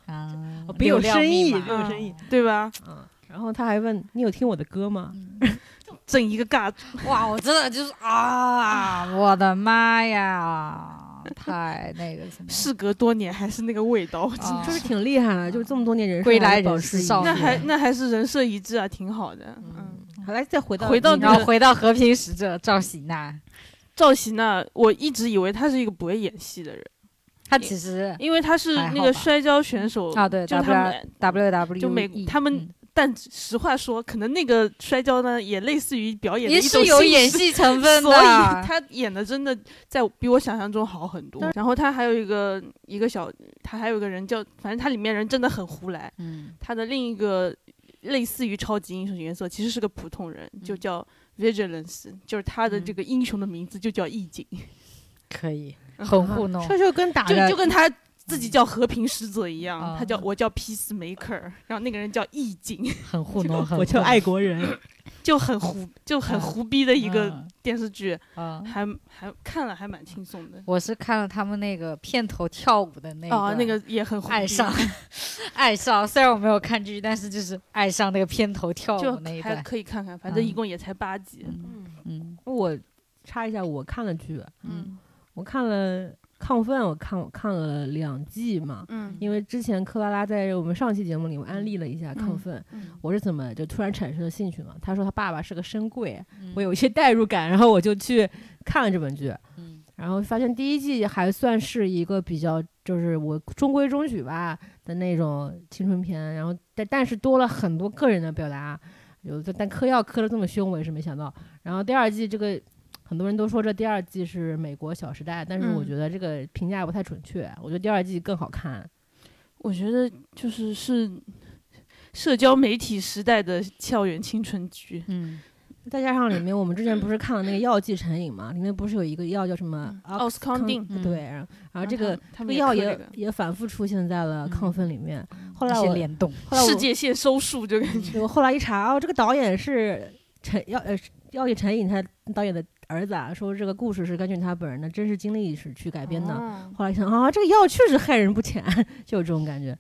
[SPEAKER 2] 啊
[SPEAKER 1] 别有
[SPEAKER 2] 流量
[SPEAKER 1] 深
[SPEAKER 2] 密
[SPEAKER 1] 意
[SPEAKER 2] 码啊
[SPEAKER 1] 别有深意
[SPEAKER 3] 对吧？
[SPEAKER 1] 嗯，然后他还问你有听我的歌吗？
[SPEAKER 2] 嗯
[SPEAKER 3] 整一个尬，
[SPEAKER 2] 哇，我真的就是啊，我的妈呀，太那个什么，
[SPEAKER 3] 事隔多年还是那个味道，
[SPEAKER 2] 啊
[SPEAKER 1] 就是挺厉害的，就是这么多年人
[SPEAKER 2] 归来
[SPEAKER 1] 还保
[SPEAKER 2] 人
[SPEAKER 1] 持
[SPEAKER 2] 是
[SPEAKER 1] 一
[SPEAKER 2] 少
[SPEAKER 1] 致
[SPEAKER 3] 那还
[SPEAKER 2] 年
[SPEAKER 3] 那还是人设一致啊，挺好的。嗯，
[SPEAKER 1] 好来再回到
[SPEAKER 3] 回到
[SPEAKER 1] 你
[SPEAKER 2] 然后
[SPEAKER 3] 那个
[SPEAKER 2] 回到和平使者赵喜娜，
[SPEAKER 3] 赵喜娜，我一直以为她是一个不会演戏的人，
[SPEAKER 2] 她其实
[SPEAKER 3] 因为她是
[SPEAKER 2] 还好
[SPEAKER 3] 那个
[SPEAKER 2] 吧
[SPEAKER 3] 摔跤选手
[SPEAKER 2] 啊对
[SPEAKER 3] 就他们，
[SPEAKER 2] WWE
[SPEAKER 3] 就美他们
[SPEAKER 2] 嗯
[SPEAKER 3] 但实话说，可能那个摔跤呢，也类似于表演的
[SPEAKER 2] 也
[SPEAKER 3] 一种
[SPEAKER 2] 是有
[SPEAKER 3] 形
[SPEAKER 2] 演
[SPEAKER 3] 式
[SPEAKER 2] 戏 成分
[SPEAKER 3] 所以
[SPEAKER 2] 的。
[SPEAKER 3] 他演的真的在比我想象中好很多。然后他还有一个一个小，他还有一个人叫，反正他里面人真的很胡来。
[SPEAKER 2] 嗯
[SPEAKER 3] 他的另一个类似于超级英雄角色，其实是个普通人，
[SPEAKER 2] 嗯
[SPEAKER 3] 就叫 Vigilance，就是他的这
[SPEAKER 2] 嗯
[SPEAKER 3] 个英雄的名字就叫义警，
[SPEAKER 2] 可以，
[SPEAKER 3] 嗯
[SPEAKER 2] 很糊弄。
[SPEAKER 1] 啊这就跟打
[SPEAKER 3] 就
[SPEAKER 1] 着
[SPEAKER 3] 就跟他。自己叫和平使者一样，他叫
[SPEAKER 2] 嗯啊
[SPEAKER 3] 我叫 Peacemaker，然后那个人叫义警，
[SPEAKER 2] 很糊弄，很
[SPEAKER 1] 我
[SPEAKER 2] 糊
[SPEAKER 1] 叫
[SPEAKER 2] 弄
[SPEAKER 1] 爱国人，
[SPEAKER 3] 就很胡就很
[SPEAKER 2] 啊
[SPEAKER 3] 胡逼的一个
[SPEAKER 2] 嗯
[SPEAKER 3] 电视剧，
[SPEAKER 2] 啊。
[SPEAKER 3] 还还看了还蛮轻松的。
[SPEAKER 2] 我是看了他们那个片头跳舞的那个，
[SPEAKER 3] 啊，那个也很胡逼
[SPEAKER 2] 爱上， 爱上。虽然我没有看剧，但是就是爱上那个片头跳
[SPEAKER 3] 就
[SPEAKER 2] 哦舞那一
[SPEAKER 3] 还
[SPEAKER 2] 段。
[SPEAKER 3] 可以看看，反正一
[SPEAKER 2] 嗯
[SPEAKER 3] 共也才八集。
[SPEAKER 2] 嗯嗯
[SPEAKER 1] 我插一下，我看了剧，
[SPEAKER 2] 嗯
[SPEAKER 1] 我看了《亢奋》，我看我看了两季嘛，
[SPEAKER 3] 嗯
[SPEAKER 1] 因为之前克拉拉在我们上期节目里我安利了一下《亢
[SPEAKER 3] 嗯
[SPEAKER 1] 奋》
[SPEAKER 3] 嗯
[SPEAKER 1] 我是怎么就突然产生了兴趣嘛？他说他爸爸是个深柜，
[SPEAKER 2] 嗯
[SPEAKER 1] 我有一些代入感，然后我就去看了这本剧，
[SPEAKER 2] 嗯
[SPEAKER 1] 然后发现第一季还算是一个比较就是我中规中矩吧的那种青春片，然后但但是多了很多个人的表达，有但嗑药嗑的这么凶，我也是没想到。然后第二季这个。很多人都说这第二季是美国《小时代》，但是我
[SPEAKER 3] 嗯
[SPEAKER 1] 觉得这个评价不太准确。我觉得第二季更好看。
[SPEAKER 3] 我觉得就是是社交媒体时代的校园青春剧。
[SPEAKER 2] 嗯
[SPEAKER 1] 再加上里面，我们之前不是看了那个《药剂成瘾》嘛？里面不是有一个药叫什么奥
[SPEAKER 3] 奥斯康哦定，
[SPEAKER 2] 嗯
[SPEAKER 1] 对，然后嗯
[SPEAKER 3] 然后
[SPEAKER 1] 这个
[SPEAKER 3] 他
[SPEAKER 1] 这
[SPEAKER 3] 们
[SPEAKER 1] 个
[SPEAKER 3] 他
[SPEAKER 1] 药
[SPEAKER 3] 们也
[SPEAKER 1] 也
[SPEAKER 3] 磕这
[SPEAKER 1] 也反复出现在了《亢奋》里面。后来
[SPEAKER 2] 一些
[SPEAKER 1] 我
[SPEAKER 2] 联动。
[SPEAKER 1] 后来
[SPEAKER 3] 个
[SPEAKER 1] 我
[SPEAKER 3] 世界线收束这个感觉。
[SPEAKER 1] 对我后来一查，哦，这个导演是陈药呃是药剂成瘾他导演的儿子啊，说这个故事是根据他本人的真实经历是去改编的。
[SPEAKER 3] 哦
[SPEAKER 1] 后来一想啊，这个药确实害人不浅， 就有这种感觉。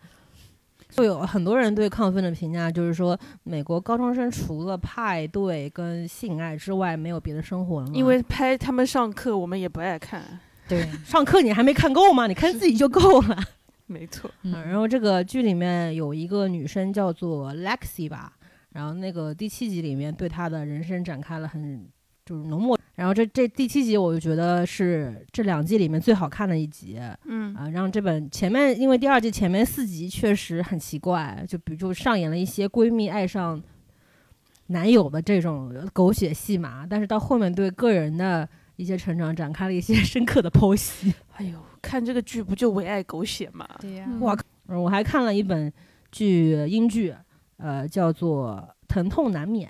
[SPEAKER 1] 就有很多人对亢奋的评价就是说，美国高中生除了派对跟性爱之外，没有别的生活了吗。
[SPEAKER 3] 因为拍他们上课，我们也不爱看。
[SPEAKER 2] 对，
[SPEAKER 1] 上课你还没看够吗？你看自己就够了。
[SPEAKER 3] 没错，
[SPEAKER 2] 嗯
[SPEAKER 1] 嗯，然后这个剧里面有一个女生叫做 Lexi 吧，然后那个第七集里面对她的人生展开了很就是浓墨，然后这这第七集我就觉得是这两季里面最好看的一集啊。
[SPEAKER 3] 嗯
[SPEAKER 1] 让这本前面因为第二季前面四集确实很奇怪，就比如就上演了一些闺蜜爱上男友的这种狗血戏码，但是到后面对个人的一些成长展开了一些深刻的剖析。
[SPEAKER 3] 哎呦，看这个剧不就唯爱狗血嘛？
[SPEAKER 2] 对呀
[SPEAKER 3] 嗯
[SPEAKER 1] 哇嗯，我还看了一本剧，英剧，呃，叫做《疼痛难免》。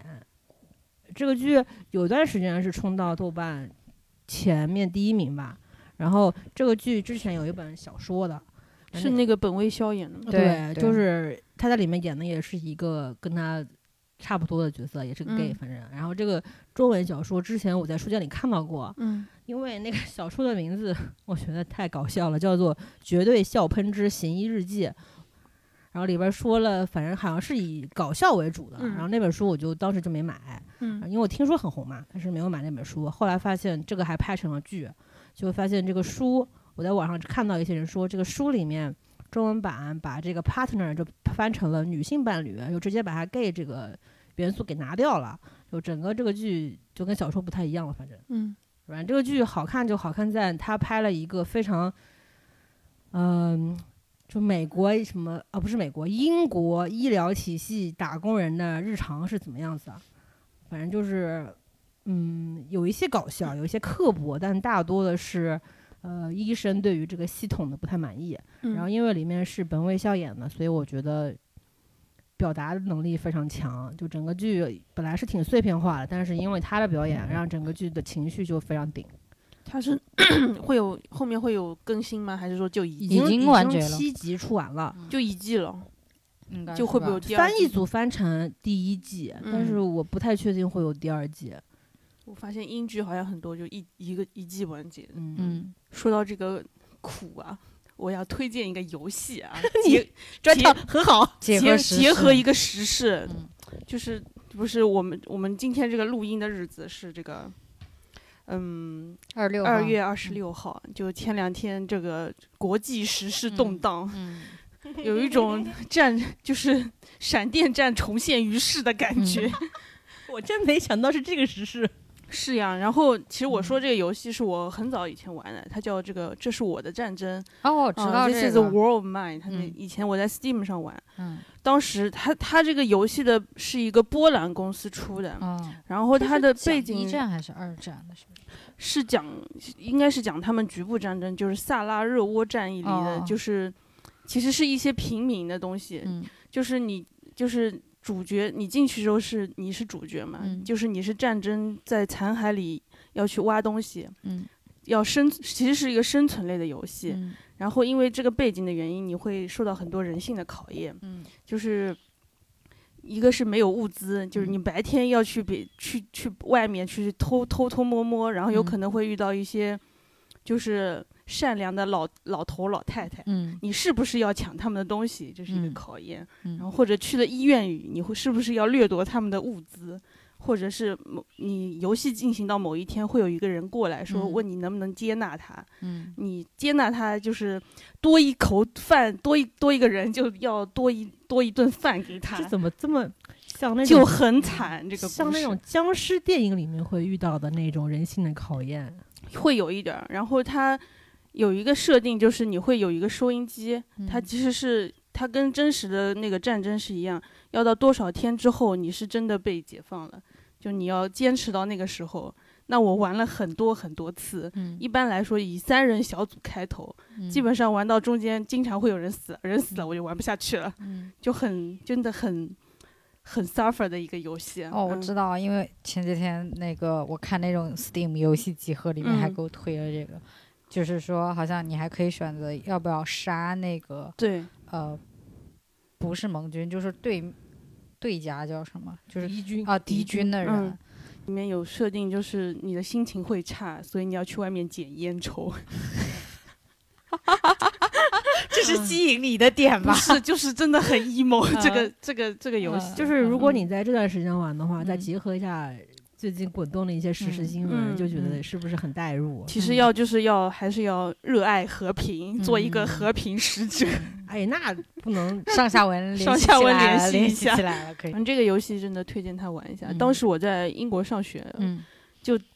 [SPEAKER 1] 这个剧有段时间是冲到豆瓣前面第一名吧。然后这个剧之前有一本小说的，呃
[SPEAKER 3] 是那个本位萧演的吗？
[SPEAKER 1] 嗯对，
[SPEAKER 2] 对对
[SPEAKER 1] 就是他在里面演的也是一个跟他差不多的角色，也是个 gay，、
[SPEAKER 3] 嗯
[SPEAKER 1] 反正。然后这个中文小说之前我在书店里看到过，
[SPEAKER 3] 嗯，
[SPEAKER 1] 因为那个小说的名字我觉得太搞笑了，叫做《绝对笑喷之行医日记》，然后里边说了，反正好像是以搞笑为主的。
[SPEAKER 3] 嗯
[SPEAKER 1] 然后那本书我就当时就没买，
[SPEAKER 3] 嗯
[SPEAKER 1] 因为我听说很红嘛，但是没有买那本书。后来发现这个还拍成了剧，就发现这个书，我在网上看到一些人说，这个书里面中文版把这个 partner 就翻成了女性伴侣，就直接把它 gay 这个元素给拿掉了，就整个这个剧就跟小说不太一样了，反正。
[SPEAKER 3] 嗯
[SPEAKER 1] 反正这个剧好看就好看在他拍了一个非常，嗯、就美国什么啊，不是美国，英国医疗体系打工人的日常是怎么样子啊？反正就是，嗯，有一些搞笑，有一些刻薄，但大多的是，呃，医生对于这个系统的不太满意。
[SPEAKER 3] 嗯，
[SPEAKER 1] 然后因为里面是本位笑演的，所以我觉得表达的能力非常强。就整个剧本来是挺碎片化的，但是因为他的表演，让整个剧的情绪就非常顶。
[SPEAKER 3] 它是 会有后面会有更新吗？还是说就一
[SPEAKER 1] 已
[SPEAKER 3] 季
[SPEAKER 1] 经
[SPEAKER 2] 已经完结了
[SPEAKER 1] 七集出完了，
[SPEAKER 3] 就一季了？
[SPEAKER 2] 应该
[SPEAKER 3] 就是会不会
[SPEAKER 2] 吧
[SPEAKER 3] 有第二
[SPEAKER 1] 翻
[SPEAKER 3] 季
[SPEAKER 1] 译组翻成第一季，但
[SPEAKER 3] 嗯
[SPEAKER 1] 是我不太确定会有第二季。
[SPEAKER 3] 我发现英剧好像很多就一一个一季完结。
[SPEAKER 1] 嗯，，
[SPEAKER 2] 嗯，
[SPEAKER 3] 说到这个苦啊，我要推荐一个游戏啊
[SPEAKER 1] 你
[SPEAKER 3] 结
[SPEAKER 1] 专
[SPEAKER 3] 结
[SPEAKER 1] 场很好。
[SPEAKER 2] 结
[SPEAKER 3] 结
[SPEAKER 2] 合时
[SPEAKER 3] 结合
[SPEAKER 2] 事
[SPEAKER 3] 一个时事，
[SPEAKER 2] 嗯
[SPEAKER 3] 就是不是我们我们今天这个录音的日子是这个，嗯，
[SPEAKER 2] 二六
[SPEAKER 3] 二
[SPEAKER 2] 号嗯
[SPEAKER 3] 月二十六号，就前两天这个国际时事动
[SPEAKER 2] 嗯
[SPEAKER 3] 荡，
[SPEAKER 2] 嗯
[SPEAKER 3] 有一种战就是 闪电战重现于世的感觉。
[SPEAKER 1] 我真没想到是这个时事，
[SPEAKER 3] 是呀，然后其实我
[SPEAKER 2] 嗯
[SPEAKER 3] 说这个游戏是我很早以前玩的，它叫这个《这是我的战争》，
[SPEAKER 2] 哦，我知道
[SPEAKER 3] 嗯这
[SPEAKER 2] 这
[SPEAKER 3] This is a
[SPEAKER 2] 个，
[SPEAKER 3] War of Mine。它那
[SPEAKER 2] 嗯
[SPEAKER 3] 以前我在 Steam 上玩，
[SPEAKER 2] 嗯
[SPEAKER 3] 当时它它这个游戏的是一个波兰公司出的，
[SPEAKER 2] 哦，
[SPEAKER 3] 然后嗯它
[SPEAKER 2] 是
[SPEAKER 3] 的
[SPEAKER 2] 讲
[SPEAKER 3] 背景
[SPEAKER 2] 一战还是二战的，是不是？
[SPEAKER 3] 是讲应该是讲他们局部战争，就是萨拉热窝战役里的，
[SPEAKER 2] 哦
[SPEAKER 3] 就是其实是一些平民的东西，
[SPEAKER 2] 嗯
[SPEAKER 3] 就是你就是主角，你进去之后是你是主角嘛，
[SPEAKER 2] 嗯
[SPEAKER 3] 就是你是战争在残骸里要去挖东西，
[SPEAKER 2] 嗯
[SPEAKER 3] 要生，其实是一个生存类的游戏。
[SPEAKER 2] 嗯
[SPEAKER 3] 然后因为这个背景的原因，你会受到很多人性的考验，
[SPEAKER 2] 嗯
[SPEAKER 3] 就是。一个是没有物资，就是
[SPEAKER 2] 嗯
[SPEAKER 3] 你白天要去别去去外面去偷偷偷摸摸，然后有
[SPEAKER 2] 嗯
[SPEAKER 3] 可能会遇到一些就是善良的老老头老太太，
[SPEAKER 2] 嗯
[SPEAKER 3] 你是不是要抢他们的东西，这是一个
[SPEAKER 2] 嗯
[SPEAKER 3] 考验。
[SPEAKER 2] 嗯
[SPEAKER 3] 然后或者去了医院里，你会是不是要掠夺他们的物资，或者是某你游戏进行到某一天，会有一个人过来说
[SPEAKER 2] 嗯
[SPEAKER 3] 问你能不能接纳他，
[SPEAKER 2] 嗯
[SPEAKER 3] 你接纳他就是多一口饭，多一多一个人就要多一多一顿饭给他
[SPEAKER 1] 这，怎么这么像那
[SPEAKER 3] 就
[SPEAKER 1] 种
[SPEAKER 3] 很惨。这个故
[SPEAKER 1] 像那
[SPEAKER 3] 事
[SPEAKER 1] 种僵尸电影里面会遇到的那种人性的考验？
[SPEAKER 3] 会有一点儿，然后它有一个设定就是你会有一个收音机，它
[SPEAKER 2] 嗯
[SPEAKER 3] 其实是它跟真实的那个战争是一样，要到多少天之后你是真的被解放了，就你要坚持到那个时候。那我玩了很多很多次，
[SPEAKER 2] 嗯，
[SPEAKER 3] 一般来说以三人小组开头，
[SPEAKER 2] 嗯
[SPEAKER 3] 基本上玩到中间经常会有人死，人死了我就玩不下去了，
[SPEAKER 2] 嗯
[SPEAKER 3] 就很真的很很 suffer 的一个游戏。
[SPEAKER 2] 哦，我
[SPEAKER 3] 嗯
[SPEAKER 2] 知道，因为前几天那个我看那种 Steam 游戏集合里面还
[SPEAKER 3] 嗯
[SPEAKER 2] 给我推了这个，就是说好像你还可以选择要不要杀那个
[SPEAKER 3] 对，
[SPEAKER 2] 呃，不是盟军，就是对对家叫什么，就是
[SPEAKER 1] 敌军
[SPEAKER 2] 啊敌军的人。
[SPEAKER 3] 嗯里面有设定，就是你的心情会差，所以你要去外面捡烟抽。
[SPEAKER 2] 这是吸引你的点
[SPEAKER 3] 不？是，就是真的很 emo、这个这个这个游
[SPEAKER 2] 嗯
[SPEAKER 3] 戏，
[SPEAKER 1] 就是如果你在这段时间玩的话，
[SPEAKER 2] 嗯
[SPEAKER 1] 再结合一下最近滚动的一些时事新闻，
[SPEAKER 3] 嗯
[SPEAKER 1] 就觉得
[SPEAKER 2] 嗯
[SPEAKER 1] 是不是很代入？
[SPEAKER 3] 其实要就是要还是要热爱和平，做一个
[SPEAKER 2] 嗯
[SPEAKER 3] 和平使者。
[SPEAKER 1] 哎，那不能
[SPEAKER 2] 上下文联
[SPEAKER 3] 上
[SPEAKER 2] 系
[SPEAKER 3] 下
[SPEAKER 2] 起
[SPEAKER 3] 文
[SPEAKER 2] 来
[SPEAKER 3] 联
[SPEAKER 2] 了
[SPEAKER 3] 系
[SPEAKER 2] 联
[SPEAKER 3] 一
[SPEAKER 2] 系
[SPEAKER 3] 下
[SPEAKER 2] 起来了，可以
[SPEAKER 3] 反。正这个游戏真的推荐他玩一下。
[SPEAKER 2] 嗯
[SPEAKER 3] 当时我在英国上学，
[SPEAKER 2] 嗯，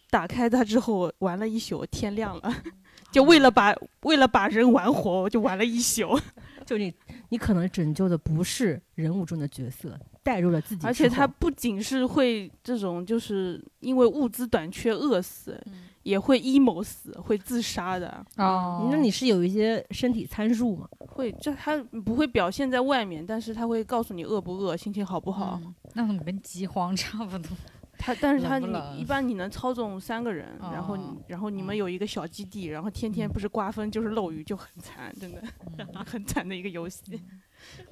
[SPEAKER 3] 打开它之后玩了一宿，天亮
[SPEAKER 2] 哦
[SPEAKER 3] 了。 就为了把为了把人玩活，我就玩了一宿，
[SPEAKER 1] 就你，你可能拯救的不是人物中的角色，带入了自己之后，
[SPEAKER 3] 而且
[SPEAKER 2] 哦
[SPEAKER 3] 它不仅是会这种，就是因为物资短缺饿死，
[SPEAKER 2] 嗯
[SPEAKER 3] 也会 emo 死，会自杀的。
[SPEAKER 2] 哦，
[SPEAKER 1] 那你是有一些身体参数嘛？
[SPEAKER 3] 会，就他不会表现在外面，但是他会告诉你饿不饿，心情好不好。
[SPEAKER 2] 嗯那怎么跟饥荒差 不多？
[SPEAKER 3] 他，但是他
[SPEAKER 2] 冷不
[SPEAKER 3] 你
[SPEAKER 2] 冷
[SPEAKER 3] 一般你能操纵三个人，然后你
[SPEAKER 2] 哦
[SPEAKER 3] 然后你们
[SPEAKER 2] 嗯
[SPEAKER 3] 有一个小基地，然后天天
[SPEAKER 2] 嗯
[SPEAKER 3] 不是瓜分就是漏雨，就很惨，真的 很惨的一个游戏，
[SPEAKER 2] 嗯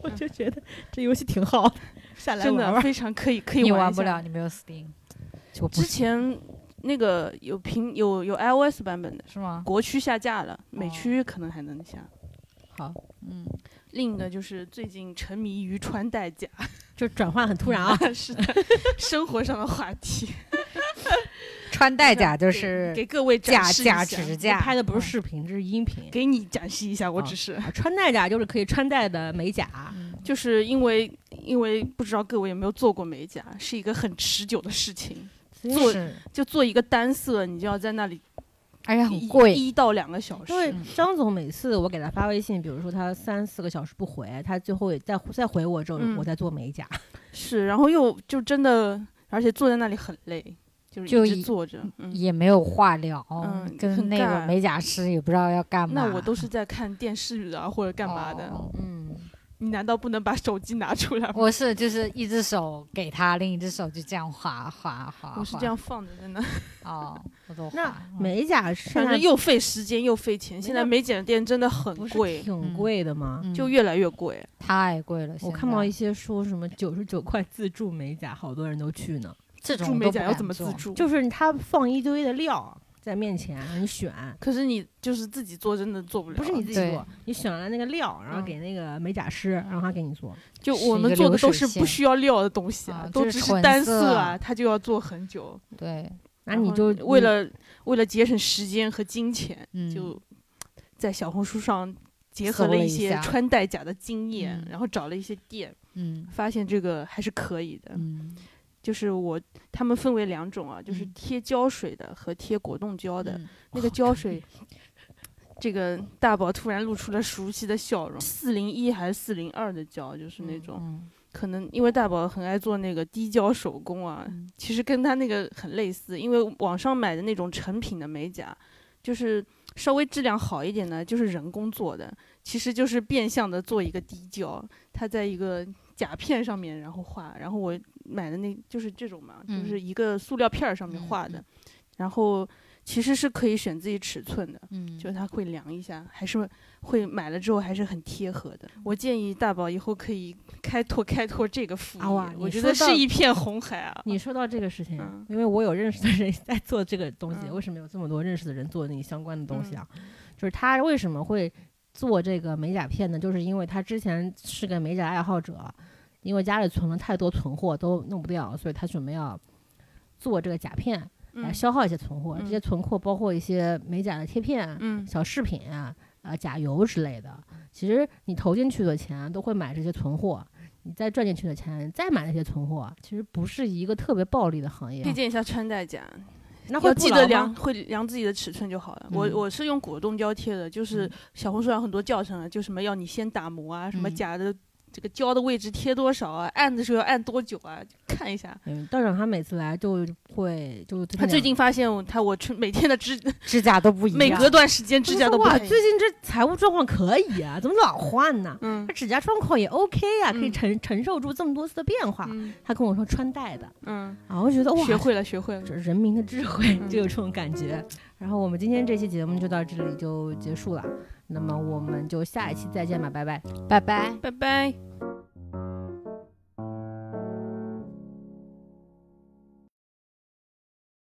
[SPEAKER 1] 我就觉得这游戏挺好的，下
[SPEAKER 3] 真的。非常可以可以
[SPEAKER 2] 你
[SPEAKER 3] 玩
[SPEAKER 2] 玩
[SPEAKER 3] 一
[SPEAKER 2] 不
[SPEAKER 3] 下
[SPEAKER 2] 了，。你没有 Steam，我不
[SPEAKER 3] 之
[SPEAKER 2] 是
[SPEAKER 3] 前那个有屏有有 iOS 版本的，
[SPEAKER 2] 是吗？
[SPEAKER 3] 国区下架了，美
[SPEAKER 2] 哦
[SPEAKER 3] 区可能还能下。
[SPEAKER 2] 好，嗯，
[SPEAKER 3] 另一个就是最近沉迷于穿戴甲，
[SPEAKER 1] 就转换很突然啊！
[SPEAKER 3] 是的，生活上的话题。
[SPEAKER 2] 穿戴甲就
[SPEAKER 3] 给
[SPEAKER 2] 是
[SPEAKER 3] 给各位展
[SPEAKER 2] 假
[SPEAKER 3] 示一
[SPEAKER 2] 假
[SPEAKER 3] 下
[SPEAKER 2] 指甲，嗯
[SPEAKER 1] 拍的不是视频，这是音频。
[SPEAKER 3] 给你展示一下，我
[SPEAKER 1] 啊
[SPEAKER 3] 只是、
[SPEAKER 1] 啊穿戴甲就是可以穿戴的美甲，
[SPEAKER 2] 嗯，
[SPEAKER 3] 就是因为因为不知道各位有没有做过美甲，是一个很持久的事情。做
[SPEAKER 2] 是，
[SPEAKER 3] 就做一个单色，你就要在那里
[SPEAKER 2] 而且
[SPEAKER 3] 一
[SPEAKER 2] 很贵，
[SPEAKER 3] 一到两个小时
[SPEAKER 1] 因。为
[SPEAKER 2] 嗯
[SPEAKER 1] 张总每次我给他发微信，比如说他三四个小时不回，他最后也再再回我之后，
[SPEAKER 3] 嗯
[SPEAKER 1] 我在做美甲。
[SPEAKER 3] 是，然后又就真的，而且坐在那里很累，就是
[SPEAKER 2] 就
[SPEAKER 3] 一直
[SPEAKER 2] 一
[SPEAKER 3] 坐着。嗯，
[SPEAKER 2] 也没有话聊，
[SPEAKER 3] 嗯
[SPEAKER 2] 跟
[SPEAKER 3] 很
[SPEAKER 2] 那个
[SPEAKER 3] 尬
[SPEAKER 2] 美甲师也不知道要干嘛。
[SPEAKER 3] 那我都是在看电视啊或者干嘛的。
[SPEAKER 2] 哦
[SPEAKER 1] 嗯，
[SPEAKER 3] 你难道不能把手机拿出来 吗？
[SPEAKER 2] 我是就是一只手给他，另一只手就这样划划划。
[SPEAKER 3] 我是这样放着，真的，
[SPEAKER 2] 划哦，我都
[SPEAKER 1] 那
[SPEAKER 2] 划嗯
[SPEAKER 1] 美甲现
[SPEAKER 3] 反
[SPEAKER 1] 在
[SPEAKER 3] 正又费时间又费钱。
[SPEAKER 1] 那
[SPEAKER 3] 现在美甲店真的很
[SPEAKER 1] 不是
[SPEAKER 3] 贵，
[SPEAKER 1] 挺贵的吗？
[SPEAKER 2] 嗯
[SPEAKER 3] 就越来越贵。
[SPEAKER 2] 太贵了。
[SPEAKER 1] 我
[SPEAKER 2] 现
[SPEAKER 1] 看
[SPEAKER 2] 在
[SPEAKER 1] 到一些说什么九十九块自助美甲，好多人都去呢。
[SPEAKER 2] 这
[SPEAKER 3] 做
[SPEAKER 2] 种
[SPEAKER 3] 美
[SPEAKER 2] 都不
[SPEAKER 3] 甲要
[SPEAKER 2] 敢
[SPEAKER 3] 怎么自
[SPEAKER 2] 做
[SPEAKER 3] 助？
[SPEAKER 1] 就是他放一堆的料在面前让你选，
[SPEAKER 3] 可是你就是自己做，真的做不了。
[SPEAKER 1] 不是你自己
[SPEAKER 2] 对
[SPEAKER 1] 做，你选了那个料，然后
[SPEAKER 3] 嗯
[SPEAKER 1] 给那个美甲师，让他给你做。
[SPEAKER 3] 就是我
[SPEAKER 2] 一
[SPEAKER 3] 们
[SPEAKER 2] 个
[SPEAKER 3] 做
[SPEAKER 2] 流
[SPEAKER 3] 的都
[SPEAKER 2] 水
[SPEAKER 3] 是不
[SPEAKER 2] 线
[SPEAKER 3] 需要料的东西啊
[SPEAKER 2] 啊，
[SPEAKER 3] 都
[SPEAKER 2] 就是
[SPEAKER 3] 只
[SPEAKER 2] 纯
[SPEAKER 3] 是单
[SPEAKER 2] 色
[SPEAKER 3] 色
[SPEAKER 2] 啊
[SPEAKER 3] 啊，他就要做很久。
[SPEAKER 2] 对，
[SPEAKER 1] 那
[SPEAKER 3] 然
[SPEAKER 1] 你
[SPEAKER 3] 后
[SPEAKER 1] 就
[SPEAKER 3] 为
[SPEAKER 1] 你
[SPEAKER 3] 了为了节省时间和金钱，
[SPEAKER 2] 嗯
[SPEAKER 3] 就在小红书上结
[SPEAKER 2] 搜
[SPEAKER 3] 合
[SPEAKER 2] 了
[SPEAKER 3] 了一
[SPEAKER 2] 一
[SPEAKER 3] 些
[SPEAKER 2] 下
[SPEAKER 3] 穿戴甲的经验，
[SPEAKER 2] 嗯
[SPEAKER 3] 然后找了一些店，
[SPEAKER 2] 嗯
[SPEAKER 3] 发现这个还是可以的。
[SPEAKER 2] 嗯，
[SPEAKER 3] 就是我他们分为两种啊，就是
[SPEAKER 2] 嗯
[SPEAKER 3] 贴胶水的和贴果冻胶的。
[SPEAKER 2] 嗯
[SPEAKER 3] 那个胶水，这个大宝突然露出了熟悉的笑容。四零一还是四零二的胶，就是那
[SPEAKER 1] 嗯
[SPEAKER 3] 种、
[SPEAKER 2] 嗯
[SPEAKER 3] 可能因为大宝很爱做那个滴胶手工啊，
[SPEAKER 2] 嗯
[SPEAKER 3] 其实跟他那个很类似，因为网上买的那种成品的美甲，就是稍微质量好一点的，就是人工做的，其实就是变相的做一个滴胶，它在一个甲片上面然后画，然后我买的那就是这种嘛，
[SPEAKER 2] 嗯
[SPEAKER 3] 就是一个塑料片儿上面
[SPEAKER 2] 嗯
[SPEAKER 3] 画的，
[SPEAKER 2] 嗯
[SPEAKER 3] 然后其实是可以选自己尺寸的，
[SPEAKER 2] 嗯，
[SPEAKER 3] 就是它会量一下，还是会买了之后还是很贴合的。
[SPEAKER 1] 嗯
[SPEAKER 3] 我建议大宝以后可以开拓开拓这个副业，
[SPEAKER 1] 啊哇
[SPEAKER 3] 我
[SPEAKER 1] 你
[SPEAKER 3] 觉
[SPEAKER 1] 说
[SPEAKER 3] 得
[SPEAKER 1] 到
[SPEAKER 3] 是一片红海啊。
[SPEAKER 1] 你说到这个事情，
[SPEAKER 3] 嗯
[SPEAKER 1] 因为我有认识的人在做这个东西，
[SPEAKER 3] 嗯
[SPEAKER 1] 为什么有这么多认识的人做那个相关的东西啊？就是他为什么会做这个美甲片呢？就是因为他之前是个美甲爱好者，因为家里存了太多存货都弄不掉，所以他准备要做这个甲片来
[SPEAKER 3] 嗯
[SPEAKER 1] 消耗一些存货。
[SPEAKER 3] 嗯
[SPEAKER 1] 这些存货包括一些美甲的贴片、
[SPEAKER 3] 嗯
[SPEAKER 1] 小饰品啊、呃甲油之类的。其实你投进去的钱都会买这些存货，你再赚进去的钱再买那些存货，其实不是一个特别暴利的行业啊
[SPEAKER 3] 推。荐一下穿戴甲，
[SPEAKER 1] 那会
[SPEAKER 3] 要
[SPEAKER 1] 不
[SPEAKER 3] 记
[SPEAKER 1] 牢
[SPEAKER 3] 得
[SPEAKER 1] 吗
[SPEAKER 3] 量会量自己的尺寸就好了。我
[SPEAKER 2] 嗯
[SPEAKER 3] 我是用果冻胶贴的，就是
[SPEAKER 2] 嗯
[SPEAKER 3] 小红书上很多教程啊，就什么要你先打磨啊，什么
[SPEAKER 2] 嗯
[SPEAKER 3] 假的这个胶的位置贴多少啊，按的时候要按多久啊，看一下。
[SPEAKER 1] 嗯，道长他每次来就会就
[SPEAKER 3] 他最近发现我他我春每天的指
[SPEAKER 2] 指甲都不一样，
[SPEAKER 3] 每隔段时间指甲都不
[SPEAKER 1] 哇，
[SPEAKER 3] 太一
[SPEAKER 1] 最
[SPEAKER 3] 样
[SPEAKER 1] 近这财务状况可以啊，怎么老换呢？
[SPEAKER 3] 嗯
[SPEAKER 1] 这指甲状况也 OK 啊，可以
[SPEAKER 3] 嗯
[SPEAKER 1] 承承受住这么多次的变化。
[SPEAKER 3] 嗯
[SPEAKER 1] 他跟我说穿戴的
[SPEAKER 3] 嗯，
[SPEAKER 1] 啊，我就觉得哇，
[SPEAKER 3] 学会了学会了。
[SPEAKER 1] 这人民的智慧
[SPEAKER 3] 嗯
[SPEAKER 1] 就有这种感觉。然后我们今天这期节目就到这里就结束了，那么我们就下一期再见吧，拜拜。
[SPEAKER 2] 拜拜。
[SPEAKER 3] 拜拜。